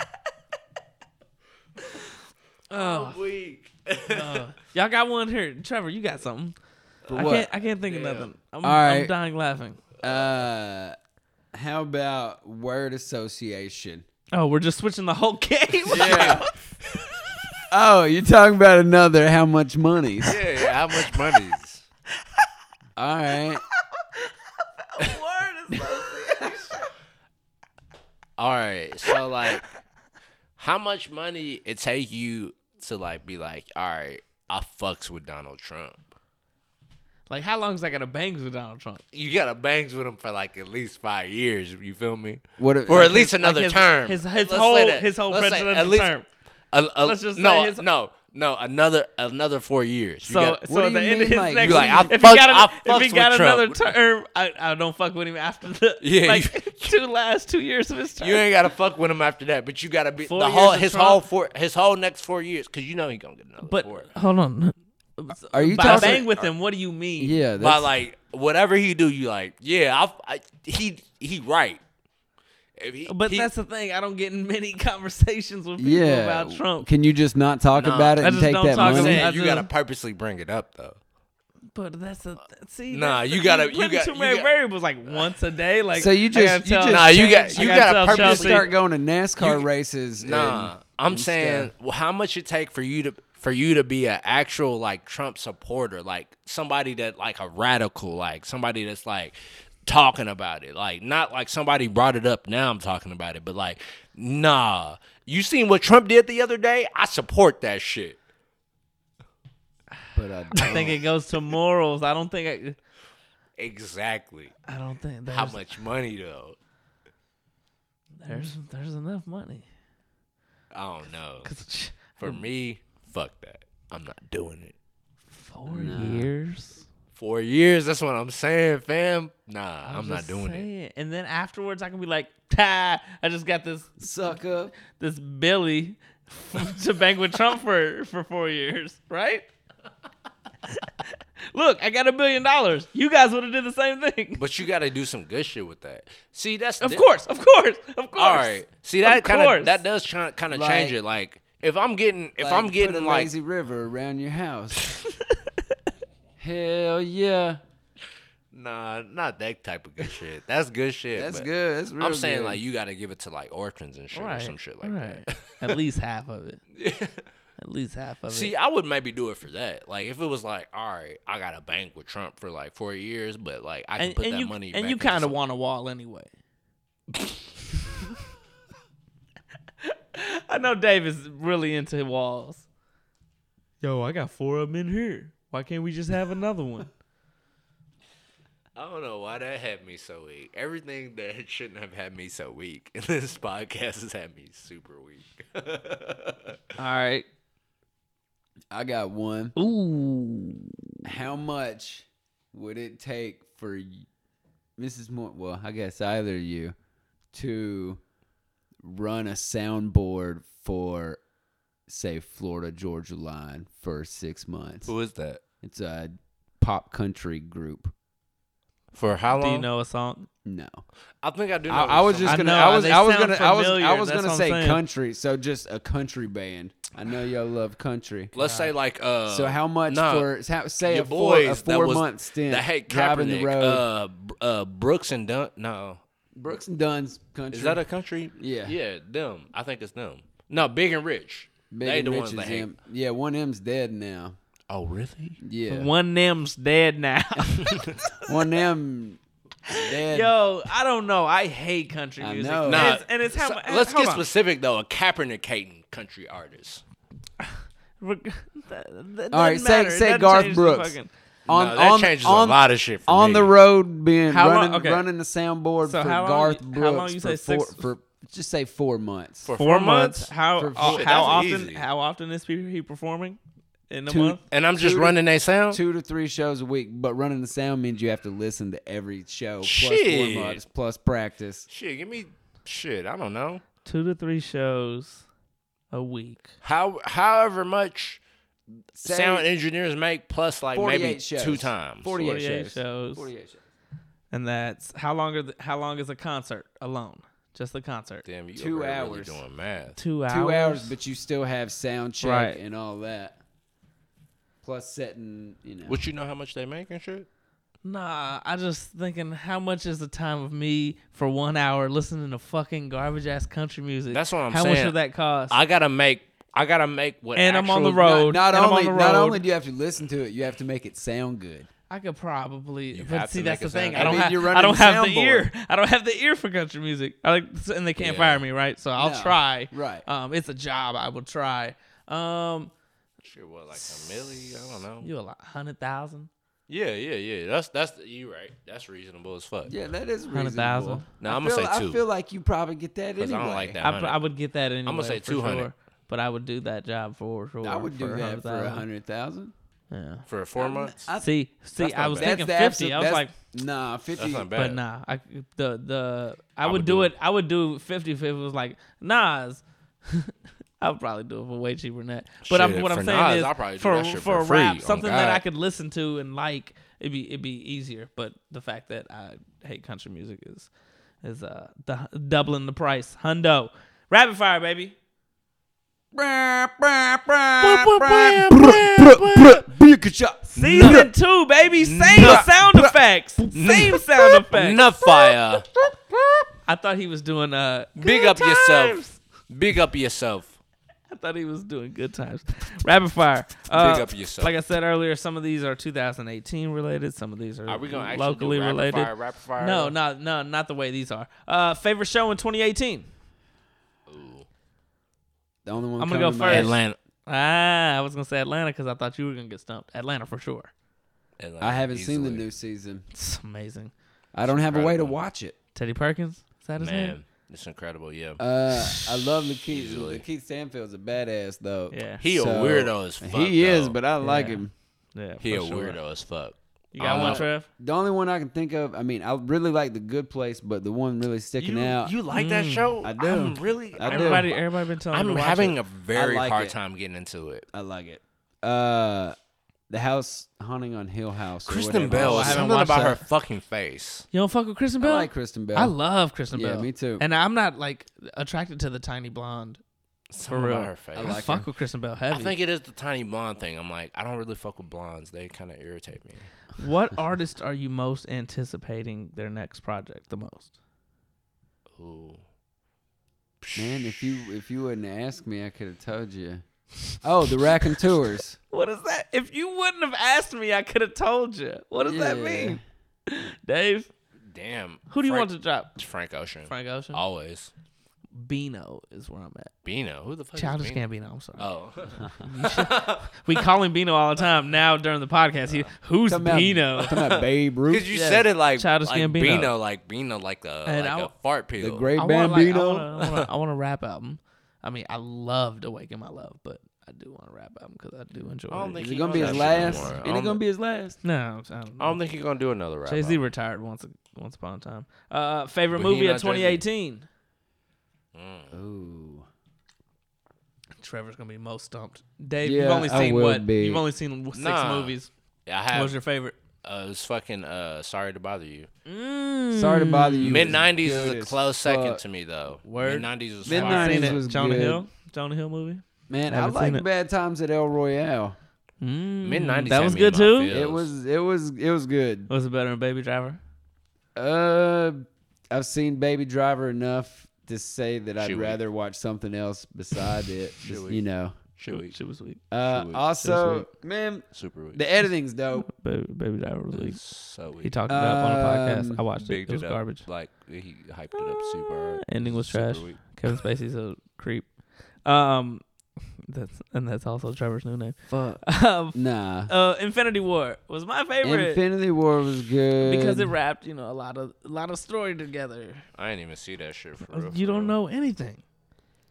S1: oh, oh. y'all got one here, Trevor. You got something?
S3: For
S1: I
S3: what?
S1: can't. I can't think of
S2: Damn.
S1: nothing. I'm,
S3: All
S1: I'm
S3: right.
S1: dying laughing.
S3: Uh, how about word association?
S1: Oh, we're just switching the whole game.
S3: Yeah. Oh, you're talking about another how much money's.
S2: yeah, yeah, how much money? is-
S3: All right.
S1: Word association.
S2: All right, so like, how much money it take you to like be like, all right, I fucks with Donald Trump.
S1: Like, how long is I gonna bangs with Donald Trump?
S2: You gotta bangs with him for like at least five years. You feel me?
S3: What? if-
S2: Or
S3: like,
S2: at least another
S1: his-
S2: term.
S1: his- his
S2: Let's say
S1: whole-
S2: that-
S1: his whole
S2: let's say at
S1: presidential
S2: least
S1: term.
S2: a- a-
S1: Let's just
S2: no,
S1: say his-
S2: no, no, another another four years. You
S1: So,
S2: gotta-
S1: so
S3: What do
S1: at the
S3: you
S1: end of
S3: mean,
S1: his
S3: like-
S1: next,
S2: You like, I
S1: if
S2: fucks-
S1: he got, an-
S2: I
S1: if he
S2: fucks
S1: got
S2: with
S1: another
S2: Trump.
S1: term, I, I don't fuck with him after the
S2: Yeah,
S1: like
S2: you-
S1: two last two years of his term.
S2: you ain't gotta fuck with him after that, but you gotta be
S1: Four
S2: the
S1: years
S2: whole
S1: of
S2: his
S1: Trump?
S2: whole four his whole next four years because you know he gonna get another
S1: but
S2: four.
S1: hold on,
S3: Are you
S1: by
S3: talking?
S1: bang with him? What do you mean?
S3: yeah.
S2: But
S3: That's,
S2: like whatever he do, you like yeah, I, I he he right. If he-
S1: But
S2: he-
S1: that's the thing. I don't get in many conversations with people
S3: yeah.
S1: about Trump.
S3: Can you just not talk
S2: Nah,
S3: about it
S1: I
S3: and
S1: just
S3: take
S1: don't
S3: that
S1: talk
S2: I'm
S1: about
S3: money?
S1: it. I
S2: saying you
S1: do.
S2: gotta purposely bring it up though.
S1: But that's a see.
S2: Nah,
S1: that's
S2: you
S1: the-
S2: gotta-
S1: you're
S2: you
S1: putting
S2: got-
S1: too
S2: you
S1: many
S2: got-
S1: variables like once a day. Like
S3: So you
S1: I
S3: just-
S1: gotta
S3: you
S1: tell-
S3: just
S2: Nah, you got-
S1: I
S2: you
S1: gotta
S2: gotta
S1: tell
S2: purposely
S1: Chelsea-
S3: Just start going to NASCAR races.
S2: Nah,
S3: and-
S2: I'm
S3: and
S2: saying
S3: stuff.
S2: well, how much it take for you to for you to be an actual like Trump supporter, like somebody that like a radical, like somebody that's like talking about it, like not like somebody brought it up. Now I'm talking about it, but like nah, you seen what Trump did the other day? I support that shit.
S3: But I
S1: I think it goes to morals. I don't think
S2: Exactly.
S1: I. I don't think
S2: How
S1: there's
S2: much money though?
S1: there's,
S2: Mm-hmm.
S1: there's enough money.
S2: I don't know.
S1: 'Cause-
S2: For me, fuck that. I'm not doing it.
S1: Four years.
S2: Four years. That's what I'm saying, fam. Nah, I'm, not
S1: Just
S2: doing it.
S1: saying. And then afterwards, I can be like, "Ta! I just got this
S3: suck up.
S1: this Billy to bang with Trump for for four years, right?" Look, I got a billion dollars. You guys would have did the same thing.
S2: But you got to do some good shit with that. See, that's
S1: Of
S2: di-
S1: course, of course, of course.
S2: All right. See, that kind
S1: course.
S2: of that does kind of
S3: Like-
S2: change it. Like if I'm getting if
S3: Like,
S2: I'm
S3: put a
S2: getting like
S3: lazy river around your house. Hell yeah,
S2: nah, not that type of good shit. That's good shit.
S3: that's
S2: but
S3: good. That's real
S2: I'm saying
S3: good.
S2: like you got to give it to like orphans and shit or some shit like
S1: right.
S2: that.
S1: At least half of it. At least half of
S2: See,
S1: it.
S2: I would maybe do it for that. Like if it was like, all right, I got to bank with Trump for like four years, but like I can
S1: And,
S2: put
S1: and
S2: that
S1: you
S2: money.
S1: and
S2: back
S1: you
S2: into
S1: kind of
S2: something.
S1: want a wall anyway. I know Dave is really into walls. Yo, I got four of them in here. Why can't we just have another one?
S2: I don't know why that had me so weak. Everything that shouldn't have had me so weak in this podcast has had me super weak.
S1: All right.
S3: I got one.
S1: Ooh.
S3: How much would it take for y- Mrs. Moore? Well, I guess either of you to run a soundboard for, say, Florida Georgia Line for six months.
S2: is that?
S3: It's a pop country group.
S2: For how
S1: Do you know a song?
S3: No,
S2: I think I do know.
S3: I, I was just
S1: I
S3: gonna.
S1: know,
S3: I was.
S1: they
S3: I was
S1: sound
S3: gonna. I was. I
S1: familiar,
S3: was
S1: that's
S3: gonna
S1: what I'm
S3: say
S1: saying.
S3: country. So just a country band. I know y'all love country.
S2: Let's say like uh.
S3: So how much
S2: nah,
S3: for how- say
S2: your
S3: a four, a
S2: boys that
S3: four
S2: was-
S3: month stint
S2: that hate
S3: driving
S2: Kaepernick,
S3: the road?
S2: uh, Br- uh, Brooks and Dunn. No,
S3: Brooks and Dunn's country.
S2: is that a country?
S3: Yeah.
S2: yeah, them. I think it's them. No, Big and Rich.
S3: Big
S2: they
S3: and
S2: the
S3: Rich
S2: ones
S3: is
S2: that hate.
S3: him. Yeah, one M's dead now.
S2: Oh really?
S3: Yeah, one,
S1: One Nim's dead now.
S3: M dead.
S1: Yo, I don't know. I hate country
S3: I
S1: music.
S3: know.
S1: And
S2: Nah,
S1: it's, and it's how
S2: so-
S1: and-
S2: let's
S1: hold
S2: get
S1: on.
S2: specific though. A Kaepernick hating country artist.
S1: Reg- that- that
S3: All right,
S1: doesn't
S3: say-
S1: matter. It
S3: say
S1: doesn't
S3: Garth
S1: change the
S3: Brooks.
S1: fucking-
S3: on
S2: No, that
S3: on
S2: changes
S3: on,
S2: a lot of shit. For
S3: on
S2: me.
S3: the road, being
S1: How long-
S3: running
S1: okay.
S3: running the soundboard
S1: So
S3: for
S1: how long
S3: Garth
S1: you-
S3: Brooks
S1: how long you
S3: for,
S1: say six-
S3: four, for just say four months.
S2: For
S1: Four months. How
S3: For
S1: uh,
S2: shit,
S1: how
S2: that's
S1: often?
S2: easy.
S1: How often is he he performing? in a
S3: Two-
S1: month.
S2: And I'm just
S3: Two to-
S2: running a sound.
S3: two to three shows a week, but running the sound means you have to listen to every show plus
S2: Shit.
S3: warm ups plus practice.
S2: Shit, give me shit. I don't know.
S1: Two to three shows a week.
S2: How however much
S3: Say
S2: sound engineers make plus like
S3: 48
S2: maybe
S3: shows.
S2: two times.
S3: 48,
S1: 48
S3: shows.
S1: shows.
S3: 48 shows.
S1: And that's how long are the, how long is a concert alone? Just the concert.
S2: Damn, you
S3: Two
S2: over here
S3: hours.
S2: Really doing math.
S1: Two hours.
S3: Two hours, but you still have sound check
S1: Right.
S3: and all that. Plus setting, you know.
S2: Would you know how much they make and shit?
S1: Nah, I just thinking how much is the time of me for one hour listening to fucking garbage ass country music.
S2: That's what I'm
S1: how much
S2: saying.
S1: would that cost?
S2: I gotta make. I gotta make what.
S1: And I'm on the
S2: actual-
S1: road.
S3: not,
S1: and I'm
S3: only,
S1: on the
S3: not
S1: road.
S3: only do you have to listen to it, you have to make it sound good.
S1: I could probably,
S2: You
S1: but
S2: have
S1: see,
S2: to
S1: that's the
S2: make it
S1: thing.
S2: sound
S1: I
S2: good.
S1: don't,
S3: I mean,
S1: have,
S3: you're
S1: I don't
S3: running
S1: have the
S3: soundboard.
S1: ear. I don't have the ear for country music. I like, and they can't
S2: Yeah.
S1: fire me, right? So I'll
S3: No,
S1: try.
S3: right.
S1: Um, it's a job. I will try. Um,
S2: Shit, what like a milli? I don't know.
S1: you a lot, hundred thousand,
S2: Yeah, yeah, yeah. That's that's you right. That's reasonable as fuck.
S3: Yeah, that is
S1: hundred thousand.
S3: reasonable.
S2: No,
S3: I
S2: I'm gonna
S3: feel-
S2: say two.
S3: I feel like you probably get that anyway.
S2: Because I don't like that.
S1: I, pr-
S2: 100.
S1: I would get that anyway.
S2: say
S1: for
S2: 200.
S1: Sure, but I would do that job for sure.
S3: I would do
S1: for
S3: that for a
S1: 100,000.
S3: hundred thousand.
S1: Yeah.
S2: for four months.
S3: I-
S1: See, see,
S2: not
S1: I was
S2: bad.
S1: thinking fifty. I was like,
S3: nah, fifty.
S2: That's not bad.
S1: but nah, I the the I, would,
S2: would
S1: do
S2: do
S1: it. I would do fifty if it was like Nas. I would probably do it for way cheaper than that. But I'm,
S2: Shit,
S1: what I'm
S2: for
S1: saying
S2: Nas,
S1: is,
S2: I'll probably do
S1: for
S2: that shit
S1: for a
S2: for free,
S1: rap,
S2: on
S1: something that I
S2: God.
S1: could listen to and like, it'd be it'd be easier. But the fact that I hate country music is is uh the, doubling the price. Hundo, rapid fire, baby. Season two, baby. Same
S2: Nah.
S1: sound effects. Same sound effects.
S2: Enough fire.
S1: I thought he was doing uh
S2: Big
S1: good
S2: up
S1: times.
S2: yourself. Big up yourself.
S1: I thought he was doing good times. Rapid fire. Uh,
S2: up yourself.
S1: Like I said earlier, some of these are 2018 related. Some of these are,
S2: Are we gonna actually
S1: locally
S2: do rapid
S1: related.
S2: Fire, rapid fire?
S1: No, no, no, not the way these are. Uh, favorite show in 2018.
S3: The only one
S1: I'm gonna go
S3: coming to mind-
S1: first.
S2: Atlanta.
S1: Ah, I was gonna say Atlanta because I thought you were gonna get stumped. Atlanta for sure.
S2: Atlanta,
S3: I haven't seen the
S2: easily.
S3: new season.
S1: It's amazing.
S3: I don't have a way to
S2: incredible.
S3: watch it.
S1: Teddy Perkins. Is that his name?
S2: Man, it's incredible. Yeah,
S3: Uh, I love Lakeith.
S2: Easily.
S3: Lakeith Stanfield's a badass though.
S1: Yeah.
S2: he a
S3: So-
S2: weirdo as fuck.
S3: he is,
S2: though.
S3: but I like
S1: Yeah.
S3: him.
S1: Yeah.
S2: he a
S1: for sure.
S2: weirdo as fuck.
S1: You got
S2: Uh,
S1: one, Trev?
S3: The only one I can think of. I mean, I really like The Good Place, but the one really sticking out.
S2: like that show?
S3: mm, I do.
S2: I'm really.
S3: I do.
S1: Everybody, everybody been telling me
S2: I'm
S1: to watch
S2: having
S1: it.
S2: a very
S3: I like
S2: hard
S3: it.
S2: time getting into it.
S3: I like it. Uh, the house haunting on Hill House. or
S2: Kristen
S3: whatever.
S2: Bell,
S1: Oh, I haven't
S2: something
S1: watched
S2: about
S1: that.
S2: her fucking face.
S1: You don't fuck with Kristen
S3: I
S1: Bell.
S3: like Kristen Bell.
S1: I love Kristen
S3: Yeah,
S1: Bell.
S3: me too.
S1: And I'm not like attracted to the tiny blonde.
S2: Something
S1: real.
S2: about her face.
S1: I,
S3: I like
S1: fuck
S3: her.
S1: with Kristen Bell
S2: I
S1: heavy.
S2: think it is the tiny blonde thing. I'm like, I don't really fuck with blondes. They kind of irritate me.
S1: what artist are you most anticipating their next project the most?
S2: Ooh.
S3: Man, if you if you wouldn't ask me, I could have told you. Oh, the Raconteurs.
S1: What is that? If you wouldn't have asked me, I could have told you. What does that
S3: Yeah.
S1: mean, Dave?
S2: Damn.
S1: Who do you want
S2: Frank-
S1: to drop?
S2: Frank Ocean.
S1: Frank Ocean.
S2: Always.
S1: Bino is where I'm at.
S2: Bino. Who the fuck
S1: Childish
S2: is Bino?
S1: Gambino. I'm sorry.
S2: Oh.
S1: we call him Bino all the time now during the podcast.
S2: Uh,
S1: He, who's
S3: Talking about-
S1: Bino?
S3: talking about Babe
S2: Because
S3: Ruth,
S2: you said it like,
S1: Childish
S2: like
S1: Gambino.
S2: Bino, like Bino, like a,
S1: And
S2: like
S1: I
S2: a
S1: w-
S2: fart pill.
S3: the Great
S1: I want, like, I
S3: Bambino.
S1: want a- I want a- I want a rap album. I mean, I loved Awaken My Love, but I do want a rap album because I do enjoy
S2: I don't
S1: it.
S2: think
S3: is it
S2: he
S3: gonna be
S2: owns
S3: his
S2: that shit no
S3: last?
S2: more.
S3: Is
S2: I
S3: it
S2: don't-
S3: gonna be his last?
S1: no, I don't
S2: I don't think he's gonna do another rap.
S1: Jay Z
S2: album.
S1: retired once once upon a time. Uh, favorite
S2: But he
S1: movie of
S2: not Jay-Z.
S1: 2018.
S3: Ooh.
S1: Trevor's gonna be most stumped. Dave, you've
S3: Yeah,
S1: only
S3: I
S1: seen
S3: will
S1: what?
S3: be.
S1: You've only seen six
S2: Nah.
S1: movies.
S2: Yeah, I
S1: What was
S2: have.
S1: your favorite?
S2: Uh, it's fucking. Uh, sorry to bother you.
S3: Sorry to bother you.
S2: Mid '90s is
S3: Good
S2: a
S3: as
S2: close second
S3: fuck.
S2: to me, though.
S1: Word.
S2: Mid '90s is
S3: Mid-
S2: fire.
S1: I've seen
S3: 90s
S1: it.
S3: was
S1: Jonah
S3: good.
S1: Hill. Jonah Hill movie.
S3: Man, I
S1: Haven't seen
S3: like
S1: it.
S3: Bad Times at El Royale.
S1: Mm,
S2: Mid '90s.
S1: That was good too.
S3: It was it was it was good.
S1: Was it better than Baby Driver?
S3: Uh, I've seen Baby Driver enough to say that I'd
S2: Should we?
S3: rather watch something else beside it. Just, you know.
S2: Should we?
S1: She was weak.
S3: Uh,
S2: Should we?
S3: also, man,
S2: Super weak.
S3: the editing's dope.
S1: Baby, Baby Driver was weak.
S2: so
S1: He
S2: weak.
S1: talked it up on a podcast.
S3: Um,
S1: I watched it.
S2: Bigged
S1: It was
S2: up.
S1: garbage.
S2: Like he hyped it up super. hard.
S1: Ending was
S2: Super
S1: trash.
S2: weak.
S1: Kevin Spacey's a creep. Um, that's and that's also Trevor's new name.
S3: Fuck.
S1: Um,
S3: Nah.
S1: uh, Infinity War was my favorite
S3: Infinity War was good.
S1: because it wrapped, you know, a lot of a lot of story together.
S2: I didn't even see that shit for real.
S1: Uh, you
S2: for
S1: don't
S2: real.
S1: know anything.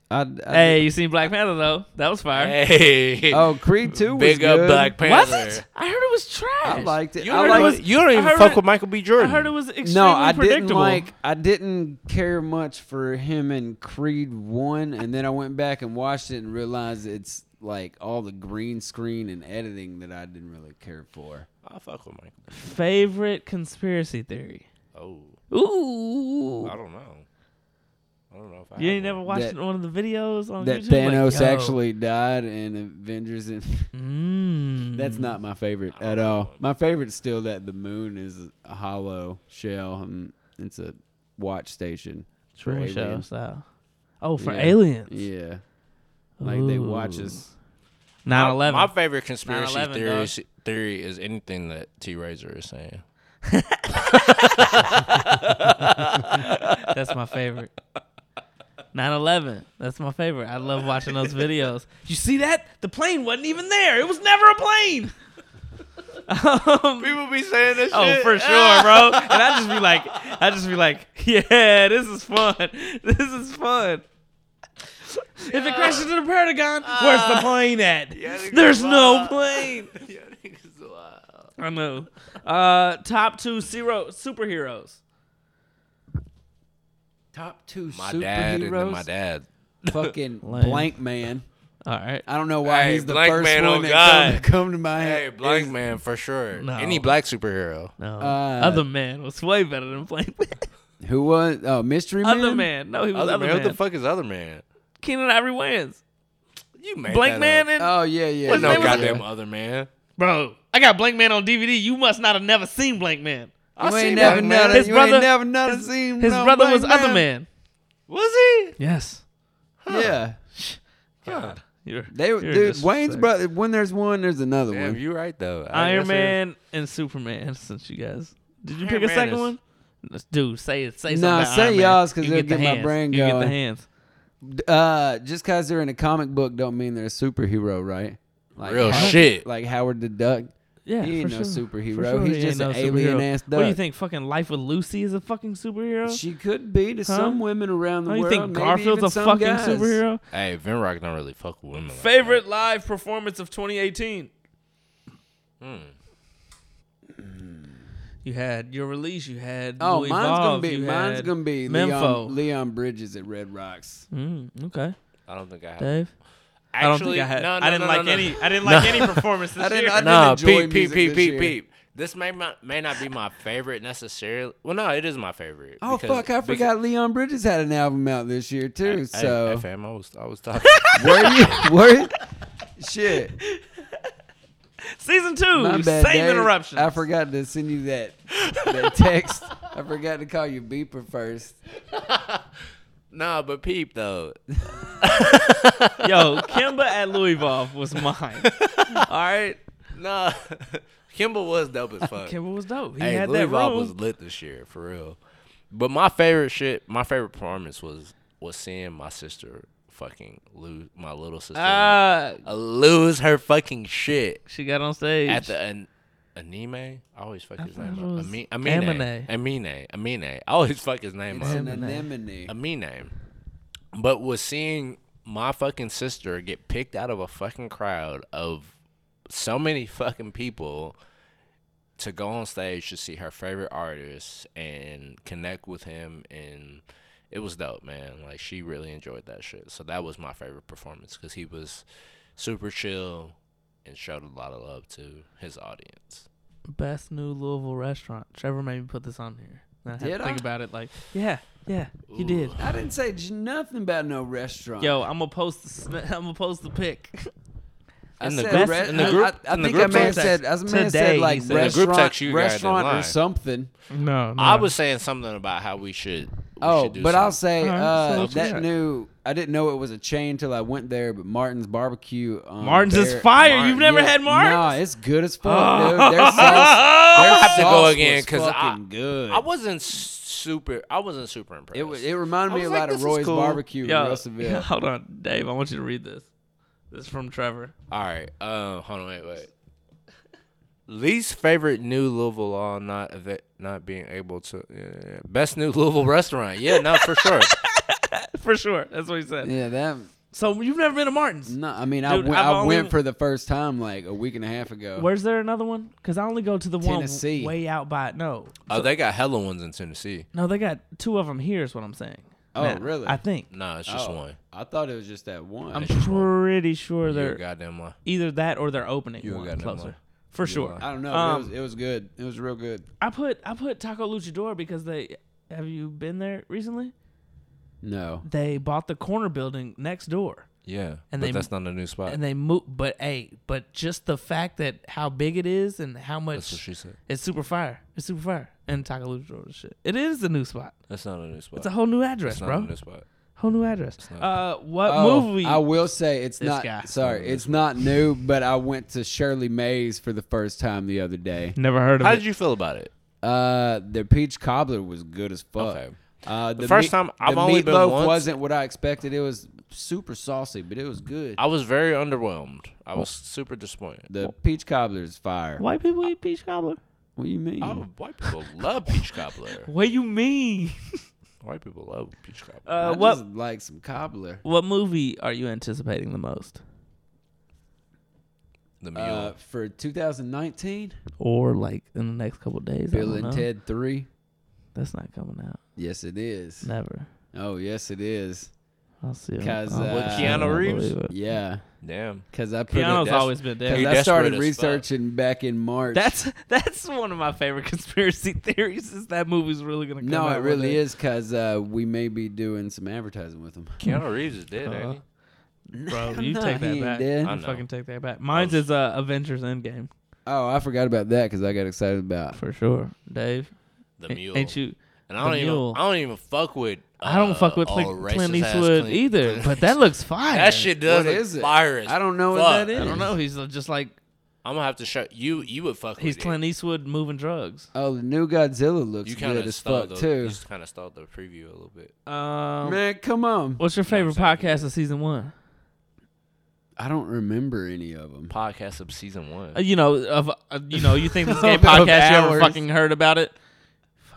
S3: I, I-
S1: Hey, you seen Black Panther though? That was fire.
S2: Hey.
S3: Oh, Creed 2 was
S2: Big up
S3: good.
S2: Black
S1: was
S2: Panther.
S1: it? I heard it was trash.
S3: I liked it.
S2: You
S3: I
S2: don't,
S3: liked
S2: even- you don't even
S1: I heard
S2: fuck
S1: it-
S2: with Michael B. Jordan.
S1: I heard it was extremely
S3: No, I
S1: predictable.
S3: didn't like. I didn't care much for him in Creed One, and then I went back and watched it and realized it's like all the green screen and editing that I didn't really care for.
S2: I fuck with Michael.
S1: Favorite conspiracy theory?
S2: Oh,
S1: Ooh.
S2: I don't know. I don't know if I
S1: You
S2: have
S1: ain't never
S2: one.
S1: watched
S3: That-
S1: one of the videos on
S3: that
S1: YouTube?
S3: Thanos
S1: Oh, Like, yo.
S3: actually died in Avengers, and
S1: Mm.
S3: that's not my favorite at
S1: Mm-hmm.
S3: all. My favorite's still that the moon is a hollow shell, and it's a watch station. for
S1: Truman Show
S3: aliens.
S1: style. Oh, for
S3: Yeah.
S1: aliens.
S3: Yeah, like they watch
S1: Ooh.
S3: us.
S1: 9
S2: My,
S1: 11.
S2: my favorite conspiracy
S1: 9/11,
S2: theory,
S1: dog.
S2: is, theory is anything that T Razor is saying.
S1: That's my favorite. 9 11. That's my favorite. I love watching those videos. You see that? The plane wasn't even there. It was never a plane. Um,
S2: People be saying this
S1: oh, for sure, bro. And I just be like, I just be like, yeah, this is fun. This is fun. If it crashes into the Pentagon, where's the plane at?
S2: think
S1: There's
S2: it's
S1: no
S2: wild.
S1: plane. I know. Uh, top two zero superheroes.
S3: Top two
S2: My
S3: superheroes.
S2: dad and then my dad.
S3: Fucking
S1: Lame.
S3: blank man.
S1: All right.
S3: I don't know why
S2: Hey,
S3: he's the
S2: Blank
S3: first
S2: Man,
S3: one
S2: oh
S3: that come,
S2: God.
S3: come to my
S2: Hey,
S3: head.
S2: black man for sure.
S1: No.
S2: Any black superhero.
S1: No.
S3: Uh,
S1: other man was way better than Flame.
S3: Who was? Oh, mystery man.
S1: other man. No, he was
S2: Other, man, What the
S1: Other man.
S2: fuck is other man?
S1: Keenan Ivory wins.
S2: You made
S1: Blank
S2: that
S1: man
S2: Up.
S1: and
S3: Oh yeah, yeah.
S1: What's
S2: There's
S1: his
S2: no
S1: name was-
S2: goddamn other man.
S1: bro. I got Blank Man on DVD. You must not have never seen Blank Man.
S2: I
S3: You ain't
S2: seen
S3: never
S2: Blank
S3: none
S2: Man.
S3: of-
S1: His
S3: you
S1: brother-
S3: ain't never none
S1: his-
S3: seen.
S1: His
S3: no
S1: brother
S3: Blank
S1: was Other Man.
S2: Was he?
S1: Yes.
S3: Yeah,
S1: God. You're,
S3: they
S1: you're
S3: dude.
S1: just
S3: Wayne's
S1: sick.
S3: brother. When there's one, there's another
S2: Damn,
S3: one.
S2: you right though. I
S1: Iron
S2: guess it-
S1: Man and Superman. Since you guys, did you
S2: Iron
S1: pick a
S2: Man
S1: second
S2: is-
S1: one? Let's- Dude, say it. Say something.
S3: Nah,
S1: about
S3: say
S1: Iron Man.
S3: y'all's 'cause
S1: You
S3: it'll
S1: the
S3: get my
S1: hands.
S3: brain
S1: you get
S3: going.
S1: the hands.
S3: Uh, just because they're in a comic book, don't mean they're a superhero, right? Like
S2: Real
S3: Howard-
S2: shit.
S3: Like Howard the Duck.
S1: Yeah,
S3: He ain't
S1: for
S3: no
S1: sure.
S3: superhero.
S1: For sure
S3: He's
S1: he
S3: just
S1: ain't
S3: an
S1: no superhero.
S3: alien-ass
S1: What do you
S3: duck.
S1: think? Fucking Life with Lucy is a fucking superhero.
S3: She could be to
S1: Huh?
S3: some women around the
S1: Don't you
S3: world.
S1: think
S3: maybe
S1: Garfield's
S3: even
S1: a
S3: some
S1: fucking
S3: guys.
S1: superhero?
S2: Hey, Vinrock don't really fuck with women. like
S1: Favorite live performance of 2018.
S2: Hmm.
S1: You had your release. You had
S3: Oh,
S1: Louis
S3: mine's
S1: Vuitton,
S3: gonna be
S1: you
S3: mine's
S1: had
S3: gonna be
S1: Memfo.
S3: Leon, Leon Bridges at Red Rocks.
S1: Mm, okay,
S2: that. I don't think I have.
S1: Dave.
S2: Actually,
S1: I don't think I had.
S2: No, no,
S1: I didn't
S2: no, no,
S1: like
S2: no.
S1: any. I didn't like any performance this
S3: I didn't-
S1: year.
S3: I didn't-
S2: No,
S3: enjoy
S2: peep, peep,
S3: music
S2: peep,
S3: this
S2: peep,
S3: year.
S2: peep. This may not, may not be my favorite necessarily. Well, no, it is my favorite.
S3: Oh
S2: because-
S3: fuck, I
S2: because-
S3: forgot Leon Bridges had an album out this year too.
S2: Hey,
S3: so
S2: hey, fam, I was, I was talking.
S3: were you were you- shit.
S1: Season two.
S3: My bad.
S1: same
S3: Dave.
S1: interruption.
S3: I forgot to send you that that text. I forgot to call you beeper first.
S2: nah, but peep though.
S1: Yo, Kimba at Louis Vuitton was mine. All right,
S2: Nah, Kimball was dope as fuck.
S1: Kimba was dope. He
S2: hey,
S1: had
S2: Louis
S1: that
S2: Vuitton
S1: room.
S2: was lit this year for real. But my favorite shit, my favorite performance was was seeing my sister fucking lose my little sister
S1: Ah,
S2: uh, lose her fucking shit.
S1: she got on stage.
S2: at the an, anime. I always fuck his
S1: thought
S2: name
S1: it
S2: up.
S1: was
S2: Ami-
S1: Amine.
S2: Amine. Amine. Amine. I always fuck his name
S3: It's an
S2: up.
S1: Amine.
S3: anemone.
S2: Amine. But was seeing my fucking sister get picked out of a fucking crowd of so many fucking people to go on stage to see her favorite artist and connect with him and it was dope man like she really enjoyed that shit so that was my favorite performance because he was super chill and showed a lot of love to his audience
S1: best new Louisville restaurant. Trevor made me put this on here. And I had
S3: Did
S1: to think
S3: I?
S1: about it like, yeah, yeah, you did.
S3: I didn't say j- nothing about no restaurant.
S1: Yo, I'm gonna post the sn- I'm gonna post the pic.
S3: I
S2: In the
S3: said
S2: group-
S3: re-
S2: in the
S3: I-
S2: group-
S3: I, I
S2: in the
S3: think I
S2: group
S3: may have
S1: text
S3: said I may have
S1: today,
S3: said
S1: he
S3: like
S1: said. In the
S2: group
S3: restaurant,
S2: text, you guys didn't
S3: restaurant
S2: lie.
S3: or something.
S1: No,
S2: I was saying something about how we should. we
S3: Oh,
S2: should do
S3: but I'll
S2: some-
S3: say
S1: Alright, so
S3: uh,
S1: let's
S3: that
S1: check.
S3: new. I didn't know it was a chain till I went there. But Martin's barbecue. Um,
S1: Martin's is
S3: there-
S1: fire.
S2: Martin-
S1: You've never
S3: Yeah,
S1: had Martin's.
S3: Nah, it's good as fuck, dude. Their sauce, their
S2: have to go
S3: sauce
S2: again,
S3: was
S2: 'cause I-
S3: fucking good.
S2: I wasn't super. I wasn't super impressed.
S3: it was, it reminded me
S2: I
S3: a
S2: was
S3: lot
S2: like,
S3: of
S2: this is
S3: Roy's
S2: cool.
S3: barbecue in
S1: Yo,
S3: Russellville.
S1: hold on, Dave. I want you to read this. This is from Trevor.
S2: All right. Um. Hold on. Wait. Wait. Least favorite new Louisville law not ava- not being able to yeah, yeah, yeah. best new Louisville restaurant. Yeah. No, for sure.
S1: For for sure. That's what he said.
S3: Yeah, that.
S1: So you've never been to Martin's.
S3: No, I mean, I
S1: Dude,
S3: went-
S1: I've
S3: I
S1: only-
S3: went for the first time like a week and a half ago.
S1: Where's there another one? Because I only go to the
S3: Tennessee.
S1: one way out by. No,
S2: Oh, they got hella ones in Tennessee.
S1: no, they got two of them here. Is what I'm saying.
S3: Oh,
S1: Now,
S3: really?
S1: I think
S2: No, it's just
S3: Oh,
S2: one.
S3: I thought it was just that one.
S1: I'm
S2: it's just one.
S1: pretty sure
S2: You're a
S1: they're
S2: goddamn lie.
S1: either that or they're opening
S2: You're a
S1: one
S2: goddamn
S1: closer.
S2: liar.
S1: For sure.
S2: are.
S3: I don't know.
S1: Um,
S3: but it, was, it was good. It was real good.
S1: I put I put Taco Luchador because they have you been there recently?
S3: No.
S1: They bought the corner building next door.
S2: Yeah,
S1: And
S2: but
S1: they-
S2: that's not a new spot.
S1: And they moved but hey, but just the fact that how big it is and how
S2: That's what
S1: much
S2: she said.
S1: it's super fire. It's super fire. And Taco Luchador is shit. It is a new spot.
S2: That's not a new spot.
S1: It's a whole new address,
S2: It's not
S1: bro.
S2: a new spot.
S1: Whole new address.
S2: not.
S1: Uh what
S3: Oh,
S1: movie
S3: I will say it's
S1: This
S3: not.
S1: guy.
S3: Sorry, it's not new. But I went to Shirley Mays for the first time the other day.
S1: never heard of
S2: How
S1: it.
S2: did you feel about it?
S3: Uh, their peach cobbler was good as fuck.
S2: Okay.
S3: Uh, the,
S2: first time- I've
S3: the
S2: only been
S3: meatloaf
S2: once.
S3: wasn't what I expected. It was super saucy, but it was good.
S2: I was very underwhelmed. I was super disappointed.
S3: The peach cobbler is fire. What,
S1: White people eat peach cobbler.
S3: do you mean?
S2: Oh, white people love peach cobbler.
S1: What you mean?
S2: White people love peach cobbler.
S1: Uh
S3: I
S1: what
S3: just like some cobbler.
S1: what movie are you anticipating the most?
S2: the meal.
S3: Uh, for 2019,
S1: Or like in the next couple days? I
S3: Bill
S1: don't
S3: and
S1: know.
S3: Ted Three.
S1: That's not coming out.
S3: Yes, it is.
S1: Never.
S3: Oh, yes, it is.
S1: I'll see.
S3: 'Cause,
S1: I'll-
S3: uh, With
S1: I don't
S2: Keanu Reeves?
S1: believe it.
S3: Yeah,
S2: Damn.
S3: because I put it-
S1: Keanu's
S2: that's-
S1: always been
S3: Because
S2: He
S1: dead.
S3: I
S2: desperate
S3: started
S2: as fuck.
S3: researching back in March.
S1: That's that's one of my favorite conspiracy theories. Is that movie's really gonna come
S3: no,
S1: out?
S3: it really is because uh, we may be doing some advertising with them.
S2: Keanu Reeves is dead,
S1: Uh-huh.
S2: ain't he?
S1: bro. You
S3: No,
S1: take
S3: he
S1: that
S3: ain't
S1: back.
S3: dead.
S2: I
S1: You
S2: know.
S1: fucking take that back. Mine's is uh, Avengers Endgame
S3: Oh, I forgot about that because I got excited about.
S1: for sure. Dave,
S2: The
S1: a-
S2: mule.
S1: ain't you?
S2: and I don't
S1: the
S2: even.
S1: mule.
S2: I don't even fuck with.
S1: I don't
S2: uh,
S1: fuck with
S2: all
S1: Clint,
S2: racist
S1: Clint
S2: ass
S1: Eastwood
S2: Clint-
S1: either,
S2: Clint
S1: but that looks fire.
S2: That shit does
S3: What is it?
S2: fire as
S3: I don't know what
S2: fuck.
S3: that is.
S1: I don't know. He's uh, just like
S2: I'm gonna have to show you. You would fuck
S1: he's
S2: with
S1: Clint Eastwood moving drugs.
S3: Oh, the new Godzilla
S2: it.
S3: looks
S2: You kind
S3: good
S2: of
S3: as
S2: stalled.
S3: fuck
S2: The, You
S3: too.
S2: just kind of stalled the preview a little bit.
S1: Um,
S3: Man, come on!
S1: what's your favorite
S2: saying he
S1: podcast of season one?
S3: I don't remember any of them.
S2: Podcast of season one.
S1: Uh, you know, of uh, you know, you think this game
S3: Of
S1: podcast you ever
S3: hours.
S1: fucking heard about it?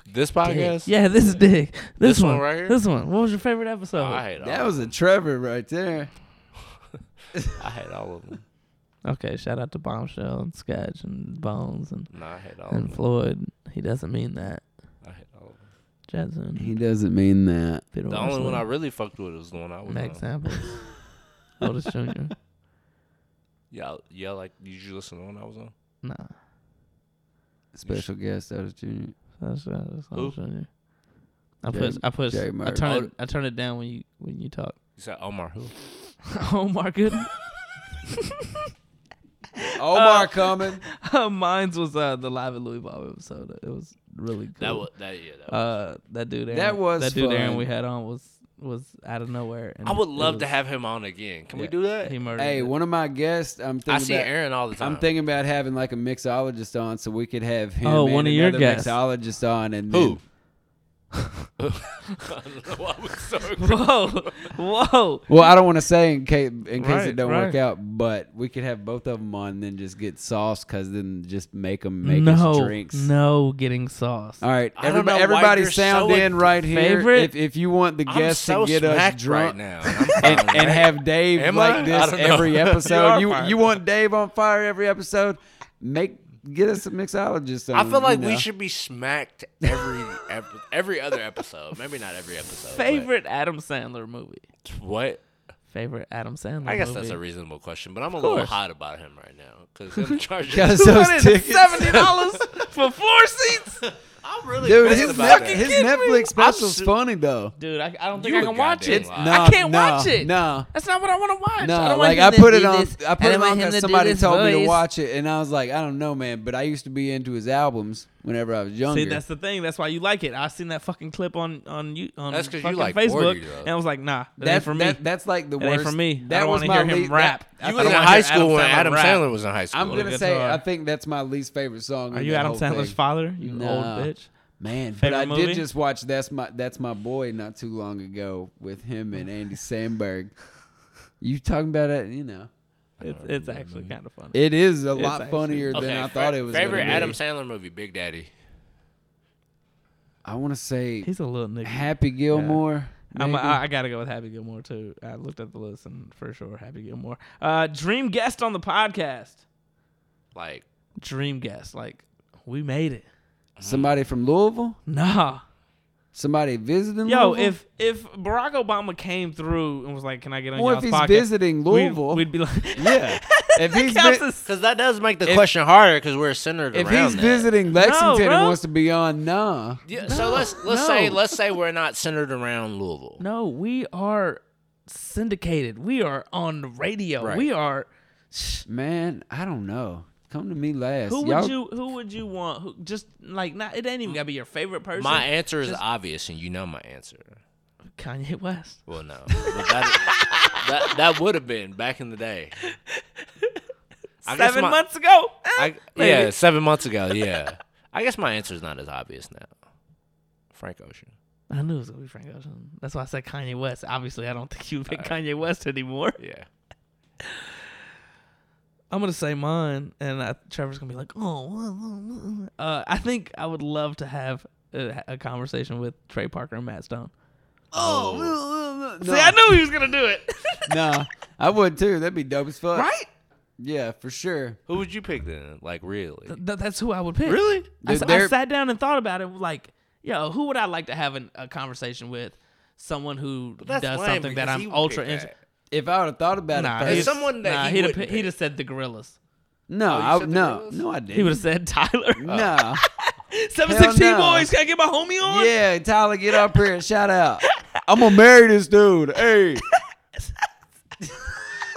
S2: this podcast.
S1: Yeah, this is Dick. This,
S2: This one
S1: one
S2: right here?
S1: This one. What was your favorite episode?
S2: Oh, I hate all.
S3: That was a Trevor right there.
S2: I hate all of them.
S1: Okay, shout out to Bombshell and Sketch and Bones and,
S2: No, I hate all of
S1: and
S2: them.
S1: Floyd. He doesn't mean that.
S2: I hate all of them.
S1: Jetson.
S3: He doesn't mean that.
S1: Peter
S2: The only one I
S1: Wesley,
S2: really fucked with was the one I was
S1: Max
S2: on.
S1: Apples. Otis Jr.
S2: Yeah, yeah. Like, did you listen to the one I was on?
S1: Nah.
S3: Special guest, that was Junior.
S1: That's, that's
S2: Who?
S1: Otis Jr. I
S3: Jay-
S1: put I put
S3: Jay
S1: I
S3: Murray.
S1: turn it I turn it down when you when you talk. Oh,
S2: You said Omar who?
S1: Omar good.
S3: Omar coming.
S1: Mine's was uh, the live at Louis Vuitton episode. It was really cool.
S2: That was that. Yeah, that was.
S1: Uh, that dude. Aaron,
S3: That was
S1: that dude. Aaron
S3: fun.
S1: we had on was was out of nowhere. And
S2: I would
S1: it
S2: love to
S1: was-
S2: have him on again. Can we
S1: yeah,
S2: do that?
S1: He murdered.
S3: Hey,
S1: it.
S3: one of my guests. I'm thinking
S2: I see
S3: about,
S2: Aaron all the time.
S3: I'm thinking about having like a mixologist on, so we could have him.
S1: Oh,
S3: and
S1: one of your
S3: another
S1: guests.
S3: mixologist on, and
S2: who?
S3: then-
S2: I don't know why I was so aggressive.
S1: whoa, whoa.
S3: Well, I don't want to say in case in case
S1: Right,
S3: it don't
S1: right.
S3: work out, but we could have both of them on, and then just get sauce, cause then just make them make us
S1: no,
S3: drinks.
S1: no, getting sauce.
S3: All right,
S2: I don't know
S3: everybody,
S2: why
S3: everybody
S2: you're
S3: sound
S2: so
S3: in right here.
S1: Favorite?
S3: If if you want the
S2: I'm
S3: guests
S2: so
S3: to get us
S2: smacked
S3: drunk
S2: right now. and I'm fine,
S3: and, and
S2: right?
S3: have Dave
S2: Am
S3: like
S2: I? I
S3: this
S2: don't know.
S3: every
S2: You
S3: episode,
S1: are
S3: you
S1: fired.
S3: you, want Dave on fire every episode? Make get us a mixologist. On,
S2: I feel like
S3: you
S2: we
S3: know.
S2: should be smacked every ep- every other episode. Maybe not every episode. but-
S1: Favorite Adam Sandler movie.
S2: what?
S1: Favorite Adam Sandler.
S2: I guess
S1: movie.
S2: that's a reasonable question, but I'm a little
S1: course.
S2: hot about him right now because I'm charging.
S3: Because those tickets.
S1: seventy dollars for four seats.
S2: I'm really
S3: Dude,
S2: pissed
S3: his,
S2: about
S3: Netflix-
S2: that.
S3: his
S1: kidding me?
S3: Netflix special's
S2: su-
S3: funny though.
S1: Dude, I, I don't think
S2: You
S1: I
S2: a
S1: can watch
S2: goddamn
S1: it.
S2: liar.
S1: I can't watch it.
S3: No,
S1: That's not what I want to watch. I
S3: no.
S1: don't want
S3: Like
S1: him
S3: I
S1: to
S3: put
S1: do
S3: it on.
S1: this.
S3: I put
S1: don't
S3: it
S1: want him
S3: on
S1: to
S3: because
S1: do
S3: somebody
S1: this
S3: told me to
S1: voice.
S3: watch it, and I was like, I don't know, man. But I used to be into his albums whenever I was younger.
S1: See, that's the thing. That's why you like it. I seen that fucking clip on on you on
S2: That's 'cause you
S1: fucking
S2: like
S1: Facebook,
S2: Gordy, though.
S1: and I was like, nah, that
S3: That-
S1: ain't for me.
S3: that- that's like the
S1: It ain't
S3: worst
S1: for me. I
S3: That
S1: don't
S3: was
S1: wanna
S3: my
S1: hear him
S3: least-
S1: rap.
S3: that-
S1: I
S2: You was in
S1: don't wanna
S2: high
S1: hear
S2: school when
S1: Adam
S2: Adam
S1: Sandler rap.
S2: Sandler was in high school.
S3: I'm gonna
S1: good
S3: say
S1: guitar.
S3: I think that's my least favorite song.
S1: Are
S3: in
S1: you
S3: the
S1: Adam
S3: whole
S1: Sandler's
S3: thing.
S1: father? You
S3: Nah.
S1: old bitch.
S3: Man,
S1: Favorite
S3: but I
S1: movie?
S3: did just watch that's my that's my boy not too long ago with him and Andy Samberg. You talking about it? You know,
S1: It's, it's actually kind of funny.
S3: it is a
S1: It's
S3: lot
S1: actually-
S3: funnier than I
S2: fa-
S3: thought it was. gonna
S2: Favorite
S3: be.
S2: Adam Sandler movie, Big Daddy.
S3: I want to say
S1: He's a little nigga.
S3: Happy Gilmore.
S1: I'm,
S3: Maybe.
S1: I, I gotta go with Happy Gilmore too. I looked at the list and for sure Happy Gilmore. Uh, dream guest on the podcast.
S2: Like
S1: Dream guest, like we made it.
S3: Somebody from Louisville?
S1: Nah,
S3: Somebody visiting
S1: yo,
S3: Louisville?
S1: if if Barack Obama came through and was like, "Can I get on
S3: Or
S1: your
S3: if he's
S1: podcast?"
S3: visiting
S1: we'd-
S3: Louisville.
S1: we'd, be like,
S3: yeah. If he's,
S1: Counts
S3: vi-
S1: as-
S2: because that does make the question harder because we're centered
S3: if
S2: around
S3: he's
S2: that.
S3: visiting Lexington and
S1: bro.
S3: wants to be on, nah.
S2: Yeah, so let's let's
S3: no.
S2: say let's say we're not centered around Louisville.
S1: No, we are syndicated. We are on the radio.
S2: Right.
S1: We are.
S3: Man, I don't know. Come to me last.
S1: Who
S3: Y'all-
S1: would you? Who would you want? Who just like not? It ain't even gotta be your favorite person.
S2: My answer is
S1: Just-
S2: obvious, and you know my answer.
S1: Kanye West.
S2: Well, no, but that, that that would have been back in the day. I guess
S1: Seven
S2: my-
S1: months ago. Eh,
S2: I,
S1: maybe.
S2: yeah, seven months ago. Yeah, I guess my answer is not as obvious now. Frank Ocean.
S1: I knew it was gonna be Frank Ocean. That's why I said Kanye West. Obviously, I don't think you pick Kanye West anymore.
S2: Yeah.
S1: I'm gonna say mine, and I, Trevor's gonna be like, "Oh." Uh, I think I would love to have a, a conversation with Trey Parker and Matt Stone.
S3: Oh,
S1: See, I knew he was gonna do it,
S3: Nah, I would too. That'd be dope as fuck.
S1: right?
S3: Yeah, for sure.
S2: Who would you pick then? Like really?
S1: Th- that's who I would pick.
S2: Really?
S1: I, s-
S3: Dude,
S1: I
S3: they're-
S1: sat down and thought about it. Like, yo, who would I like to have an, a conversation with? Someone who
S2: that's
S1: does
S2: lame
S1: something that
S2: because he
S1: I'm
S2: would
S1: ultra
S2: pick
S1: into.
S3: If I would have thought about
S1: Nah,
S3: it
S2: There's
S1: he'd-
S3: first,
S2: someone that
S1: nah,
S2: he
S1: he'd have
S2: wouldn't
S1: pi- he'd
S2: pick.
S1: have said the Gorillas.
S3: no,
S2: Oh, you
S3: I,
S2: said the
S3: no,
S2: Gorillas?
S3: no, I
S1: He would
S3: didn't.
S1: have said Tyler.
S3: Nah,
S1: Seven sixteen
S3: Hell no.
S1: boys, can I get my homie on?
S3: yeah, Tyler, get up here and shout out. I'm gonna marry this dude. Hey,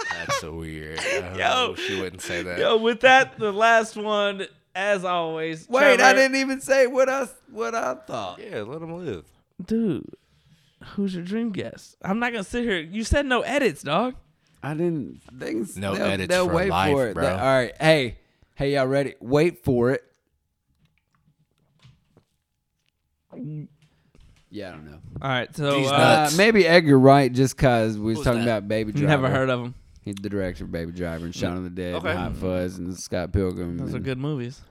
S2: That's so weird. I
S1: Yo.
S2: hope she wouldn't say that.
S1: Yo, with that, the last one, as always.
S3: wait, I
S1: Trevor-
S3: didn't even say what I what I thought.
S2: Yeah, let him live.
S1: Dude, who's your dream guest? I'm not gonna sit here. You said no edits, dog.
S3: I didn't. Things
S2: No
S3: they'll-
S2: edits
S3: they'll
S2: for
S3: wait
S2: life,
S3: for it.
S2: bro.
S3: They- all right, hey, hey, y'all ready? Wait for it. Yeah, I don't know.
S1: All right, so
S2: These
S1: uh,
S2: nuts.
S3: Uh, maybe Edgar Wright, just cause we was
S2: Who's
S3: talking
S2: that?
S3: about Baby Driver.
S1: never heard of him.
S3: He's the director of Baby Driver and Shaun of the Dead,
S2: Okay.
S3: and Hot Fuzz, and Scott Pilgrim.
S1: Those are
S3: and-
S1: good movies.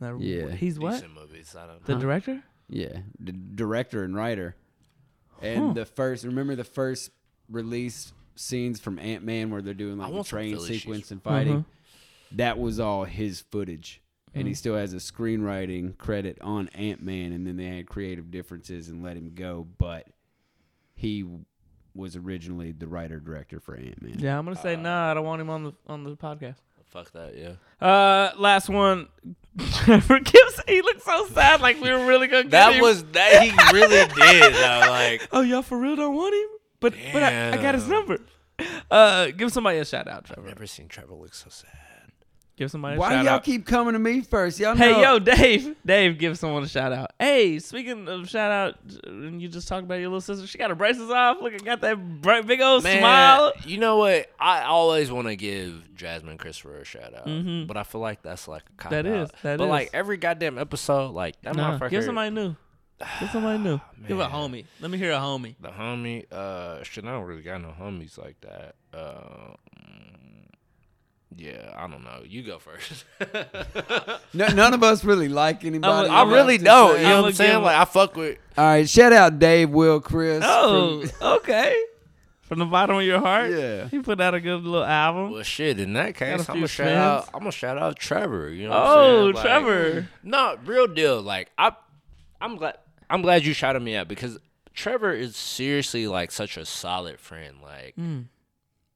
S1: Never-
S3: Yeah.
S1: he's what?
S2: Decent movies. I don't
S1: The director?
S3: Yeah, the director and writer. And the first, remember the first release scenes from Ant Man where they're doing like
S2: I
S3: the
S2: want some
S3: train
S2: Philly Mm-hmm.
S3: sequence
S2: cheese.
S3: and fighting. That was all his footage. And he
S2: Mm-hmm.
S3: still has a screenwriting credit on Ant Man, and then they had creative differences and let him go. But he was originally the writer director for Ant Man.
S1: Yeah, I'm gonna
S2: Uh,
S1: say no. Nah, I don't want him on the on the podcast.
S2: Fuck that. Yeah.
S1: Uh, last one. Trevor Gibbs. He looked so sad. Like we were really gonna get
S2: That
S1: him.
S2: was that he really did. though, like
S1: Oh, y'all for real don't want him? But but I, I got his
S2: Damn.
S1: number. Uh, give somebody a shout out, Trevor.
S2: never seen Trevor look so sad.
S1: Give somebody a
S3: Why
S1: shout
S3: do y'all
S1: out.
S3: keep coming to me first? Y'all know
S1: Hey, yo, Dave. Dave, give someone a shout out. Hey, speaking of shout out, and you just talked about your little sister. She got her braces off. Look, I got that bright, big old
S2: Man,
S1: smile.
S2: you know what? I always want to give Jasmine Christopher a shout out, but I feel like that's like a cop
S1: Mm-hmm. That is,
S2: out.
S1: that
S2: but like
S1: is.
S2: every goddamn episode, like that
S1: Nah,
S2: motherfucker,
S1: give somebody new. Give somebody new. give a homie. Let me hear a homie.
S2: the homie. Uh, shit, I don't really got no homies like that. Uh, mm, yeah, I don't know. You go first.
S3: No, none of us really like anybody.
S2: I
S1: I'm
S2: really
S3: Just
S2: don't.
S3: saying.
S2: You know
S1: I'ma
S2: what I'm saying?
S1: give-
S2: Like I fuck with.
S3: All right, shout out Dave, Will, Chris.
S1: Oh,
S3: from-
S1: okay. From the bottom of your heart.
S3: Yeah.
S1: He put out a good little album.
S2: Well, shit. In that case,
S1: a
S2: I'm
S1: few
S2: gonna shout
S1: friends.
S2: out. I'm gonna shout out Trevor. You know. what I'm
S1: Oh,
S2: saying? Like,
S1: Trevor.
S2: No, real deal. Like I, I'm glad. I'm glad you shouted me out because Trevor is seriously like such a solid friend. Like
S3: Mm.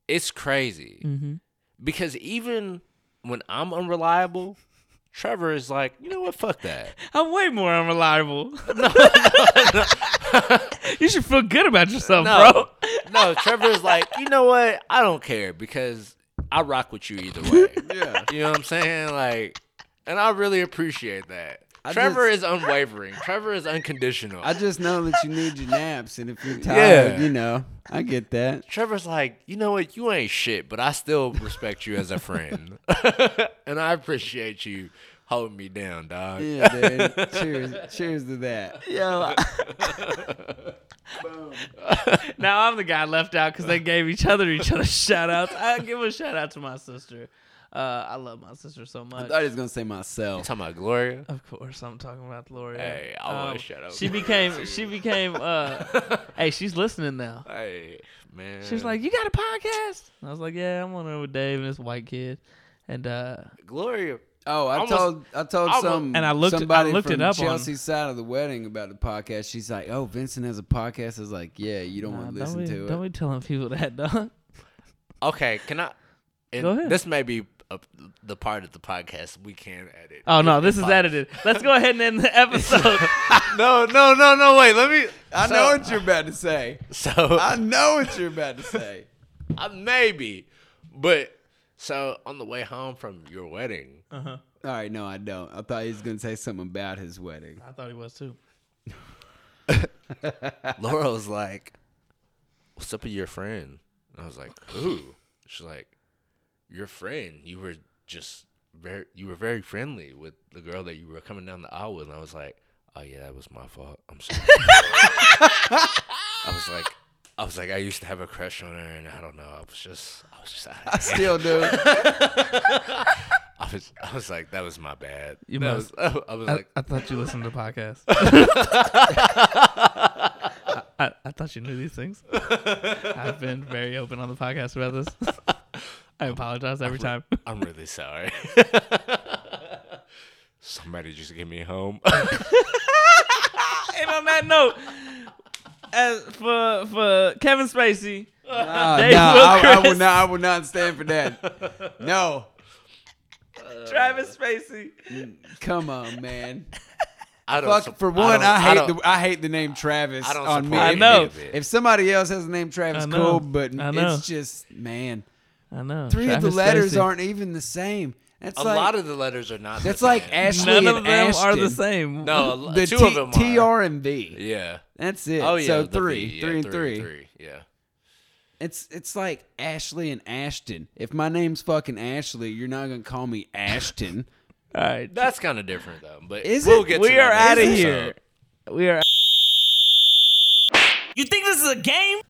S2: it's crazy
S3: Mm-hmm.
S2: because even when I'm unreliable, Trevor is like, you know what? Fuck that.
S1: I'm way more unreliable. you should feel good about yourself, bro.
S2: No, no. Trevor is like, you know what? I don't care because I rock with you either way.
S3: Yeah.
S2: You know what I'm saying? Like, and I really appreciate that.
S3: I
S2: Trevor is unwavering. Trevor is unconditional.
S3: I just know that you need your naps, and if you're
S2: Yeah.
S3: tired, you know, I get that.
S2: Trevor's like, you know what? You ain't shit, but I still respect you as a friend, and I appreciate you holding me down, dog.
S3: Yeah, dude. cheers, cheers to that.
S1: Yo. now I'm the guy left out because they gave each other each other shout outs. I give a shout out to my sister. Uh, I love my sister so
S3: I
S1: much.
S3: thought he was gonna say
S2: You
S3: myself.
S2: talking about Gloria?
S1: Of course, I'm talking about Lori.
S2: Hey, I wanna shout out
S1: She became. She became. Uh, hey, she's listening now.
S2: Hey, man.
S1: She was like, "You got a podcast?" And I was like, "Yeah, I'm on there with Dave and this white kid." And uh,
S2: Gloria.
S3: Oh, I
S2: Almost-
S3: told I told
S2: almost-
S3: some
S1: And I looked- I
S3: somebody
S1: looked it
S3: from
S1: up on-
S3: Chelsea's side of the wedding about the podcast. She's like, "Oh, Vincent has a podcast." I was like, "Yeah, you don't
S1: nah,
S3: want to
S1: don't
S3: listen
S1: be,
S3: to
S1: don't
S3: it."
S1: be telling people that, dog.
S2: Okay, can I? And
S1: Go ahead.
S2: This may be a, the part of the podcast we can edit.
S1: Oh no,
S2: If
S1: this is
S2: possible.
S1: edited. Let's go ahead and end the episode.
S2: No, no, no, no. Wait, let me.
S3: I know what you're about to say.
S2: So
S3: I know what you're about to say.
S2: I, maybe, but so on the way home from your wedding,
S3: All right, no, I don't. I thought he was gonna say something about his wedding.
S1: I thought he was too.
S2: Laura was like, "What's up with your friend?" And I was like, "Who?" She's like, "Your friend. You were just very, you were very friendly with the girl that you were coming down the aisle with." And I was like, "Oh yeah, that was my fault. I'm sorry." I was like, I was like, I used to have a crush on her, and I don't know. I was just, I was just out of
S3: I still do.
S2: I was, I was like, that was my bad.
S1: You
S2: That
S1: must-
S2: was- I was
S1: I,
S2: like,
S1: I thought you listened to the podcast. I, I thought you knew these things. I've been very open on the podcast about this. I apologize every time.
S2: I'm really sorry. Somebody just get me home.
S1: and on that note, as for for Kevin Spacey,
S3: Nah,
S1: Dave
S3: nah,
S1: Will
S3: Oh, I, I will
S1: Chris.
S3: not. I will not stand for that. No, Uh,
S1: Travis Spacey,
S3: come on, man.
S2: I don't.
S3: Fuck,
S2: sup-
S3: for one,
S2: don't-
S3: I, hate
S2: don't-
S3: the I hate the name Travis
S2: I don't
S3: on me.
S2: support
S1: I
S3: If-
S1: know.
S2: any of it.
S3: If somebody else has the name Travis,
S1: I know.
S3: cool, but
S1: I know.
S3: it's just man,
S1: I know
S3: three of
S1: Travis
S3: the letters
S1: Spacey.
S3: aren't even the same. That's
S2: a
S3: like
S2: lot of the letters are not.
S3: that's
S2: the
S3: like
S2: same.
S3: Ashley
S1: None
S3: and
S1: of them
S3: Ashton.
S1: are the same.
S2: no, a lo-
S3: The
S2: two
S3: T-
S2: of them
S3: T
S2: are.
S3: R and V.
S2: Yeah.
S3: That's it.
S2: Oh yeah.
S3: so
S2: the V,
S3: three,
S2: yeah,
S3: three and three.
S2: Yeah.
S3: It's it's like Ashley and Ashton. If my name's fucking Ashley, you're not gonna call me Ashton.
S1: All right,
S2: That's kind of different though. But
S3: Is
S2: we'll
S3: it?
S2: get. to
S1: we
S2: that
S1: are out of
S2: next
S1: here.
S2: episode.
S1: We are. You think this is a game?